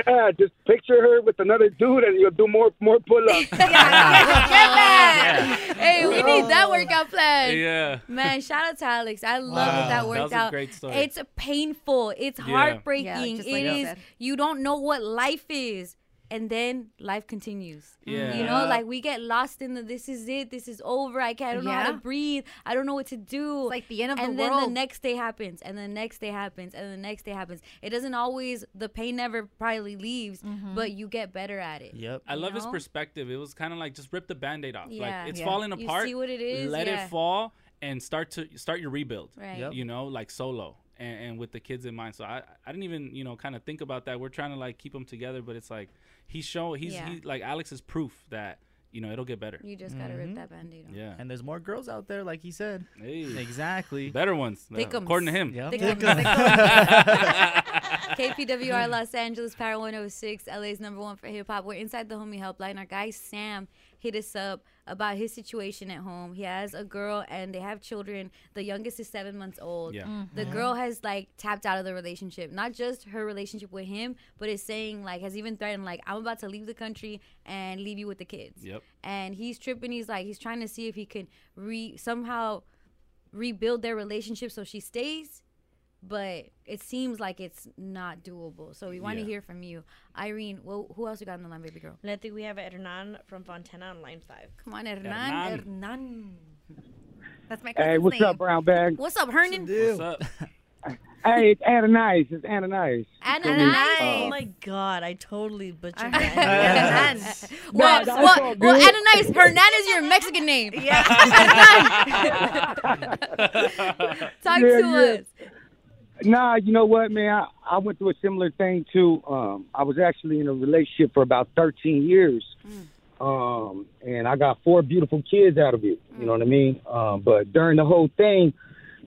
Speaker 8: Yeah, just picture her with another dude, and you'll do more more pull
Speaker 1: (laughs)
Speaker 8: ups.
Speaker 1: Hey, we need that workout plan.
Speaker 2: Yeah.
Speaker 1: Man, shout out to Alex. I love
Speaker 2: Wow.
Speaker 1: that that
Speaker 2: That
Speaker 1: worked
Speaker 2: was a
Speaker 1: out.
Speaker 2: great story.
Speaker 1: It's painful. It's
Speaker 2: Yeah.
Speaker 1: heartbreaking.
Speaker 7: Yeah, just like
Speaker 1: it
Speaker 7: you
Speaker 1: is.
Speaker 7: said.
Speaker 1: You don't know what life is, and then life continues.
Speaker 7: Yeah.
Speaker 1: You know, like we get lost in the. This is it. This is over. I can't. I don't know how to
Speaker 7: Yeah.
Speaker 1: breathe. I don't know what to do. like the end
Speaker 7: of the
Speaker 1: and then
Speaker 7: world.
Speaker 1: the next day happens, and the next day happens, and the next day happens. It doesn't always. The pain never probably leaves,
Speaker 7: Mm-hmm.
Speaker 1: but you get better at it.
Speaker 2: I
Speaker 1: You
Speaker 2: love his
Speaker 1: know?
Speaker 2: perspective. It was kind of like just rip the band-aid off.
Speaker 1: Yeah.
Speaker 2: Like it's
Speaker 1: Yeah.
Speaker 2: falling
Speaker 1: You see
Speaker 2: apart.
Speaker 1: what it is,
Speaker 2: Let
Speaker 1: yeah.
Speaker 2: it fall and start to start your rebuild.
Speaker 1: Right. Yep.
Speaker 2: You know, like solo and, and with the kids in mind. So I I didn't even you know kind of think about that. We're trying to like keep them together, but it's like he's showing he's
Speaker 1: Yeah.
Speaker 2: he, like Alex is proof that you know it'll get better.
Speaker 1: You just gotta
Speaker 7: Mm-hmm.
Speaker 1: rip that band-aid off.
Speaker 2: Yeah.
Speaker 15: And there's more girls out there, like he said.
Speaker 2: Exactly. Better ones. uh,
Speaker 1: Thickums.
Speaker 2: according to him. Mm-hmm.
Speaker 15: Yep.
Speaker 1: Thickums.
Speaker 2: (laughs) Thickums.
Speaker 1: KPWR Los Angeles, Power 106, LA's number one for hip hop. We're inside the homie helpline. Our guy Sam hit us up about his situation at home. He has a girl and they have children. The youngest is seven months old.
Speaker 12: Yeah. Mhm.
Speaker 1: The girl has like tapped out of the relationship. Not just her relationship with him, but is saying like has even threatened like I'm about to leave the country and leave you with the kids.
Speaker 12: Yep.
Speaker 1: And he's tripping. He's like he's trying to see if he can re somehow rebuild their relationship so she stays but it seems like it's not doable. So we want
Speaker 14: Yeah.
Speaker 1: to hear from you, Irene. Well, who else we got on the line, baby girl?
Speaker 14: And I think we have Hernan from Fontana on line five.
Speaker 1: Come on, Hernan. Hernan.
Speaker 7: That's my
Speaker 9: Hey, what's up, Brown Bag?
Speaker 1: What's up, Hernan?
Speaker 2: What's up?
Speaker 14: (laughs)
Speaker 9: Hey, it's Ananias. It's Ananias.
Speaker 1: Ananias.
Speaker 14: Oh
Speaker 9: Uh,
Speaker 14: my god, I totally butchered (laughs)
Speaker 1: Hernan.
Speaker 2: (laughs)
Speaker 14: that. No, Oh,
Speaker 1: Well,
Speaker 14: that's
Speaker 1: well,
Speaker 14: all
Speaker 1: well,
Speaker 14: good.
Speaker 1: Ananias, Hernan is your Mexican name.
Speaker 14: (laughs)
Speaker 1: Yeah. (laughs)
Speaker 9: Yeah,
Speaker 1: Talk to
Speaker 9: yeah.
Speaker 1: us.
Speaker 9: Nah, you know what, man? I, I went through a similar thing too. Um, I was actually in a relationship for about 13 years, um, and I got four beautiful kids out of it. You know what I mean? Um, but during the whole thing,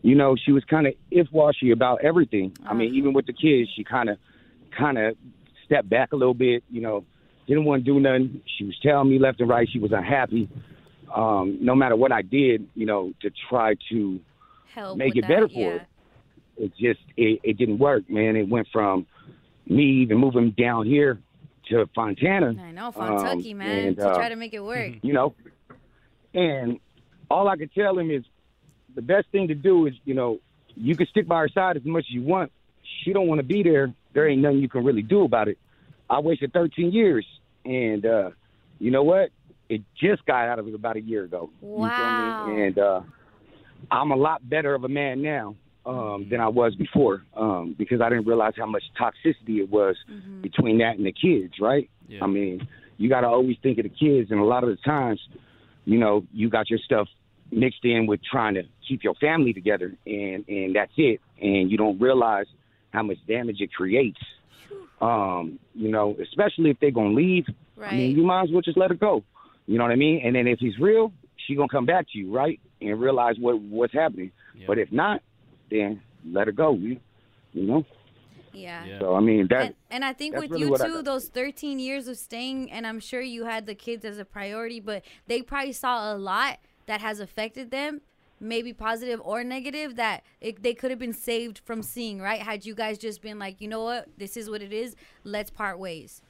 Speaker 9: you know, she was kind of if washy about everything. I mean, even with the kids, she kind of, kind of stepped back a little bit. You know, didn't want to do nothing. She was telling me left and right she was unhappy. Um, no matter what I did, you know, to try to
Speaker 1: Help
Speaker 9: make
Speaker 1: with
Speaker 9: it better
Speaker 1: that,
Speaker 9: for
Speaker 1: yeah.
Speaker 9: her. It just it, it didn't work, man. It went from me even moving down here to Fontana.
Speaker 1: I know, Fontucky, Oh, man,
Speaker 9: and,
Speaker 1: to
Speaker 9: uh,
Speaker 1: try to make it (laughs) work.
Speaker 9: You know, and all I could tell him is the best thing to do is you know you can stick by her side as much as you want. She don't want to be there. There ain't nothing you can really do about it. I wasted 13 years, and uh, you know what? It just got out of it about a year ago.
Speaker 1: Wow.
Speaker 9: And uh, I'm a lot better of a man now um, than I was before um, because I didn't realize how much toxicity it was between that and the kids, right?
Speaker 10: Yeah.
Speaker 9: I mean, you got to always think of the kids, and a lot of the times, you know, you got your stuff mixed in with trying to keep your family together, and and that's it, and you don't realize how much damage it creates. Um, you know, especially if they're gonna leave, I mean, you might as well just let her go. You know what I mean? And then if he's real, she gonna come back to you, right? And realize what what's happening. But if not, then let her go. You, you know.
Speaker 1: Yeah.
Speaker 9: So I mean that.
Speaker 1: and, and I think
Speaker 9: that's
Speaker 1: with
Speaker 9: really
Speaker 1: you
Speaker 9: what I
Speaker 1: too,
Speaker 9: got.
Speaker 1: those 13 years of staying, and I'm sure you had the kids as a priority, but they probably saw a lot that has affected them, maybe positive or negative, that it, they could have been saved from seeing, right? Had you guys just been like, you know what, this is what it is, let's part ways.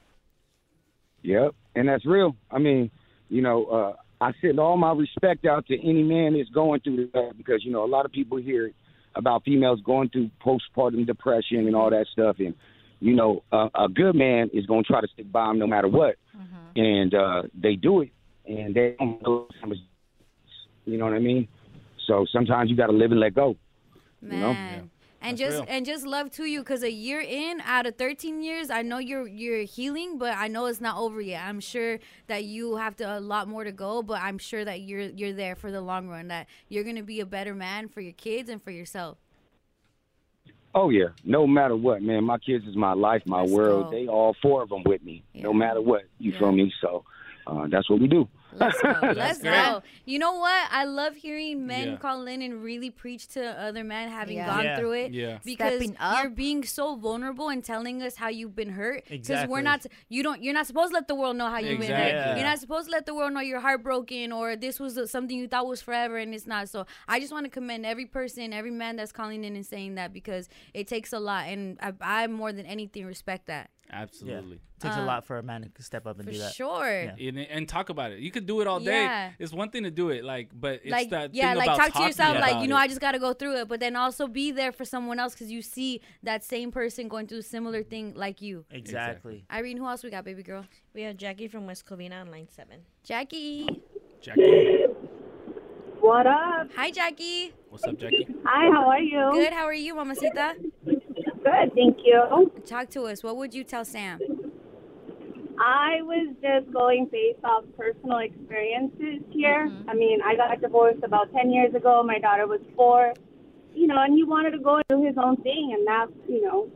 Speaker 9: Yep, and that's real. I mean, you know, uh, I send all my respect out to any man that's going through that because you know a lot of people hear about females going through postpartum depression and all that stuff, and you know, a, a good man is going to try to stick by him no matter what,
Speaker 1: Mm-hmm.
Speaker 9: and uh, they do it, and they don't know how much, you know what I mean. So sometimes you got to live and let go. You know?
Speaker 1: Man. and
Speaker 3: That's
Speaker 1: just
Speaker 3: real.
Speaker 1: and just love to you because a year in out of 13 years i know you're you're healing but i know it's not over yet i'm sure that you have to a lot more to go but i'm sure that you're you're there for the long run that you're gonna be a better man for your kids and for yourself
Speaker 9: Oh yeah, no matter what, man. My kids is my life, my world.
Speaker 1: go.
Speaker 9: They all four of them with me, no matter what. You feel me? So uh, that's what we do.
Speaker 1: Let's
Speaker 9: (laughs)
Speaker 1: go.
Speaker 7: (laughs)
Speaker 1: Let's
Speaker 9: great.
Speaker 1: go. You know what? I love hearing men
Speaker 9: Yeah.
Speaker 1: call in and really preach to other men having
Speaker 7: Yeah.
Speaker 1: gone
Speaker 7: Yeah.
Speaker 1: through it.
Speaker 7: Yeah.
Speaker 1: Because
Speaker 7: Stepping
Speaker 1: you're being so vulnerable and telling us how you've been hurt. Because
Speaker 7: Exactly.
Speaker 1: we're not you don't you're not supposed to let the world know how you've been hurt.
Speaker 7: Exactly.
Speaker 1: You're not supposed to let the world know you're heartbroken or this was something you thought was forever and it's not. So I just want to commend every person, every man that's calling in and saying that because it takes a lot and I, I more than anything respect that.
Speaker 2: Absolutely.
Speaker 3: Takes a
Speaker 1: Uh,
Speaker 3: lot for a man to step up and
Speaker 1: for
Speaker 3: do that.
Speaker 1: sure.
Speaker 2: And, and talk about it. You could do it all day.
Speaker 1: Yeah.
Speaker 2: It's one thing to do it, like, but it's
Speaker 1: like
Speaker 2: that
Speaker 1: yeah
Speaker 2: thing
Speaker 1: like
Speaker 2: about
Speaker 1: talk to
Speaker 2: talking
Speaker 1: yourself like
Speaker 2: about
Speaker 1: you know
Speaker 2: it.
Speaker 1: i just got to go through it but then also be there for someone else because you see that same person going through a similar thing like you
Speaker 3: Exactly.
Speaker 1: irene who else we got baby girl
Speaker 14: We have Jackie from West Covina on line seven.
Speaker 1: jackie
Speaker 2: Jackie.
Speaker 10: What up?
Speaker 1: hi jackie
Speaker 2: What's up, Jackie?
Speaker 10: Hi, how are you?
Speaker 1: good how are you mamacita
Speaker 10: Good, thank you.
Speaker 1: talk to us what would you tell sam
Speaker 10: I was just going based off personal experiences here. I mean, I got divorced about 10 years ago. My daughter was four, you know, and he wanted to go do his own thing. And that's, you know,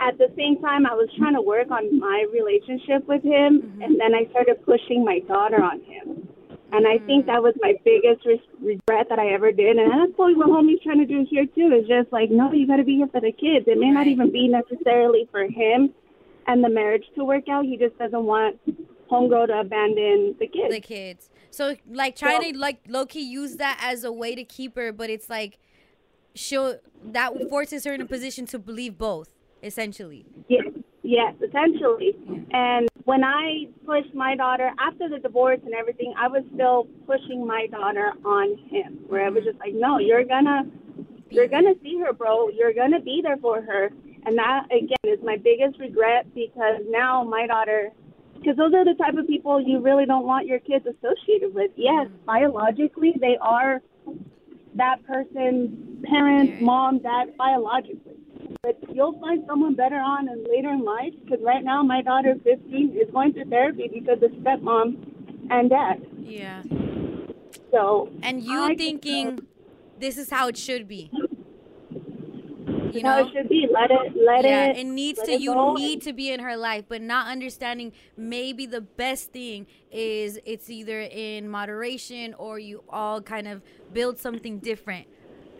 Speaker 10: at the same time, I was trying to work on my relationship with him. And then I started pushing my daughter on him. And I think that was my biggest re- regret that I ever did. And that's probably what homie's trying to do here, too, is just like, no, you got to be here for the kids. It may not even be necessarily for him and the marriage to work out. He just doesn't want homegirl to abandon the kids.
Speaker 1: the kids so like trying to like low-key use that as a way to keep her but it's like she'll that forces her in a position to believe both essentially
Speaker 10: Yes, yes, essentially. And when I pushed my daughter after the divorce and everything, I was still pushing my daughter on him. Where I was just like, no, you're gonna, you're gonna see her, bro. You're gonna be there for her. And that again is my biggest regret because now my daughter, because those are the type of people you really don't want your kids associated with. Yes, biologically they are that person's parents, mom, dad, biologically. But you'll find someone better on and later in life. Because right now, my daughter, 15, is going to therapy because of stepmom and dad.
Speaker 1: yeah
Speaker 10: So
Speaker 1: and you thinking this is how it should be. You
Speaker 10: how
Speaker 1: know,
Speaker 10: it should be. Let it- let
Speaker 1: yeah,
Speaker 10: it-
Speaker 1: needs
Speaker 10: let
Speaker 1: to.
Speaker 10: it
Speaker 1: you
Speaker 10: go.
Speaker 1: need to be in her life, but not understanding. Maybe the best thing is it's either in moderation or you all kind of build something different.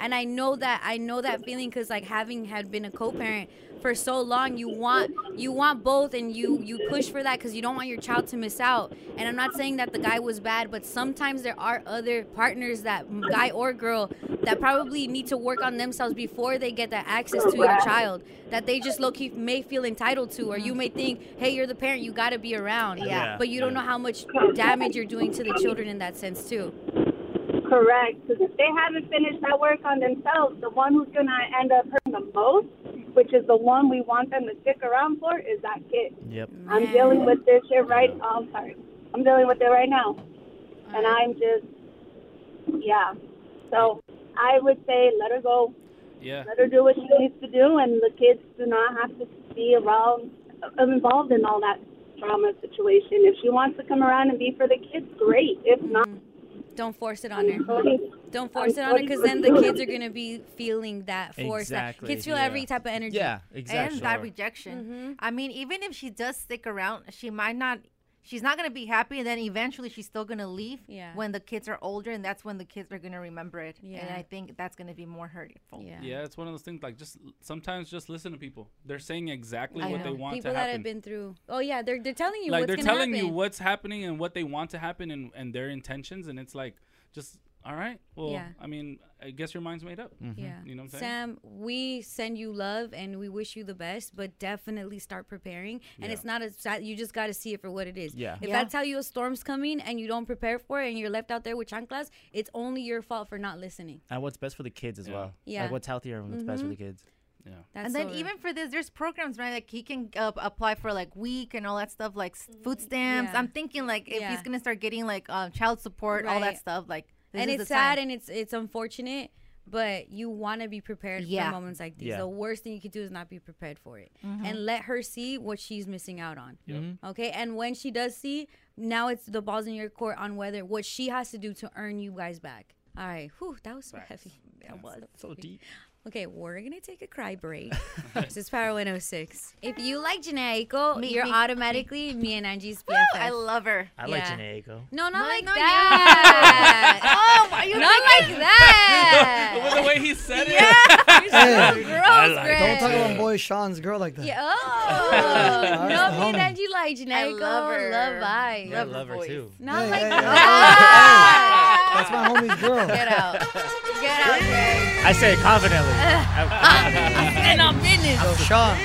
Speaker 1: And I know that I know that feeling because like having had been a co-parent for so long, you want you want both, and you you push for that because you don't want your child to miss out. And I'm not saying that the guy was bad, but sometimes there are other partners that guy or girl that probably need to work on themselves before they get that access to your child that they just low key may feel entitled to, or you may think, hey, you're the parent, you got to be around.
Speaker 10: Yeah.
Speaker 1: But you don't know how much damage you're doing to the children in that sense too.
Speaker 10: Correct. Because if they haven't finished that work on themselves, the one who's going to end up hurting the most, which is the one we want them to stick around for, is that kid.
Speaker 3: Yep.
Speaker 10: I'm dealing with this shit right. Oh, I'm sorry. I'm dealing with it right now, and I'm just, yeah. So I would say let her go.
Speaker 2: Yeah.
Speaker 10: Let her do what she needs to do, and the kids do not have to be around, uh, involved in all that drama situation. If she wants to come around and be for the kids, great. If not,
Speaker 1: Mm-hmm. Don't force it on her. Don't force it
Speaker 10: I'm
Speaker 1: on her because then the kids are gonna be feeling that force.
Speaker 3: Exactly,
Speaker 1: That kids feel
Speaker 3: yeah.
Speaker 1: every type of energy. Mm-hmm.
Speaker 3: Yeah, exactly.
Speaker 7: And that
Speaker 3: Sure.
Speaker 7: rejection. I mean, even if she does stick around, she might not. She's not gonna be happy, and then eventually she's still gonna leave.
Speaker 1: Yeah.
Speaker 7: When the kids are older, and that's when the kids are gonna remember it. And
Speaker 1: Yeah.
Speaker 7: I think that's gonna be more hurtful.
Speaker 1: Yeah.
Speaker 2: Yeah, it's one of those things. Like, just sometimes just listen to people. They're saying exactly
Speaker 1: I
Speaker 2: what
Speaker 1: know.
Speaker 2: they want
Speaker 1: People
Speaker 2: to
Speaker 1: that
Speaker 2: happen.
Speaker 1: have been through. Oh yeah, they're they're telling you
Speaker 2: like
Speaker 1: what's
Speaker 2: they're
Speaker 1: gonna
Speaker 2: telling
Speaker 1: happen.
Speaker 2: you what's happening and what they want to happen and, and their intentions and it's like just all right well
Speaker 1: Yeah.
Speaker 2: i mean i guess your mind's made up
Speaker 3: Mm-hmm.
Speaker 1: Yeah.
Speaker 2: you know what i'm saying
Speaker 1: Sam, we send you love and we wish you the best, but definitely start preparing. And
Speaker 2: Yeah.
Speaker 1: it's not a sad, you just got to see it for what it is.
Speaker 2: Yeah.
Speaker 1: If
Speaker 2: Yeah.
Speaker 1: I tell you a storm's coming and you don't prepare for it and you're left out there with chanclas, it's only your fault for not listening.
Speaker 3: And Uh, what's best for the kids as well.
Speaker 1: Yeah.
Speaker 3: Like what's healthier and what's best for
Speaker 1: Mhm.
Speaker 3: the kids.
Speaker 2: Yeah.
Speaker 1: That's
Speaker 7: and then
Speaker 1: so-
Speaker 7: even for this, there's programs right? Like he can uh, apply for like week and all that stuff, like s- food stamps.
Speaker 1: Mm-hmm. Yeah.
Speaker 7: I'm thinking like if he's
Speaker 1: Yeah.
Speaker 7: gonna start getting like uh, child support, all
Speaker 1: Right.
Speaker 7: that stuff, like. This
Speaker 1: and
Speaker 7: is
Speaker 1: it's (laughs)
Speaker 7: the time. (laughs)
Speaker 1: sad and it's it's unfortunate, But you want to be prepared
Speaker 7: Yeah.
Speaker 1: for moments like these.
Speaker 7: Yeah.
Speaker 1: The worst thing you could do is not be prepared for it,
Speaker 7: Mhm.
Speaker 1: and let her see what she's missing out on.
Speaker 7: Yep. Mhm.
Speaker 1: Okay, and when she does see, now it's the balls in your court on whether what she has to do to earn you guys back. All right, whew, that was so heavy. That was
Speaker 3: so deep.
Speaker 1: Okay, we're gonna take a cry
Speaker 3: (laughs)
Speaker 1: break. this is Power 106. If you like Janaico, you're automatically me and Angie's BFF.
Speaker 7: I love her.
Speaker 3: I like Janaico.
Speaker 1: No, not like
Speaker 7: no,
Speaker 1: (laughs) that.
Speaker 7: oh, are you
Speaker 1: not
Speaker 7: thinking-
Speaker 1: like that. (laughs)
Speaker 2: With (laughs) the way he said it.
Speaker 4: Hey,
Speaker 1: gross, like
Speaker 4: don't talk
Speaker 1: Greg.
Speaker 4: about boy Sean's girl like that.
Speaker 1: "Oh, Yeah. Oh,
Speaker 4: (laughs)
Speaker 3: (laughs)
Speaker 4: That's the
Speaker 1: no, me and
Speaker 4: homie.
Speaker 1: Angie like Janaico.
Speaker 7: love her.
Speaker 1: Love vibes.
Speaker 3: Yeah, I love her too.
Speaker 1: Not
Speaker 4: Hey,
Speaker 1: like
Speaker 4: hey, hey,
Speaker 1: that.
Speaker 4: That's my homie's girl.
Speaker 1: Get out. Get out, Greg.
Speaker 3: I say it
Speaker 1: (laughs)
Speaker 3: confidently. (laughs)
Speaker 1: and I'm business.
Speaker 4: So Sean.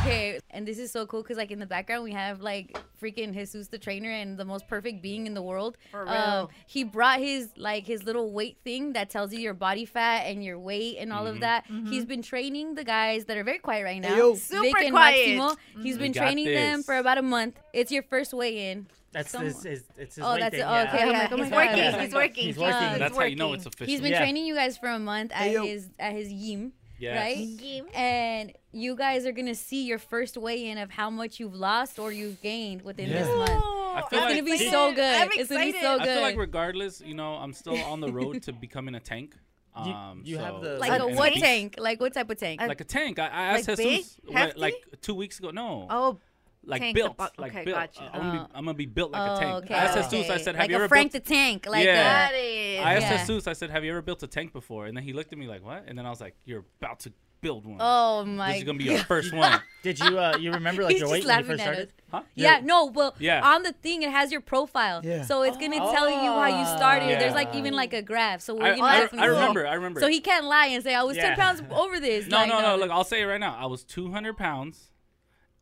Speaker 1: Okay, and this is so cool because like in the background we have like freaking Jesus the trainer and the most perfect being in the world.
Speaker 7: For
Speaker 1: Um,
Speaker 7: real.
Speaker 1: he brought his like his little weight thing that tells you your body fat and your weight and all of
Speaker 3: Mm-hmm.
Speaker 7: Mhm.
Speaker 1: that. He's been training the guys that are very quiet right now.
Speaker 7: yo.
Speaker 1: Vic
Speaker 7: Super
Speaker 1: and
Speaker 7: quiet.
Speaker 1: Maximo.
Speaker 3: Mm-hmm.
Speaker 1: He's
Speaker 7: Mhm.
Speaker 1: been
Speaker 7: We got
Speaker 1: training them
Speaker 7: this.
Speaker 1: for about a month. It's your first weigh in.
Speaker 3: That's his- his- it's his
Speaker 1: oh,
Speaker 3: weight
Speaker 1: that's
Speaker 3: thing,
Speaker 1: it.
Speaker 3: yeah.
Speaker 1: okay, I'm
Speaker 3: Yeah,
Speaker 1: like, oh my
Speaker 3: he's
Speaker 1: God.
Speaker 3: working, he's working, He's working. he's That's how you know working. it's official.
Speaker 1: He's been
Speaker 3: Yeah.
Speaker 1: training you guys for a month at
Speaker 3: Hey, yo.
Speaker 1: his at his yim,
Speaker 3: Yes.
Speaker 1: right? And you guys are gonna see your first weigh in of how much you've lost or you've gained within this
Speaker 2: Yeah.
Speaker 1: month.
Speaker 2: I
Speaker 1: it's gonna be so good. it's gonna be so
Speaker 2: I
Speaker 1: good.
Speaker 2: feel like regardless, you know, I'm still on the road to becoming a tank.
Speaker 3: You-
Speaker 2: Um,
Speaker 3: you have
Speaker 2: so-
Speaker 3: the-
Speaker 1: like a
Speaker 2: and
Speaker 1: what
Speaker 2: beast-
Speaker 1: tank? Like what type of tank?
Speaker 2: Like a tank. I, I asked
Speaker 1: Uh, Like big?
Speaker 2: Jesus what,
Speaker 1: Hefty?
Speaker 2: like two weeks ago. No.
Speaker 1: Oh,
Speaker 2: Like
Speaker 1: tank,
Speaker 2: built,
Speaker 1: the bu-
Speaker 2: like
Speaker 1: okay,
Speaker 2: built.
Speaker 1: gotcha.
Speaker 2: Uh, I'm, gonna
Speaker 1: Oh.
Speaker 2: be, I'm gonna be built like
Speaker 1: Oh,
Speaker 2: a tank.
Speaker 1: okay,
Speaker 2: I asked Jesus. I
Speaker 1: okay.
Speaker 2: said, "Have
Speaker 1: Like
Speaker 2: you
Speaker 1: a
Speaker 2: ever
Speaker 1: Frank
Speaker 2: built
Speaker 1: the Tank, like
Speaker 2: yeah.
Speaker 1: a- Got it.
Speaker 2: I asked
Speaker 1: Yeah.
Speaker 2: Jesus. I said, "Have you ever built a tank before?" And then he looked at me like, "What?" And then I was like, "You're about to build one.
Speaker 1: Oh
Speaker 2: This
Speaker 1: my
Speaker 2: is gonna be your
Speaker 1: God. (laughs)
Speaker 2: first one."
Speaker 3: Did you uh you remember like
Speaker 1: He's
Speaker 3: your
Speaker 1: just
Speaker 3: weight when you
Speaker 1: laughing
Speaker 3: first
Speaker 1: at
Speaker 3: started?
Speaker 1: us. Yeah, no, well,
Speaker 3: Yeah.
Speaker 1: on the thing it has your profile,
Speaker 3: Yeah.
Speaker 1: so it's gonna tell you how you started. There's like
Speaker 2: Yeah.
Speaker 1: even like a graph, so we're
Speaker 2: I-
Speaker 1: gonna
Speaker 2: I-
Speaker 1: definitely
Speaker 2: I
Speaker 1: see.
Speaker 2: remember, I remember.
Speaker 1: So he can't lie and say I was
Speaker 2: Yeah.
Speaker 1: ten pounds over this.
Speaker 2: No,
Speaker 1: Like,
Speaker 2: no, no. Look, I'll say it right now. I was 200 pounds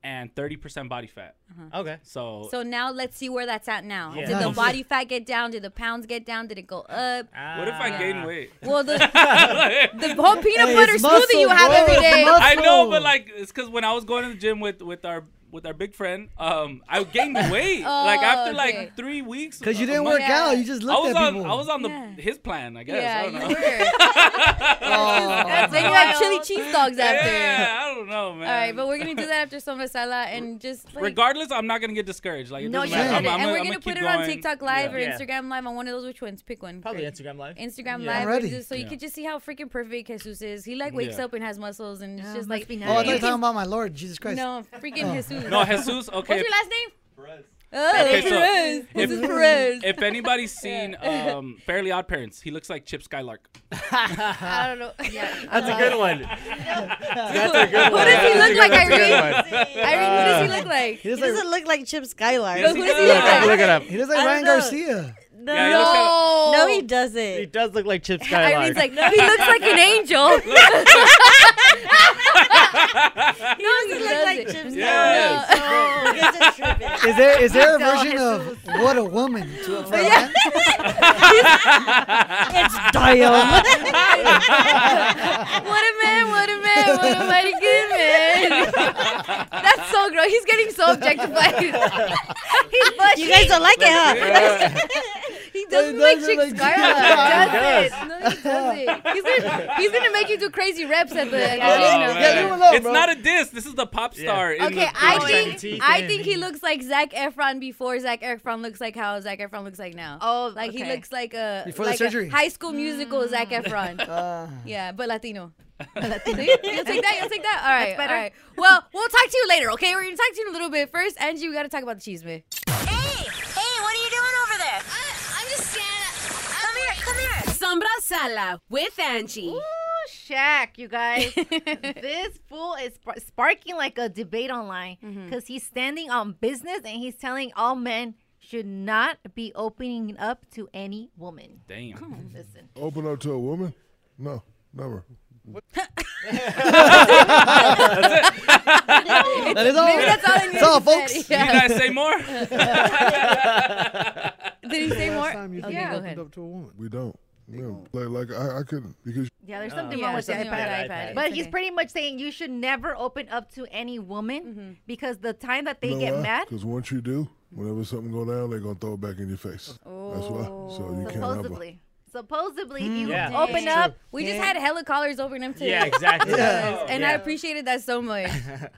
Speaker 2: and 30% body fat.
Speaker 1: Uh-huh.
Speaker 3: Okay.
Speaker 2: So,
Speaker 1: So now let's see where that's at now.
Speaker 2: Yeah.
Speaker 1: Did the
Speaker 2: Nice.
Speaker 1: body fat get down? Did the pounds get down? Did it go up?
Speaker 2: what if I gain weight?
Speaker 1: Well,
Speaker 2: (laughs)
Speaker 1: the, (laughs) the whole peanut
Speaker 2: Hey,
Speaker 1: butter
Speaker 2: it's
Speaker 1: smoothie you
Speaker 2: muscle,
Speaker 1: have
Speaker 2: bro.
Speaker 1: every day.
Speaker 2: I know, but like it's because when I was going to the gym with with our with our big friend, um, I
Speaker 1: (laughs)
Speaker 2: gained weight.
Speaker 1: Oh,
Speaker 2: like after
Speaker 1: okay.
Speaker 2: (laughs) like three weeks,
Speaker 4: 'Cause you
Speaker 2: a
Speaker 4: didn't
Speaker 2: month-
Speaker 4: work out, you just
Speaker 2: I
Speaker 4: looked
Speaker 2: was
Speaker 4: at
Speaker 2: on,
Speaker 4: people.
Speaker 2: I was on the his plan, I guess. I
Speaker 1: Yeah,
Speaker 2: don't know. (laughs)
Speaker 1: you were. Then you have chili cheese dogs
Speaker 3: (laughs)
Speaker 1: after.
Speaker 2: Yeah, I don't know, man.
Speaker 1: All right, but we're gonna do that after Soma Sala and just like
Speaker 2: (laughs) Regardless, I'm not gonna get discouraged. Like it
Speaker 1: No,
Speaker 2: doesn't
Speaker 1: you
Speaker 2: matter. I'm-
Speaker 1: shouldn't.
Speaker 2: I'm
Speaker 1: and we're
Speaker 2: I'm
Speaker 1: gonna put
Speaker 2: keep
Speaker 1: it on
Speaker 2: going.
Speaker 1: TikTok Live
Speaker 2: Yeah.
Speaker 1: or Instagram Live on one of those. Which ones? Pick one.
Speaker 3: Probably
Speaker 1: Greg.
Speaker 3: Instagram Live.
Speaker 1: Instagram
Speaker 3: Yeah.
Speaker 1: Live.
Speaker 3: I'm
Speaker 1: we're
Speaker 3: ready.
Speaker 1: just- so you
Speaker 3: Yeah.
Speaker 1: could just see how freaking perfect Jesus is. He like wakes
Speaker 2: Yeah.
Speaker 1: up and has muscles, and it's
Speaker 7: Yeah,
Speaker 1: just
Speaker 7: must
Speaker 1: like
Speaker 7: be
Speaker 4: Oh, I thought you were talking
Speaker 1: (laughs)
Speaker 4: about my Lord, Jesus Christ.
Speaker 1: No, freaking
Speaker 4: Oh.
Speaker 1: Jesus.
Speaker 2: No, Jesus, okay.
Speaker 1: What's your last name? Perez. Oh,
Speaker 2: Okay, so
Speaker 1: Perez.
Speaker 2: if-
Speaker 1: This is Perez.
Speaker 2: (laughs) If anybody's
Speaker 1: (laughs)
Speaker 2: seen um, Fairly Odd Parents, he looks like Chip Skylark.
Speaker 1: I don't know.
Speaker 2: That's a good one.
Speaker 14: That's
Speaker 2: a
Speaker 14: What
Speaker 2: good one.
Speaker 14: does he
Speaker 2: That's a
Speaker 14: look
Speaker 2: good
Speaker 14: like,
Speaker 2: one.
Speaker 14: Irene?
Speaker 2: That's a good one.
Speaker 14: Irene, what does he
Speaker 2: Uh,
Speaker 14: look like?
Speaker 2: he
Speaker 14: He
Speaker 2: looks
Speaker 14: doesn't
Speaker 2: like-
Speaker 14: look like Chip Skylark.
Speaker 2: Yes, he Look, what does he does. look like? Look it up.
Speaker 4: He looks like
Speaker 14: I don't
Speaker 4: Ryan
Speaker 14: know.
Speaker 4: Garcia.
Speaker 14: No,
Speaker 3: Yeah, he looks
Speaker 14: no.
Speaker 3: like-
Speaker 14: he doesn't.
Speaker 3: He does look
Speaker 1: (laughs)
Speaker 3: like Chip Skylark.
Speaker 1: Irene's like, he looks like
Speaker 2: (laughs)
Speaker 1: an angel. (laughs) no, he doesn't look like Jim
Speaker 4: Yes.
Speaker 14: No, he's a trip.
Speaker 4: Is there is
Speaker 1: (laughs)
Speaker 4: there a
Speaker 14: No,
Speaker 4: version of what a woman to a friend?
Speaker 1: (laughs)
Speaker 14: it's (laughs)
Speaker 4: (laughs)
Speaker 1: what a man, what a man, what a mighty good man. That's so gross. He's getting so objectified. (laughs) He's blushing.
Speaker 14: You guys don't like it, huh?
Speaker 1: (laughs) he doesn't look like
Speaker 14: doesn't
Speaker 1: Chick
Speaker 14: like-
Speaker 1: Scarlet.
Speaker 14: Yeah,
Speaker 1: Does it? No, he doesn't. He's gonna, he's gonna make you do crazy reps at the. at the
Speaker 2: Oh,
Speaker 1: gym now.
Speaker 2: man. It's not a diss. This is the pop star. in
Speaker 1: Okay,
Speaker 2: the-
Speaker 1: I
Speaker 2: the
Speaker 1: think
Speaker 2: 17.
Speaker 1: I think he looks like Zach Efron before Zach Efron looks like how Zach Efron looks like now. Oh, like he
Speaker 7: okay.
Speaker 1: looks like a
Speaker 4: Before the
Speaker 1: like a
Speaker 4: surgery.
Speaker 1: High School Musical Zac Efron. yeah, but Latino.
Speaker 7: (laughs)
Speaker 1: Latino. you'll take that. You'll take that. All right.
Speaker 7: That's better.
Speaker 1: All right. Well, we'll talk to you later. Okay, we're gonna talk to you in a little bit. First, Angie, we gotta talk about the cheese man.
Speaker 12: Hey, what are you doing over there? I'm just standing. Come here, come here.
Speaker 7: Sombra Sala with Angie. Ooh, Shaq, you (laughs) guys. this fool is sp- sparking like a debate online because he's standing on business and he's telling all men should not be opening up to any woman.
Speaker 2: Damn.
Speaker 7: Come on, listen.
Speaker 11: Open up to a woman? No, never.
Speaker 4: That is all.
Speaker 1: Maybe that's all I
Speaker 4: That's all,
Speaker 1: needed to
Speaker 4: folks.
Speaker 1: say, yeah.
Speaker 11: (laughs)
Speaker 12: (laughs)
Speaker 1: Did he
Speaker 11: When's
Speaker 1: say
Speaker 11: the
Speaker 1: more?
Speaker 11: last time you
Speaker 1: Okay,
Speaker 11: think
Speaker 1: go
Speaker 11: opened
Speaker 1: ahead.
Speaker 11: up to a woman? We don't. No. Like, like I, I couldn't because
Speaker 7: Yeah, there's
Speaker 11: No.
Speaker 7: something
Speaker 2: Uh,
Speaker 11: Yeah,
Speaker 7: wrong with the
Speaker 11: something
Speaker 7: iPad.
Speaker 11: wrong with the iPad.
Speaker 7: But
Speaker 11: It's
Speaker 7: he's pretty much saying you should never open up to any woman because the time that they
Speaker 11: you know
Speaker 7: get mad,
Speaker 11: Because once you do, whenever something go down, they're gonna throw it back in your face. That's why. So you can't ever.
Speaker 7: supposedly. Supposedly, you
Speaker 1: Yeah.
Speaker 7: open up.
Speaker 1: We just had hella callers over them too. (laughs)
Speaker 3: Yeah, exactly. Yeah.
Speaker 1: And I
Speaker 3: Yeah.
Speaker 1: appreciated that so much.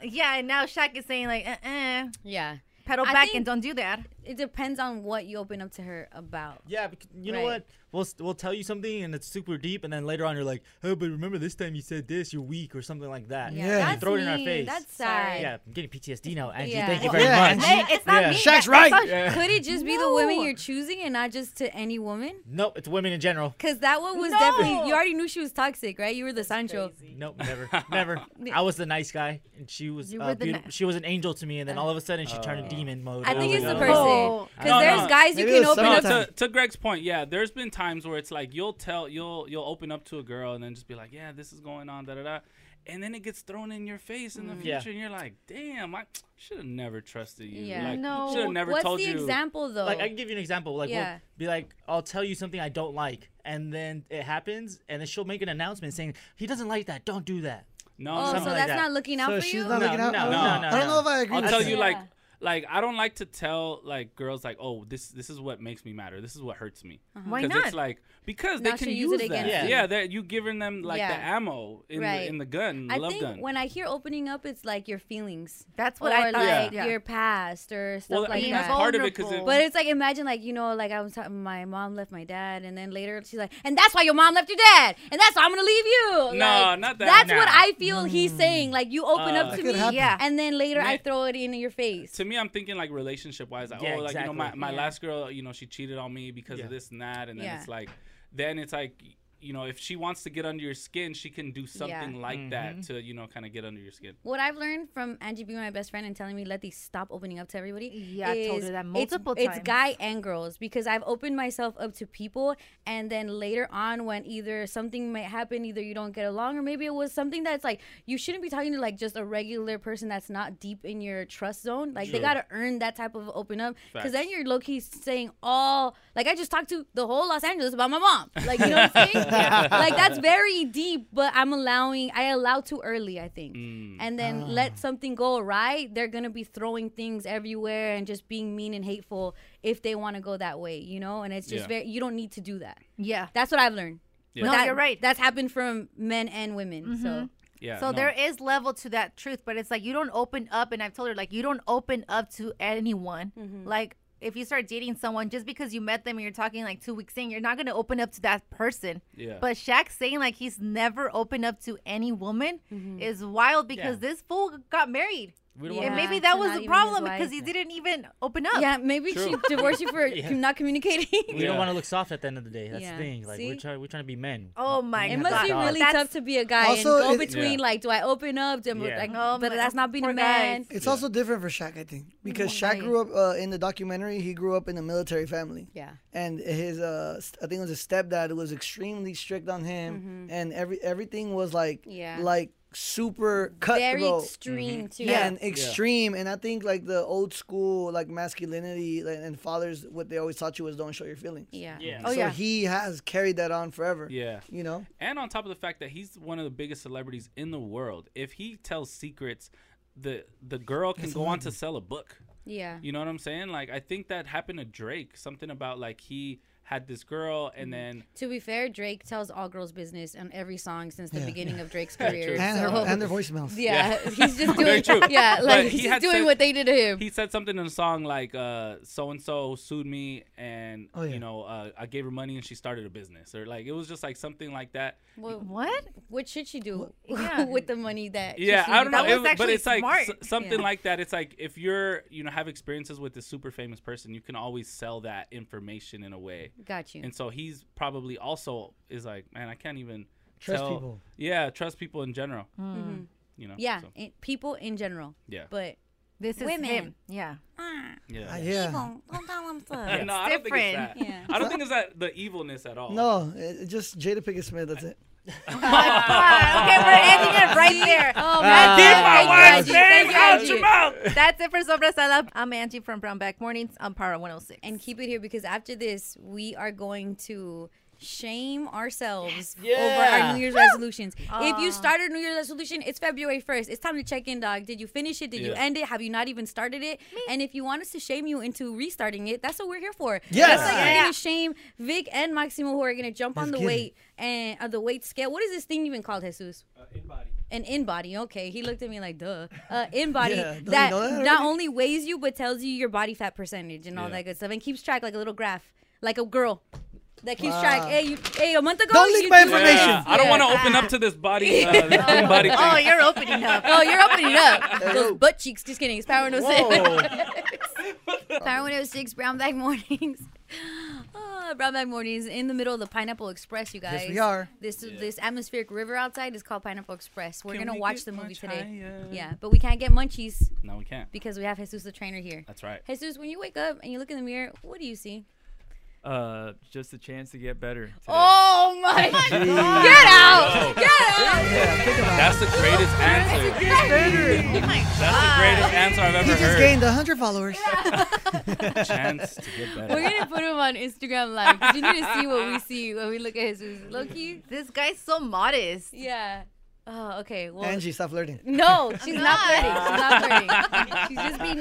Speaker 7: yeah, and now Shaq is saying like, uh, uh
Speaker 1: yeah,
Speaker 7: pedal back and don't do that.
Speaker 1: It depends on what you open up to her about.
Speaker 3: Yeah, because you know
Speaker 1: Right.
Speaker 3: what? We'll st- we'll tell you something and it's super deep, and then later on you're like, oh, but remember this time you said this, you're weak or something like that.
Speaker 1: Yeah. Yeah.
Speaker 3: And
Speaker 1: That's
Speaker 3: throw it in our
Speaker 1: mean.
Speaker 3: face.
Speaker 1: That's sad.
Speaker 3: Yeah, I'm getting PTSD now, Angie.
Speaker 1: Yeah.
Speaker 3: Thank
Speaker 1: Well,
Speaker 3: you very
Speaker 1: yeah,
Speaker 3: much.
Speaker 1: Angie. Hey, it's not
Speaker 3: Yeah.
Speaker 1: me. Shaq's That's right. Could it just be the women you're choosing and not just to any woman?
Speaker 3: Nope, it's women in general.
Speaker 1: Because that one was
Speaker 7: No.
Speaker 1: definitely you already knew she was toxic, right? You were the Sancho. (laughs)
Speaker 3: Nope, never, never. I was the nice guy, and she was
Speaker 1: You
Speaker 3: uh,
Speaker 1: were the
Speaker 3: beautiful.
Speaker 1: ni-
Speaker 3: she was an angel to me, and then all of a sudden she turned demon mode.
Speaker 1: I think
Speaker 3: was
Speaker 1: it's
Speaker 3: like,
Speaker 1: the person.
Speaker 3: "Oh."
Speaker 1: 'Cause there's guys you Oh. Maybe it can was open
Speaker 2: No,
Speaker 1: up
Speaker 2: to, to Greg's point, yeah, there's been times where it's like you'll tell you'll you'll open up to a girl and then just be like, yeah, this is going on, da da da, and then it gets thrown in your face in the
Speaker 1: Mm.
Speaker 2: future,
Speaker 1: Yeah.
Speaker 2: and you're like, damn, I should have never trusted you.
Speaker 1: Yeah.
Speaker 2: like,
Speaker 1: No.
Speaker 2: Should have never
Speaker 1: What's
Speaker 2: told
Speaker 1: the
Speaker 2: you.
Speaker 1: example, though?
Speaker 3: Like I can give you an example. Like
Speaker 1: Yeah.
Speaker 3: we'll be like, I'll tell you something I don't like, and then it happens, and then she'll make an announcement saying he doesn't like that. Don't do that.
Speaker 2: No,
Speaker 1: Oh, so
Speaker 3: something like
Speaker 1: that's
Speaker 3: that.
Speaker 1: not looking out So for she's you? not
Speaker 3: no,
Speaker 1: looking out-
Speaker 3: No,
Speaker 1: I don't
Speaker 3: no, no,
Speaker 1: know. I don't
Speaker 3: no.
Speaker 1: know if I agree
Speaker 2: I'll
Speaker 1: with
Speaker 2: tell
Speaker 1: that.
Speaker 2: you
Speaker 1: Yeah.
Speaker 2: like like I don't like to tell like girls like oh this this is what makes me matter. This is what hurts me.
Speaker 1: Uh-huh. Why
Speaker 2: 'Cause
Speaker 1: not?
Speaker 2: It's like because
Speaker 1: Now
Speaker 2: they can
Speaker 1: she'll use it
Speaker 2: use, that.
Speaker 1: against
Speaker 2: Yeah,
Speaker 1: you.
Speaker 2: yeah they're- you giving them like the
Speaker 1: Yeah.
Speaker 2: ammo in the in the gun,
Speaker 1: I
Speaker 2: love
Speaker 1: think
Speaker 2: gun.
Speaker 1: when I hear opening up, it's like your feelings.
Speaker 7: That's what I
Speaker 1: Or,
Speaker 7: thought,
Speaker 1: Like
Speaker 7: yeah.
Speaker 1: your past or stuff
Speaker 2: Well, I
Speaker 1: like
Speaker 2: mean,
Speaker 1: that.
Speaker 2: that's part of it 'cause it-
Speaker 1: but it's like imagine like you know like I was talking, my mom left my dad, and then later she's like, and that's why your mom left your dad, and that's why I'm gonna leave you.
Speaker 2: No,
Speaker 1: Like,
Speaker 2: not that.
Speaker 1: That's what
Speaker 2: Nah.
Speaker 1: I feel he's
Speaker 7: Mm.
Speaker 1: saying. Like you open
Speaker 2: Uh,
Speaker 1: up
Speaker 2: That
Speaker 1: to
Speaker 2: could
Speaker 1: me,
Speaker 2: happen.
Speaker 1: yeah, and then later I
Speaker 2: Man.
Speaker 1: throw it in your face.
Speaker 2: to me, I'm thinking like relationship wise. Like,
Speaker 3: Yeah,
Speaker 2: oh, like you know, my,
Speaker 3: exactly.
Speaker 2: my
Speaker 3: Yeah.
Speaker 2: last girl, you know, she cheated on me because of this and that, and then
Speaker 1: Yeah.
Speaker 2: it's like, then it's like, you know, if she wants to get under your skin, she can do something like that
Speaker 3: Mm-hmm.
Speaker 2: to you know, kind of get under your skin.
Speaker 1: What I've learned from Angie being my best friend and telling me let these stop opening up to everybody.
Speaker 7: Yeah, I told
Speaker 1: is
Speaker 7: her that
Speaker 1: it's-
Speaker 7: multiple
Speaker 1: it's,
Speaker 7: times.
Speaker 1: guy and girls because I've opened myself up to people, and then later on, when either something might happen, either you don't get along, or maybe it was something that's like you shouldn't be talking to like just a regular person that's not deep in your trust zone. Like they
Speaker 7: True.
Speaker 1: gotta earn that type of open up because
Speaker 7: Facts.
Speaker 1: then you're low key saying all like I just talked to the whole Los Angeles about my mom. Like you know what I'm saying? like that's very deep, but I'm allowing I allow too early, I think. And then
Speaker 7: Ah.
Speaker 1: let something go awry, they're gonna be throwing things everywhere and just being mean and hateful if they want to go that way, you know. And it's just
Speaker 7: Yeah.
Speaker 1: very you don't need to do that.
Speaker 7: Yeah,
Speaker 1: that's what I've learned.
Speaker 7: Yeah.
Speaker 1: But
Speaker 7: No,
Speaker 1: that-
Speaker 7: you're right. Mm-hmm.
Speaker 1: That's happened from men and women. So
Speaker 2: Yeah.
Speaker 7: so
Speaker 2: no.
Speaker 7: there is level to that truth, but it's like you don't open up, and I've told her like you don't open up to anyone. Like if you start dating someone, just because you met them and you're talking like two weeks in, you're not gonna open up to that person.
Speaker 13: Yeah.
Speaker 7: But Shaq's saying like he's never opened up to any woman is wild because
Speaker 13: Yeah.
Speaker 7: this fool got married.
Speaker 13: We don't
Speaker 7: and
Speaker 13: want-
Speaker 7: maybe
Speaker 13: Yeah,
Speaker 7: that
Speaker 1: to
Speaker 7: was
Speaker 1: not
Speaker 7: the
Speaker 1: even his
Speaker 7: problem because
Speaker 1: wife.
Speaker 7: he didn't even open up.
Speaker 1: Yeah, maybe she
Speaker 3: True.
Speaker 1: divorced you for
Speaker 3: Yeah.
Speaker 1: not
Speaker 3: (laughs)
Speaker 1: communicating.
Speaker 3: We don't want to look soft at the end of the day. That's
Speaker 1: Yeah.
Speaker 3: the thing. Like we're
Speaker 1: See?
Speaker 3: trying, we're trying to be men.
Speaker 7: Oh my
Speaker 1: It must
Speaker 3: God.
Speaker 1: be really
Speaker 7: That's-
Speaker 1: tough to be a guy
Speaker 4: Also,
Speaker 1: and
Speaker 4: it-
Speaker 1: go between
Speaker 4: Yeah.
Speaker 1: like, do I open up? Do I,
Speaker 4: Yeah.
Speaker 1: like,
Speaker 7: No,
Speaker 1: but
Speaker 7: Oh my-
Speaker 1: that's not being a
Speaker 7: poor
Speaker 1: man.
Speaker 4: It's also different for Shaq, I
Speaker 1: Mm-hmm.
Speaker 4: think, because Shaq grew up uh, in the documentary. He grew up in a military family.
Speaker 1: Yeah.
Speaker 4: and his uh, st- I think it was his stepdad who was extremely strict on him, and every everything was like
Speaker 1: Mm-hmm. Yeah.
Speaker 4: like super cutthroat,
Speaker 1: Very extreme, Mhm. too.
Speaker 4: yeah, and
Speaker 1: Yeah.
Speaker 4: extreme. And I think like the old school like masculinity like, and fathers, what they always taught you was don't show your feelings.
Speaker 1: Yeah.
Speaker 2: Yeah.
Speaker 4: Oh
Speaker 2: Oh,
Speaker 4: so
Speaker 2: yeah.
Speaker 4: he has carried that on forever.
Speaker 2: Yeah.
Speaker 4: you know.
Speaker 2: And on top of the fact that he's one of the biggest celebrities in the world, if he tells secrets, the the girl can
Speaker 4: That's
Speaker 2: go on
Speaker 4: amazing.
Speaker 2: to sell a book.
Speaker 1: Yeah.
Speaker 2: You know what I'm saying? Like I think that happened to Drake. Something about like he had this girl and then
Speaker 1: To be fair, Drake tells all girls business on every song since the
Speaker 2: Yeah.
Speaker 1: beginning of Drake's
Speaker 2: Very
Speaker 1: career.
Speaker 2: true. And
Speaker 1: so-
Speaker 2: her-
Speaker 4: and their voicemails.
Speaker 1: Yeah,
Speaker 2: Yeah.
Speaker 1: (laughs) he's just
Speaker 2: (laughs) Very
Speaker 1: doing.
Speaker 2: true.
Speaker 1: Yeah,
Speaker 2: But
Speaker 1: like
Speaker 2: he
Speaker 1: he's just
Speaker 2: had
Speaker 1: doing
Speaker 2: said-
Speaker 1: what they did to him.
Speaker 2: he said something in a song like uh so and so sued me and
Speaker 1: Oh, yeah.
Speaker 2: you know uh, I gave her money and she started a business or like it was just like something like that.
Speaker 7: (laughs) what?
Speaker 1: What should she do (laughs) with the money that? she
Speaker 2: Yeah,
Speaker 1: should
Speaker 2: I
Speaker 1: be-
Speaker 2: don't know, it- but it's like s- something like that. It's like if you're, you know, have experiences with this super famous person, you can always sell that information in a way.
Speaker 1: Got you.
Speaker 2: And so he's probably also is like, man, I can't even
Speaker 1: Trust
Speaker 2: tell-
Speaker 1: people.
Speaker 2: Yeah, trust people in general.
Speaker 1: Mhm.
Speaker 2: You know.
Speaker 1: yeah,
Speaker 2: so,
Speaker 1: in- people in general.
Speaker 2: Yeah.
Speaker 1: but
Speaker 7: this is
Speaker 1: women.
Speaker 7: him. Yeah.
Speaker 2: yeah.
Speaker 4: Ah, yeah.
Speaker 1: People, don't tell them stuff.
Speaker 2: Yeah, no, I don't think it's that.
Speaker 1: different. Yeah.
Speaker 2: I don't think it's that the evilness at all.
Speaker 4: No, it, it just Jada Pickett Smith. That's
Speaker 7: (laughs)
Speaker 4: it.
Speaker 7: Okay, we're ending it right there. Uh,
Speaker 1: Oh,
Speaker 4: (laughs)
Speaker 7: man.
Speaker 4: Keep my
Speaker 7: Thank you,
Speaker 4: wife's
Speaker 7: Angie.
Speaker 4: name
Speaker 7: Thank you,
Speaker 4: out
Speaker 7: Angie.
Speaker 4: your mouth.
Speaker 7: That's it for Sobrasada. I'm Angie from Brownback Mornings on Power 106.
Speaker 1: And keep it here because after this, we are going to shame ourselves over
Speaker 7: Yeah.
Speaker 1: our New Year's
Speaker 7: Woo!
Speaker 1: resolutions. if
Speaker 7: Aw.
Speaker 1: you started a New Year's resolution, it's February 1st. It's time to check in, dog. Did you finish it? Did you
Speaker 7: Yeah.
Speaker 1: end it? Have you not even started it? And if you want us to shame you into restarting it, that's what we're here for.
Speaker 7: Yes.
Speaker 1: That's like we're
Speaker 7: Yeah.
Speaker 1: gonna shame Vic and Maximo who are gonna jump on
Speaker 7: Let's
Speaker 1: the
Speaker 7: get it.
Speaker 1: weight and uh, the weight scale. What is this thing even called, Jesus? an in body. Okay, he looked at me like, duh. Uh, in body
Speaker 7: Yeah, don't you
Speaker 1: that,
Speaker 7: know that
Speaker 1: not
Speaker 7: already?
Speaker 1: only weighs you but tells you your body fat percentage and all
Speaker 7: Yeah.
Speaker 1: that good stuff, and keeps track like a little graph, like a girl that keeps
Speaker 7: Wow.
Speaker 1: track. Hey, you, hey, a month ago.
Speaker 4: Don't leak
Speaker 1: you
Speaker 4: my
Speaker 1: did-
Speaker 2: Yeah, I don't want to open up to
Speaker 1: (laughs)
Speaker 2: this body. Uh, this thin
Speaker 4: (laughs)
Speaker 2: body thing.
Speaker 1: Oh, you're opening up. Oh, you're opening up. Those butt cheeks. Just kidding. It's Power
Speaker 2: Whoa.
Speaker 1: 106. (laughs) Power 106, Brown Bag Mornings. (laughs) Ah, Brown Bag Mornings in the middle of the Pineapple Express, you guys.
Speaker 4: Yes, we are.
Speaker 1: This this atmospheric river outside is called Pineapple Express. We're
Speaker 2: Can
Speaker 1: gonna
Speaker 2: we
Speaker 1: watch
Speaker 2: get
Speaker 1: the movie
Speaker 2: much
Speaker 1: today.
Speaker 2: higher?
Speaker 1: Yeah, but we can't get munchies
Speaker 2: No, we can't.
Speaker 1: because we have Jesus the trainer here.
Speaker 2: That's right.
Speaker 1: Jesus, when you wake up and you look in the mirror, what do you see?
Speaker 13: Uh, just a chance to get better. today.
Speaker 1: Oh
Speaker 2: (laughs)
Speaker 1: my!
Speaker 13: Jeez.
Speaker 1: Get out!
Speaker 13: Yo.
Speaker 1: Get out!
Speaker 2: That's the greatest answer. That's
Speaker 1: Ah.
Speaker 2: the greatest answer I've ever
Speaker 4: He just
Speaker 2: heard.
Speaker 4: gained 100 followers.
Speaker 2: (laughs) Chance to get better.
Speaker 1: We're gonna put him on Instagram Live. 'cause You need to see what we see when we look at his Loki.
Speaker 7: This guy's so modest.
Speaker 1: Yeah. Oh, okay. Well,
Speaker 4: Angie, stop flirting.
Speaker 1: No, she's not
Speaker 2: (laughs)
Speaker 1: flirting. She's not flirting. (laughs) She's just being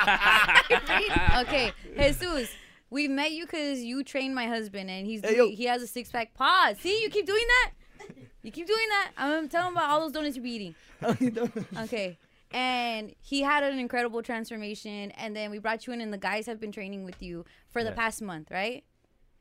Speaker 1: honest. (laughs) okay, Jesus, we met you because you trained my husband, and he's doing, he has a six pack. Pause. See, you keep doing that. You keep doing that. I'm gonna tell him about all those donuts you be eating. Okay. And he had an incredible transformation, and then we brought you in, and the guys have been training with you for the
Speaker 7: Yeah.
Speaker 1: past month, right?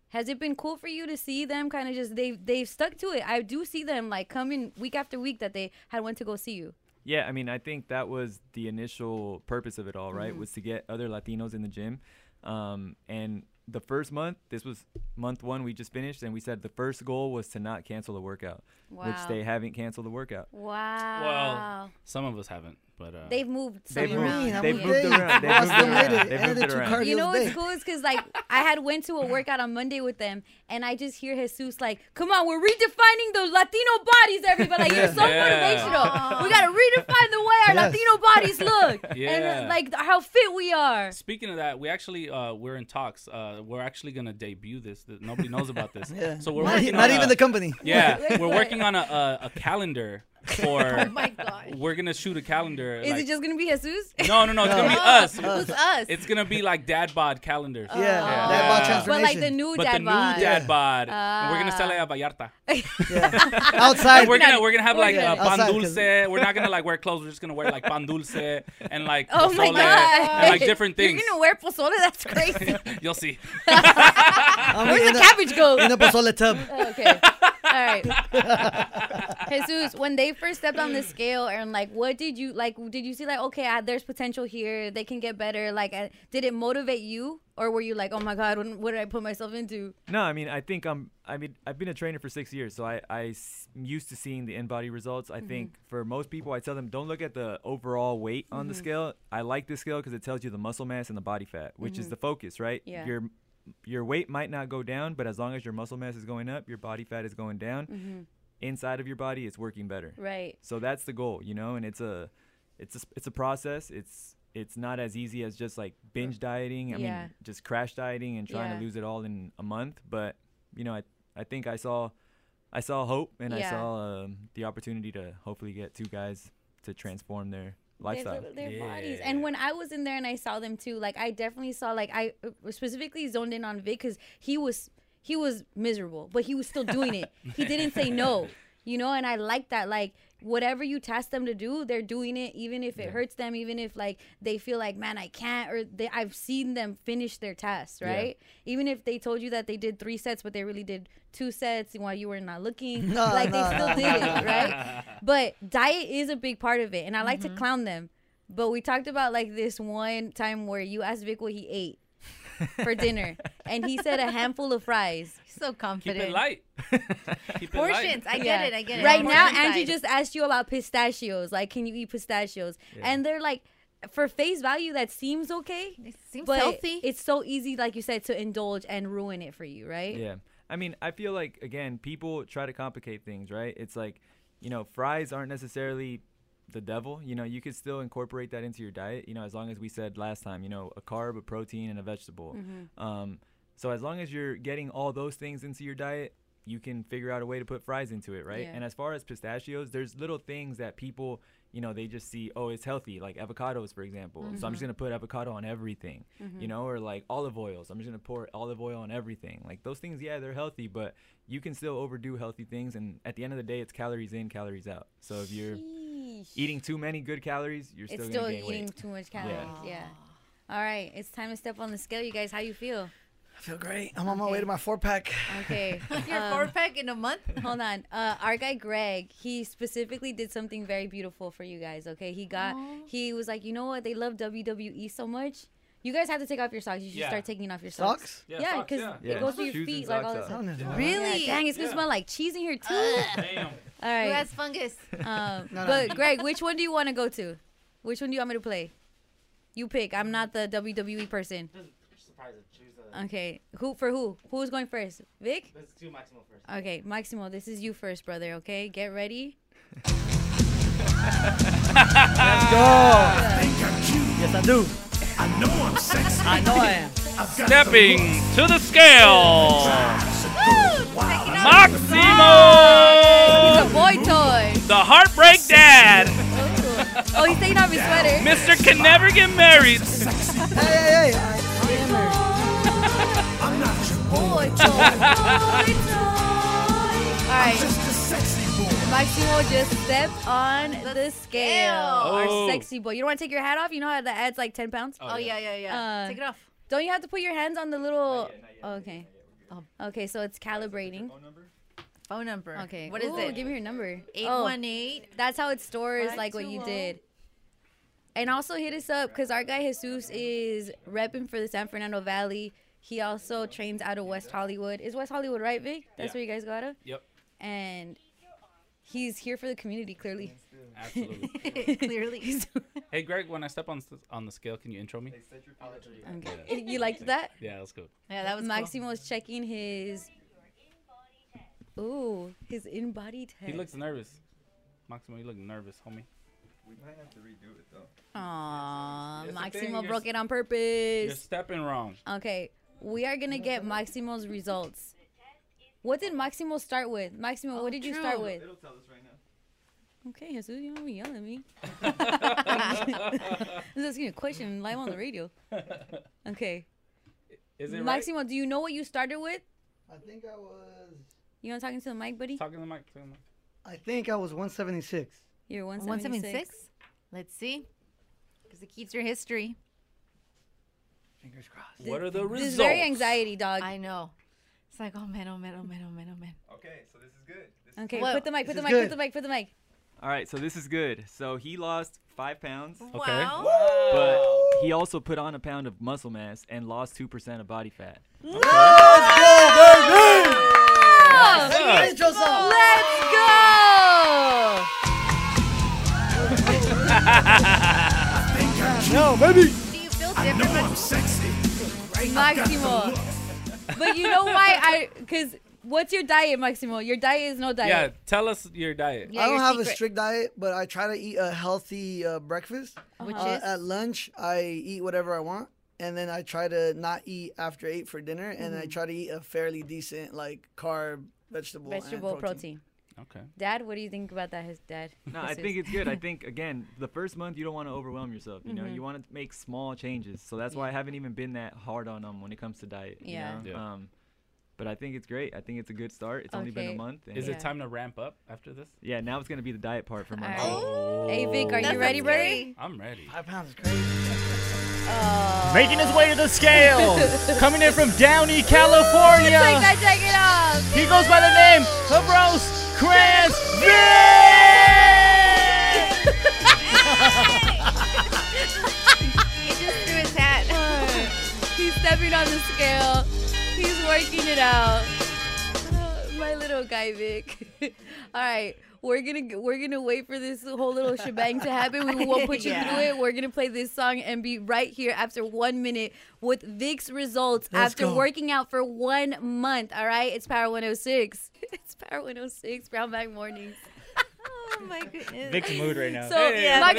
Speaker 1: Has it been cool for you to see them kind of just they they've stuck to it? I do see them like coming week after week that they had went to go see you.
Speaker 13: Yeah, I mean, I think that was the initial purpose of it all, right?
Speaker 1: Mhm.
Speaker 13: Was to get other Latinos in the gym. Um, and the first month, this was month one, we just finished, and we said the first goal was to not cancel a workout, which
Speaker 1: Wow.
Speaker 13: they haven't canceled the workout.
Speaker 1: Wow.
Speaker 2: Well, some of us haven't, but uh,
Speaker 1: They've moved
Speaker 13: They've
Speaker 1: some
Speaker 13: moved-
Speaker 1: around.
Speaker 13: they've moved it around. They've
Speaker 4: Lost
Speaker 13: moved it
Speaker 4: the
Speaker 13: around.
Speaker 4: minute,
Speaker 13: They've moved
Speaker 4: added
Speaker 13: it
Speaker 4: to
Speaker 13: around.
Speaker 4: cardio
Speaker 1: you know what's
Speaker 4: day.
Speaker 1: cool is because like I had went to a workout on Monday with them, and I just hear Jesus like, "Come on, we're redefining the Latino bodies, everybody! Like, You're so
Speaker 2: (laughs) Yeah.
Speaker 1: motivational. We gotta redefine the way our
Speaker 2: Yes.
Speaker 1: Latino bodies look,
Speaker 2: Yeah.
Speaker 1: and like how fit we are."
Speaker 2: Speaking of that, we actually uh, we're in talks. Uh, we're actually gonna debut this. Th- Nobody knows about
Speaker 1: (laughs)
Speaker 2: this.
Speaker 4: Yeah.
Speaker 2: So we're
Speaker 4: Not-
Speaker 1: e,
Speaker 2: working
Speaker 4: not
Speaker 2: on
Speaker 4: even
Speaker 2: a-
Speaker 4: the company.
Speaker 2: Yeah,
Speaker 4: Wait,
Speaker 2: we're
Speaker 4: what?
Speaker 2: working on a, a, a calendar for.
Speaker 1: (laughs) Oh my gosh.
Speaker 2: We're gonna shoot a calendar.
Speaker 1: Is it
Speaker 2: like-
Speaker 1: just gonna be Jesus?
Speaker 2: No, no, no. It's
Speaker 1: (laughs)
Speaker 2: gonna be us.
Speaker 1: Who's us?
Speaker 2: It's gonna be like dad bod calendars.
Speaker 1: Yeah, Yeah. dad bod transformation. But like the new
Speaker 2: But
Speaker 1: dad
Speaker 2: the new
Speaker 1: bod. Ah.
Speaker 2: dad
Speaker 1: Yeah.
Speaker 2: bod. And we're gonna sell it at
Speaker 4: (laughs)
Speaker 1: (laughs)
Speaker 2: Vallarta.
Speaker 4: Outside.
Speaker 2: we're gonna we're gonna have like
Speaker 4: Okay.
Speaker 2: uh, pan
Speaker 4: Outside, 'cause-
Speaker 2: dulce. We're not gonna like wear clothes. We're just gonna wear like pan dulce and like
Speaker 1: Oh my
Speaker 2: pozole
Speaker 1: god!
Speaker 2: and like different things.
Speaker 1: (laughs) You're gonna wear pozole? That's
Speaker 2: (laughs)
Speaker 1: crazy.
Speaker 4: (laughs)
Speaker 2: You'll see.
Speaker 1: Where's the cabbage go? Oh,
Speaker 4: In a
Speaker 1: (laughs)
Speaker 4: pozole tub.
Speaker 1: okay. All right. (laughs) Jesus, when they first stepped on the scale, and like, what did you like? Did you see like, okay, I, there's potential here. They can get better. Like, uh, did it motivate you, or were you like, oh my god, what, what did I put myself into?
Speaker 13: No, I mean, I think I'm. I mean, I've been a trainer for six years, so I I s- am used to seeing the in body results. I
Speaker 1: Mhm.
Speaker 13: think for most people, I tell them don't look at the overall weight on the
Speaker 1: Mhm.
Speaker 13: scale. I like the scale because it tells you the muscle mass and the body fat, which is
Speaker 1: Mhm.
Speaker 13: the focus, right?
Speaker 1: Yeah.
Speaker 13: Your your weight might not go down, but as long as your muscle mass is going up, your body fat is going down.
Speaker 1: Mhm.
Speaker 13: Inside of your body, it's working better.
Speaker 1: Right.
Speaker 13: So that's the goal, you know, and it's a, it's a, s- it's a process. It's it's not as easy as just like binge dieting. I
Speaker 1: Yeah.
Speaker 13: mean, just crash dieting and trying
Speaker 1: Yeah.
Speaker 13: to lose it all in a month. But you know, I I think I saw, I saw hope and I
Speaker 1: Yeah.
Speaker 13: saw um, the opportunity to hopefully get two guys to transform their lifestyle.
Speaker 1: Their, their bodies. And when I was in there and I saw them too, like I definitely saw like I uh, specifically zoned in on Vic because he was he was miserable, but he was still doing it.
Speaker 7: (laughs)
Speaker 1: he didn't say no, you know. And I like that. Like whatever you task them to do, they're doing it, even if it hurts them, even if like they feel like man I can't, or they, I've seen them finish their tasks,
Speaker 7: Yeah.
Speaker 1: right? Even if they told you that they did three sets, but they really did two sets while you were not looking,
Speaker 7: (laughs) No,
Speaker 1: like
Speaker 7: no,
Speaker 1: they still
Speaker 7: no,
Speaker 1: did
Speaker 7: no,
Speaker 1: it,
Speaker 7: no.
Speaker 1: right? But diet is a big part of it, and I like
Speaker 7: Mm-hmm.
Speaker 1: to clown them. But we talked about like this one time where you asked Vic what he ate for
Speaker 7: (laughs)
Speaker 1: dinner, and he said a handful of fries.
Speaker 7: So
Speaker 2: Keep
Speaker 7: confident.
Speaker 2: it light. Keep it light.
Speaker 7: Portions. I get it, I get it.
Speaker 1: Right
Speaker 7: Portion
Speaker 1: now, Angie
Speaker 7: size.
Speaker 1: just asked you about pistachios. Like, can you eat pistachios?
Speaker 2: Yeah.
Speaker 1: And they're like, for face value, that seems okay. It
Speaker 7: seems
Speaker 1: but
Speaker 7: healthy.
Speaker 1: It's so easy, like you said, to indulge and ruin it for you, right?
Speaker 13: Yeah. I mean, I feel like again, people try to complicate things, right? It's like, you know, fries aren't necessarily the devil. You know, you could still incorporate that into your diet. You know, as long as we said last time, you know, a carb, a protein, and a vegetable.
Speaker 22: Mhm.
Speaker 13: Um, So as long as you're getting all those things into your diet, you can figure out a way to put fries into it, right?
Speaker 16: Yeah.
Speaker 13: And as far as pistachios, there's little things that people, you know, they just see, oh, it's healthy, like avocados, for example. So I'm
Speaker 3: Mhm.
Speaker 13: just gonna put avocado on everything, you
Speaker 1: Mm-hmm.
Speaker 3: Mhm.
Speaker 13: know, or like olive oils. I'm just gonna pour olive oil on everything. Like those things, yeah, they're healthy, but you can still overdo healthy things. And at the end of the day, it's calories in, calories out. So if you're eating too many good calories, you're still
Speaker 1: it's
Speaker 13: gonna
Speaker 1: still
Speaker 13: gain
Speaker 1: eating
Speaker 13: weight.
Speaker 1: too much
Speaker 13: Yeah.
Speaker 1: calories. Yeah. All right, it's time to step on the scale, you guys. How you feel?
Speaker 4: I feel great. I'm on my way to my four pack.
Speaker 1: Okay.
Speaker 7: Your four pack in a month?
Speaker 1: Um, (laughs) Hold on. Uh, our guy Greg, he specifically did something very beautiful for you guys. Okay, he got
Speaker 7: Oh.
Speaker 1: he was like, you know what? They love WWE so much. You guys have to take off your socks. You should
Speaker 7: Yeah.
Speaker 1: start taking off your
Speaker 7: Socks?
Speaker 1: socks.
Speaker 7: Yeah,
Speaker 1: Yeah,
Speaker 7: socks,
Speaker 1: because
Speaker 7: yeah.
Speaker 1: it
Speaker 7: Yeah.
Speaker 1: goes through your
Speaker 7: Shoes and
Speaker 1: feet like all
Speaker 7: socks
Speaker 1: this.
Speaker 7: up. No, no, no.
Speaker 1: Really?
Speaker 7: Really?
Speaker 1: dang, it's gonna
Speaker 7: Yeah.
Speaker 1: (laughs) smell like cheese in here
Speaker 7: (laughs)
Speaker 1: too.
Speaker 7: Damn.
Speaker 1: All right.
Speaker 7: Who has fungus?
Speaker 1: Um,
Speaker 7: No, no,
Speaker 1: but
Speaker 7: no.
Speaker 1: Greg, which one do you want to go to? Which one do you want me to play? You pick. I'm not the WWE person.
Speaker 13: uh,
Speaker 1: Okay. Who for who? Who's going first? Vic.
Speaker 15: Let's do Maximo first.
Speaker 1: Okay, Maximo, this is you first, brother. Okay, get ready.
Speaker 15: Let's go.
Speaker 4: Yes, I do.
Speaker 2: I know I'm sexy.
Speaker 15: I know I am.
Speaker 2: Stepping to the scale.
Speaker 1: He's
Speaker 2: Maximo,
Speaker 1: a boy toy.
Speaker 2: the heartbreak dad,
Speaker 1: Oh, he's taking off his sweater.
Speaker 2: Mr. Can Never Get Married.
Speaker 4: Hey, hey, hey.
Speaker 1: I'm not your boy toy. All right. Maximo just stepped on the scale.
Speaker 7: Oh.
Speaker 1: Our sexy boy. You don't want to take your hat off? You know how that adds like 10 pounds? Uh,
Speaker 7: Oh, yeah, yeah, yeah. Take it off.
Speaker 1: Don't you have to put your hands on the little. okay. Okay, so it's calibrating.
Speaker 7: Oh. Phone number.
Speaker 1: Okay.
Speaker 7: What is
Speaker 1: Ooh,
Speaker 7: it?
Speaker 1: Give me your number.
Speaker 7: Oh. 818.
Speaker 1: That's how it stores
Speaker 7: Five
Speaker 1: like what
Speaker 7: two
Speaker 1: you
Speaker 7: oh.
Speaker 1: did. And also hit us up because our guy Jesus is repping for the San Fernando Valley. He also trains out of West Hollywood. Is West Hollywood right, Vic? That's
Speaker 2: Yeah.
Speaker 1: where you guys got him?
Speaker 2: Yep.
Speaker 1: And he's here for the community, clearly.
Speaker 4: (laughs)
Speaker 2: Absolutely.
Speaker 7: Clearly.
Speaker 1: (laughs) He's-
Speaker 2: Hey Greg, when I step on s- on the scale, can you intro me?
Speaker 1: okay. You liked that?
Speaker 2: (laughs) Yeah, let's go.
Speaker 7: Yeah, that was cool.
Speaker 1: Maximo's checking his. Ooh, his in body test.
Speaker 2: He looks nervous. Maximo, you look nervous, homie.
Speaker 13: We might have to redo it though.
Speaker 1: Aww,
Speaker 2: That's the thing,
Speaker 1: Maximo
Speaker 2: you're
Speaker 1: broke
Speaker 2: s-
Speaker 1: it on purpose.
Speaker 2: You're stepping wrong.
Speaker 1: Okay, we are gonna get Maximo's results. What did Maximo start with? Maximo, what did you start with? Oh, Okay, Jesus, you don't be yelling at
Speaker 2: (laughs)
Speaker 1: me. I'm just asking you a question live on the
Speaker 2: (laughs)
Speaker 1: radio. Okay,
Speaker 2: Is it right?
Speaker 1: Maximo, do you know what you started with?
Speaker 4: I think I was.
Speaker 1: You know, talking to the mic, buddy.
Speaker 2: Talking to the mic. Talking to the
Speaker 17: I
Speaker 2: mic.
Speaker 17: think I was 176.
Speaker 1: You're
Speaker 7: 176.
Speaker 1: 176.
Speaker 7: Let's see. Because it keeps your history.
Speaker 17: Fingers crossed.
Speaker 2: What are the
Speaker 1: This
Speaker 2: results?
Speaker 1: is very anxiety, dog.
Speaker 7: I know. It's like, oh man, oh man, oh man, oh man, oh man.
Speaker 13: Okay, so this is good.
Speaker 1: Okay,
Speaker 7: Well,
Speaker 1: put the mic,
Speaker 7: this
Speaker 1: put the
Speaker 7: is
Speaker 1: mic, put
Speaker 7: good.
Speaker 1: the mic, put the mic.
Speaker 13: All right, so this is good. So he lost five pounds. Okay.
Speaker 1: Wow.
Speaker 13: But he also put on a pound of muscle mass and lost two percent of body fat.
Speaker 1: Let's
Speaker 13: go, baby!
Speaker 4: (laughs) Intro song.
Speaker 1: Let's go.
Speaker 17: No, baby.
Speaker 7: Do you feel different?
Speaker 17: I'm sexy.
Speaker 1: Maximo. But you know why I? Because what's your diet, Maximo? Your diet is no diet.
Speaker 2: Yeah, tell us your diet.
Speaker 4: I don't have a strict diet, but I try to eat a healthy uh, breakfast.
Speaker 1: Uh-huh.
Speaker 7: Which
Speaker 4: Uh,
Speaker 7: is?
Speaker 4: at lunch, I eat whatever I want, and then I try to not eat after eight for dinner, and I
Speaker 1: Mhm.
Speaker 4: try to eat a fairly decent like carb, vegetable, and
Speaker 1: Vegetable protein.
Speaker 2: Okay.
Speaker 1: Dad, what do you think about that? His dad.
Speaker 13: No, I
Speaker 1: Jesus.
Speaker 13: think
Speaker 1: (laughs)
Speaker 13: it's good. I think again, the first month you don't want to overwhelm yourself. You know,
Speaker 1: Mhm.
Speaker 13: you want to make small changes. So that's why I haven't even been that hard on them when it comes to diet. you
Speaker 1: Yeah.
Speaker 13: know?
Speaker 2: Yeah.
Speaker 13: Um, but I think it's great. I think it's a good start. It's only been a
Speaker 1: Okay.
Speaker 13: month.
Speaker 2: Is
Speaker 1: Yeah.
Speaker 2: it time to ramp up after this?
Speaker 13: Yeah, now it's gonna be the diet part for Oh. my.
Speaker 1: right. Hey, Vic, are you ready, brother?
Speaker 2: I'm ready.
Speaker 4: Five pounds is crazy.
Speaker 3: Making his way to the
Speaker 1: (laughs)
Speaker 3: scale. Coming in from Downey, California.
Speaker 1: Take that jacket off.
Speaker 3: He goes by the name of Rose
Speaker 1: (laughs)
Speaker 7: He just threw his hat.
Speaker 1: (laughs) He's stepping on the scale. He's working it out. Uh, My little guy, Vic. (laughs) All right, we're gonna we're gonna wait for this whole little shebang to happen. We won't put
Speaker 7: (laughs)
Speaker 1: you
Speaker 7: Yeah.
Speaker 1: through it. We're gonna play this song and be right here after one minute with Vic's results
Speaker 7: Let's
Speaker 1: after
Speaker 7: go.
Speaker 1: working out for one month. All right, it's Power 106. (laughs) It's Power 106. Brownback mornings.
Speaker 7: Oh my goodness.
Speaker 3: Vic's mood right now.
Speaker 1: So, Max-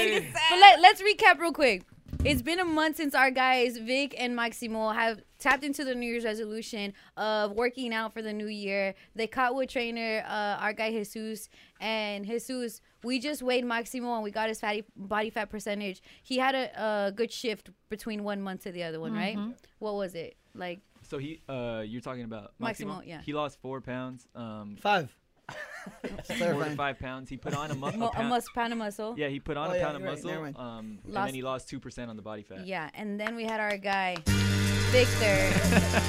Speaker 1: but let, us recap real quick. It's been a month since our guys Vic and Maximo have tapped into the New Year's resolution of working out for the new year. They caught with trainer uh, our guy Jesus, and Jesus, we just weighed Maximo and we got his fatty body fat percentage. He had a, a good shift between one month to the other one, right?
Speaker 13: Mhm.
Speaker 1: What was it like?
Speaker 13: So he, uh, you're talking about
Speaker 1: Maximo, yeah.
Speaker 13: He lost four pounds. Um,
Speaker 4: five.
Speaker 13: (laughs) four to
Speaker 4: Clarifying.
Speaker 13: five pounds. He put
Speaker 1: (laughs)
Speaker 13: on a, mu-
Speaker 1: Mo-
Speaker 13: a
Speaker 1: a
Speaker 13: pound.
Speaker 1: mus- pound of muscle.
Speaker 13: Yeah, he put on
Speaker 1: Oh,
Speaker 13: a
Speaker 1: yeah,
Speaker 13: pound of
Speaker 1: you're right,
Speaker 13: muscle,
Speaker 1: never mind.
Speaker 13: um, and
Speaker 1: Lost-
Speaker 13: then he lost two percent on the body fat.
Speaker 1: Yeah, and then we had our guy, Victor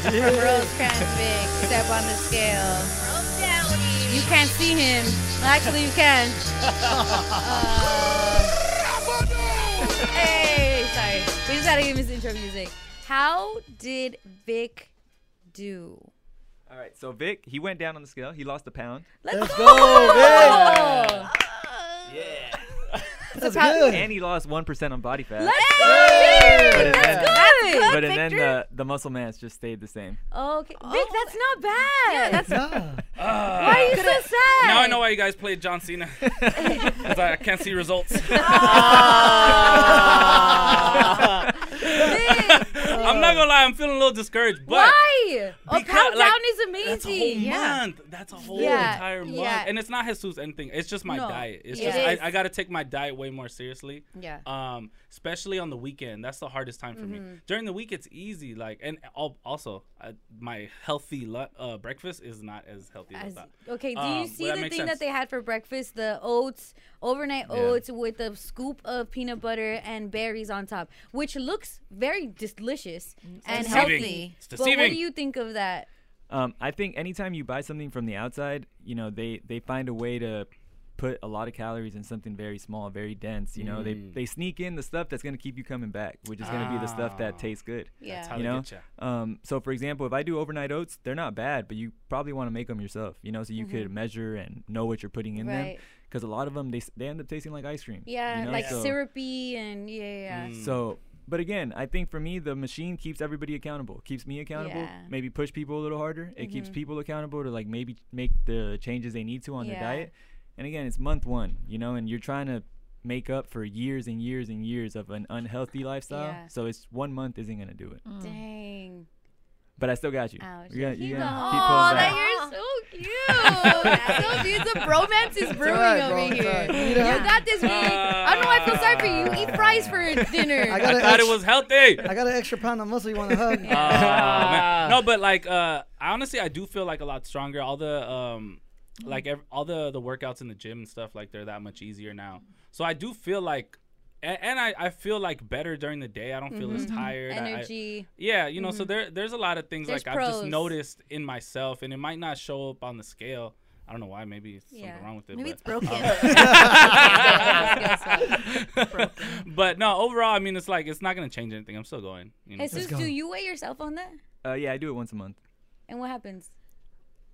Speaker 1: from Rosecrans Vic, step on the scale. You can't see him. Well, actually, you can. Uh, hey, sorry. We just gotta give him his intro music. How did Vic do?
Speaker 13: All right. So Vic, he went down on the scale. He lost a pound.
Speaker 1: Let's,
Speaker 4: go,
Speaker 1: Vic!
Speaker 13: That's
Speaker 1: good.
Speaker 13: And he lost one percent on body fat.
Speaker 1: Let's go, Vic!
Speaker 13: But it
Speaker 1: That's
Speaker 13: then-
Speaker 1: good. That's good,
Speaker 13: But and then
Speaker 1: Victor.
Speaker 13: the, the muscle mass just stayed the same.
Speaker 1: Okay, Vic, that's not bad. that's
Speaker 4: Uh,
Speaker 2: Ah.
Speaker 1: Why are you so sad?
Speaker 2: Now I know why you guys played John
Speaker 1: (laughs)
Speaker 2: Cena. (laughs) 'Cause I can't see results.
Speaker 3: Ah.
Speaker 2: I'm not gonna lie, I'm feeling a little discouraged, but
Speaker 1: Why? A
Speaker 2: Because,
Speaker 1: pound
Speaker 2: like,
Speaker 1: down is amazing.
Speaker 2: that's a whole month. That's a whole entire month. And it's not Jesus anything. It's just my
Speaker 1: No.
Speaker 2: diet. It's
Speaker 1: Yeah.
Speaker 2: just
Speaker 1: It
Speaker 2: I,
Speaker 1: is.
Speaker 2: I gotta take my diet way more seriously.
Speaker 1: Yeah.
Speaker 2: Um, especially on the weekend. That's the hardest time for me.
Speaker 1: Mhm.
Speaker 2: During the week, it's easy. Like, and al- also, I, my healthy lu- uh, breakfast is not as healthy as, I
Speaker 1: As-
Speaker 2: thought.
Speaker 1: okay, do
Speaker 2: Um,
Speaker 1: you
Speaker 2: but
Speaker 1: see
Speaker 2: that
Speaker 1: the
Speaker 2: makes
Speaker 1: thing that
Speaker 2: sense.
Speaker 1: they had for breakfast? The oats, overnight
Speaker 2: Yeah.
Speaker 1: oats with a scoop of peanut butter and berries on top, which looks very dis- delicious and
Speaker 13: deceiving.
Speaker 1: healthy.
Speaker 13: It's
Speaker 1: But what do
Speaker 13: deceiving.
Speaker 1: you think of that?
Speaker 13: Um, I think anytime you buy something from the outside, you know they they find a way to put a lot of calories in something very small, very dense. You know they
Speaker 2: Mm.
Speaker 13: they sneak in the stuff that's gonna keep you coming back, which is gonna be the stuff
Speaker 2: Ah.
Speaker 13: that tastes good.
Speaker 2: That's Yeah. how
Speaker 13: you
Speaker 2: they
Speaker 13: know.
Speaker 2: get ya.
Speaker 13: Um, so for example, if I do overnight oats, they're not bad, but you probably want to make them yourself. You know, so you
Speaker 1: Mhm.
Speaker 13: could measure and know what you're putting in them,
Speaker 1: Right.
Speaker 13: because a lot of them they s- they end up tasting like ice cream. you
Speaker 1: Yeah,
Speaker 13: know,
Speaker 1: like
Speaker 13: so- Mm.
Speaker 1: syrupy and yeah, yeah. yeah.
Speaker 13: so, but again, I think for me, the machine keeps everybody accountable, keeps me accountable.
Speaker 1: Yeah.
Speaker 13: Maybe push people a little harder. It keeps
Speaker 1: Mhm.
Speaker 13: people accountable to like maybe make the changes they need to on
Speaker 1: Yeah.
Speaker 13: their diet. And again, it's month one, you know, and you're trying to make up for years and years and years of an unhealthy lifestyle.
Speaker 1: Yeah.
Speaker 13: So it's one month isn't gonna do it.
Speaker 1: Dang.
Speaker 13: But I still got you.
Speaker 1: Ouch.
Speaker 13: You're gonna, you're gonna keep
Speaker 1: Oh,
Speaker 13: pulling
Speaker 1: that you're
Speaker 13: back.
Speaker 1: so cute.
Speaker 13: (laughs)
Speaker 1: so cute. The bromance is brewing
Speaker 4: alright,
Speaker 1: over
Speaker 4: bro, it's
Speaker 1: here.
Speaker 4: alright.
Speaker 1: You
Speaker 4: You know-
Speaker 1: got this, Vic. I don't know. why I feel sorry for you. You eat fries for dinner.
Speaker 4: I got an
Speaker 2: Thought it
Speaker 4: extra-
Speaker 2: was healthy.
Speaker 4: I got an extra pound of muscle you want to hug.
Speaker 1: (laughs)
Speaker 2: Aw, Oh,
Speaker 4: (laughs)
Speaker 2: man. No, but like uh, I honestly I do feel like a lot stronger. All the um, like ev- all the the workouts in the gym and stuff like they're that much easier now. So I do feel like, and, and I I feel like better during the day. I don't feel as
Speaker 1: Mhm.
Speaker 2: tired. I- I-
Speaker 1: Energy.
Speaker 2: yeah, you know. So
Speaker 1: Mhm.
Speaker 2: there there's a lot of things
Speaker 1: There's
Speaker 2: like I've just
Speaker 1: pros.
Speaker 2: noticed in myself, and it might not show up on the scale. I don't know why. Maybe it's
Speaker 1: Yeah.
Speaker 2: something wrong with it.
Speaker 1: Maybe
Speaker 2: but,
Speaker 1: it's (laughs) broken.
Speaker 2: (laughs) um, (laughs)
Speaker 1: Broken.
Speaker 2: but no, overall, I mean, it's like it's not gonna change anything. I'm still going. You know?
Speaker 1: Jesus, do you weigh yourself on that?
Speaker 13: Uh, yeah, I do it once a month.
Speaker 1: And what happens?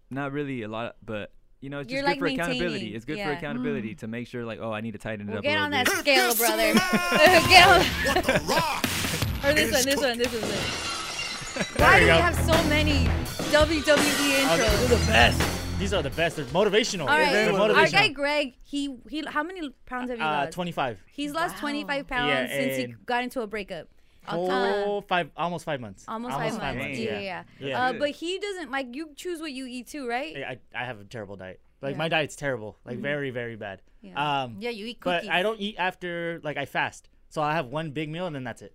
Speaker 13: Not really a lot, but. You know, it's
Speaker 1: You're, like,
Speaker 13: just good for accountability.
Speaker 1: maintaining.
Speaker 13: It's good
Speaker 1: Yeah. Mm.
Speaker 13: for accountability to make sure, like, oh, I need to tighten it
Speaker 1: Well,
Speaker 13: up.
Speaker 1: get
Speaker 13: a
Speaker 1: on
Speaker 13: little
Speaker 1: that scale,
Speaker 13: bit.
Speaker 1: brother. get on. or this one, this one, this one. this one. Why
Speaker 3: There
Speaker 1: do
Speaker 3: you
Speaker 1: we
Speaker 3: go.
Speaker 1: have so many WWE
Speaker 3: Oh,
Speaker 1: intros?
Speaker 3: these are the best. These are the best. They're motivational.
Speaker 1: All right,
Speaker 3: They're
Speaker 1: our guy
Speaker 3: Oh, motivational.
Speaker 1: Greg, he he, how many pounds have you
Speaker 3: Uh,
Speaker 1: lost?
Speaker 3: 25.
Speaker 1: He's lost 25 pounds
Speaker 3: Yeah,
Speaker 1: since he
Speaker 3: and-
Speaker 1: got into a breakup. Uh,
Speaker 3: Four, five, almost five months.
Speaker 1: Almost, five, months. Yeah, yeah. yeah.
Speaker 3: Yeah.
Speaker 1: Uh, but he doesn't like you choose what you eat too, right?
Speaker 3: I, I have a terrible diet. Like
Speaker 1: Yeah.
Speaker 3: my diet's terrible. Like
Speaker 1: Mhm.
Speaker 3: very very bad.
Speaker 1: Yeah.
Speaker 3: Um,
Speaker 1: Yeah, you eat
Speaker 3: But I
Speaker 1: cookies.
Speaker 3: don't eat after. Like I fast. So I have one big meal and then that's it.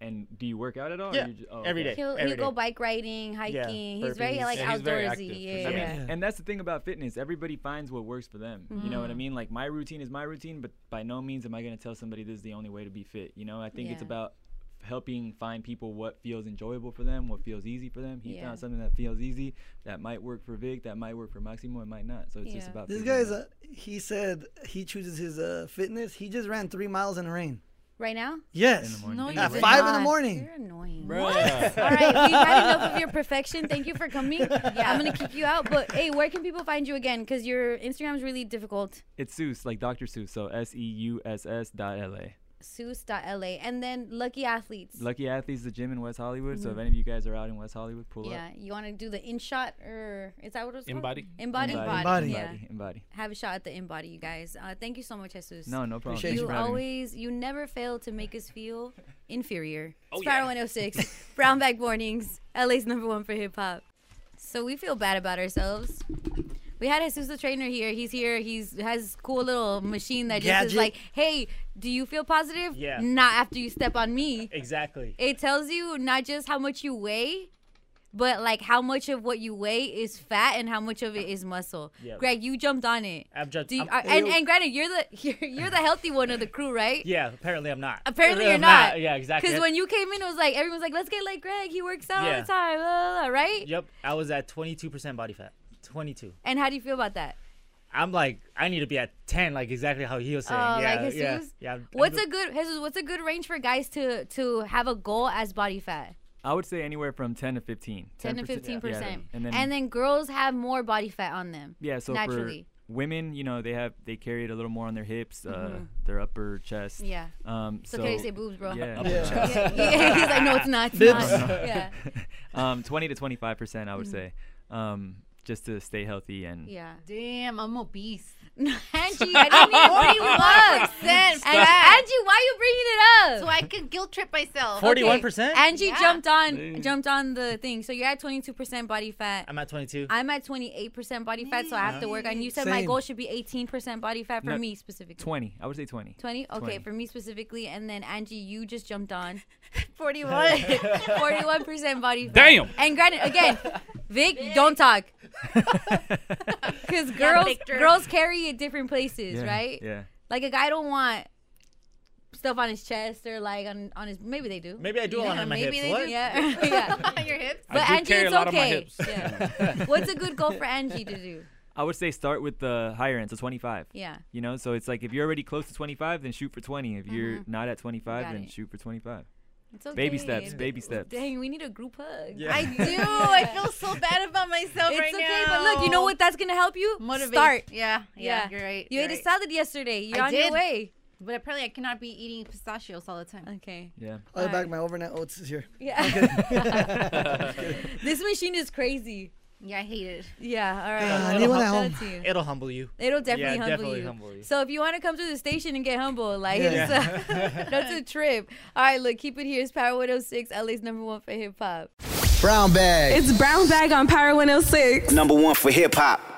Speaker 13: And do you work out at all?
Speaker 3: Yeah.
Speaker 13: you ju- oh,
Speaker 3: every
Speaker 13: okay.
Speaker 3: day.
Speaker 1: He'll,
Speaker 3: every
Speaker 1: he'll go
Speaker 3: day.
Speaker 1: bike riding, hiking. he's very
Speaker 3: burpees.
Speaker 1: like
Speaker 3: Yeah,
Speaker 1: outdoorsy.
Speaker 3: he's very
Speaker 13: active, for
Speaker 1: yeah.
Speaker 13: sure. I
Speaker 1: yeah.
Speaker 13: mean, and that's the thing about fitness. Everybody finds what works for them. You know what I
Speaker 1: Mhm.
Speaker 13: mean? Like my routine is my routine, but by no means am I going to tell somebody this is the only way to be fit. You know, I think it's
Speaker 1: Yeah.
Speaker 13: about helping find people what feels enjoyable for them, what feels easy for them. He
Speaker 1: Yeah.
Speaker 13: found something that feels easy that might work for Vic, that might work for Maximo, it might not. So it's just
Speaker 1: Yeah.
Speaker 13: about
Speaker 4: This
Speaker 13: figuring
Speaker 4: guy is.
Speaker 3: uh,
Speaker 13: out.
Speaker 4: A, he said he chooses his uh, fitness. He just ran three miles in the rain.
Speaker 1: Right now?
Speaker 4: Yes.
Speaker 1: No, you
Speaker 4: At
Speaker 1: did
Speaker 4: five in the
Speaker 1: not.
Speaker 4: morning.
Speaker 1: You're annoying.
Speaker 4: Bruh.
Speaker 1: What? All right, we've had enough of your perfection. Thank you for coming. Yeah, I'm gonna kick you out. But hey, where can people find you again? Because your Instagram is really difficult.
Speaker 13: It's Seuss, like Dr. Seuss. So S E U S S dot L A.
Speaker 1: Seuss.la and then Lucky Athletes.
Speaker 13: Lucky Athletes, the gym in West Hollywood. So if
Speaker 1: Mhm.
Speaker 13: any of you guys are out in West Hollywood, pull
Speaker 1: yeah,
Speaker 13: up.
Speaker 1: you want to do the in shot or is that what it was called?
Speaker 13: Embody.
Speaker 1: Embody.
Speaker 13: Embody.
Speaker 1: Embody.
Speaker 13: Embody.
Speaker 1: Yeah.
Speaker 13: Embody.
Speaker 1: Have a shot at the embody, you guys. Uh, thank you so much, Jesus.
Speaker 13: No, no problem. Appreciate
Speaker 1: you
Speaker 13: you for having me. (laughs)
Speaker 1: always, you never fail to make us feel Inferior.
Speaker 13: Oh,
Speaker 1: oh Spiral 106. Brownback Mornings. LA's number one for hip hop. So we feel bad about ourselves. We had Jesus the trainer here. He's here. He's has cool little machine that just is
Speaker 3: Gadget.
Speaker 1: like, hey, do you feel positive?
Speaker 3: Yeah.
Speaker 1: Not after you step on me.
Speaker 3: Exactly.
Speaker 1: It tells you not just how much you weigh, but like how much of what you weigh is fat and how much of it is muscle.
Speaker 3: Yep.
Speaker 1: Greg, you jumped on it.
Speaker 3: I've just,
Speaker 1: Do you,
Speaker 3: I'm-
Speaker 1: are, and, and granted, you're the (laughs) you're, you're the healthy one of the crew, right?
Speaker 3: yeah, apparently I'm not.
Speaker 1: Apparently
Speaker 3: (laughs) I'm
Speaker 1: you're not.
Speaker 3: Uh, Yeah, exactly.
Speaker 1: Because when you came in, it was like everyone's like, "Let's get like Greg. He works out all
Speaker 3: Yeah.
Speaker 1: the time, blah, blah, blah," right?"
Speaker 3: Yep, I was at 22% body fat. 22.
Speaker 1: And how do you feel about that?
Speaker 3: I'm like, I need to be at 10, like exactly how he was saying.
Speaker 1: Oh,
Speaker 3: yeah,
Speaker 1: like
Speaker 3: yeah,
Speaker 1: Jesus?
Speaker 3: yeah. I'm-
Speaker 1: What's a good Jesus, What's a good range for guys to to have a goal as body fat?
Speaker 13: I would say anywhere from 10 to 15.
Speaker 1: 10 to 15 percent.
Speaker 13: And then,
Speaker 1: and then girls have more body fat on them.
Speaker 13: yeah, so
Speaker 1: naturally.
Speaker 13: for women, you know, they have they carry it a little more on their hips, uh,
Speaker 1: Mhm.
Speaker 13: their upper chest.
Speaker 1: Yeah.
Speaker 13: Um,
Speaker 1: So
Speaker 13: so,
Speaker 1: can you say boobs, bro?
Speaker 13: Yeah.
Speaker 1: Upper Yeah. chest. Yeah, yeah, (laughs) he's like, "No, it's not, it's Boobs. not." Yeah.
Speaker 13: (laughs) um, 20 to 25 percent, I would
Speaker 1: Mhm.
Speaker 13: say, um, just to stay healthy and
Speaker 1: yeah.
Speaker 7: Damn, I'm obese.
Speaker 1: (laughs)
Speaker 7: (laughs)
Speaker 1: Angie, I didn't even bring you up.
Speaker 7: 41%
Speaker 1: Angie,
Speaker 7: fat.
Speaker 1: Angie, (laughs) why are you bringing it up?
Speaker 7: So I can guilt trip myself.
Speaker 1: Okay, Angie
Speaker 7: Yeah.
Speaker 1: jumped on
Speaker 3: Dang.
Speaker 1: jumped on the thing. So you're at 22% body fat.
Speaker 3: I'm at 22.
Speaker 1: I'm at 28% body fat, so I have to work on. You said my
Speaker 13: Same.
Speaker 1: goal should be 18% body fat for
Speaker 13: No,
Speaker 1: me specifically.
Speaker 13: 20. I would say 20.
Speaker 1: 20? Okay,
Speaker 13: 20.
Speaker 1: for me specifically. And then Angie, you just jumped
Speaker 3: (laughs)
Speaker 1: on (laughs)
Speaker 7: 41.
Speaker 1: 41% body fat.
Speaker 13: Damn.
Speaker 1: And granted,
Speaker 3: (laughs)
Speaker 1: again, Vic, don't
Speaker 13: (laughs)
Speaker 1: talk. Because girls,
Speaker 7: Victor.
Speaker 1: girls carry it different places,
Speaker 13: Yeah,
Speaker 1: right?
Speaker 13: Yeah.
Speaker 1: Like a guy don't want stuff on his chest or like on, on his maybe they do.
Speaker 3: Maybe I do
Speaker 1: Yeah,
Speaker 3: want it on my
Speaker 1: maybe
Speaker 3: hips.
Speaker 1: they
Speaker 3: What?
Speaker 1: do. Yeah. (laughs)
Speaker 3: (laughs)
Speaker 1: yeah.
Speaker 7: (laughs) on your hips.
Speaker 13: I
Speaker 1: But
Speaker 13: do
Speaker 1: Angie,
Speaker 13: carry a
Speaker 1: it's
Speaker 13: lot on my
Speaker 1: okay.
Speaker 13: hips.
Speaker 1: Yeah. What's a good goal for Angie to do?
Speaker 13: (laughs) I would say start with the higher end, so 25.
Speaker 1: Yeah.
Speaker 13: You know, so it's like if you're already close to 25, then shoot for 20. If you're
Speaker 1: Mhm.
Speaker 13: not at 25,
Speaker 1: Got
Speaker 13: then
Speaker 1: it.
Speaker 13: shoot for 25.
Speaker 1: It's okay.
Speaker 13: Baby steps, baby steps.
Speaker 1: Dang, we need a group hug.
Speaker 13: Yeah.
Speaker 7: I do. I feel so bad about myself
Speaker 1: It's
Speaker 7: right now.
Speaker 1: okay, but look, you know what? That's gonna help you.
Speaker 7: Motivate.
Speaker 1: Start.
Speaker 7: Yeah, yeah, you're right,
Speaker 1: You
Speaker 7: you're
Speaker 1: ate a
Speaker 7: right.
Speaker 1: salad yesterday. You're
Speaker 7: I
Speaker 1: on
Speaker 7: did,
Speaker 1: your way.
Speaker 7: But apparently, I cannot be eating pistachios all the time.
Speaker 1: Okay.
Speaker 13: Yeah.
Speaker 4: I'll get back my overnight oats is here. (laughs)
Speaker 1: Yeah. (laughs)
Speaker 7: (laughs)
Speaker 1: this machine is crazy.
Speaker 7: Yeah, I hate it.
Speaker 1: Yeah. All right.
Speaker 3: It'll-
Speaker 1: I'll
Speaker 3: it'll,
Speaker 1: shout
Speaker 3: hum-
Speaker 1: it to you.
Speaker 3: it'll humble you.
Speaker 1: It'll definitely,
Speaker 3: yeah,
Speaker 1: humble,
Speaker 3: definitely
Speaker 1: you.
Speaker 3: humble you.
Speaker 1: So if you want to come to the station and get humble, like
Speaker 3: Yeah. (laughs)
Speaker 1: it's a, (laughs) that's a trip. All right, look, keep it here. It's Power 106, LA's number one for hip hop.
Speaker 16: Brown bag.
Speaker 18: It's Brown Bag on Power 106.
Speaker 16: Number one for hip hop.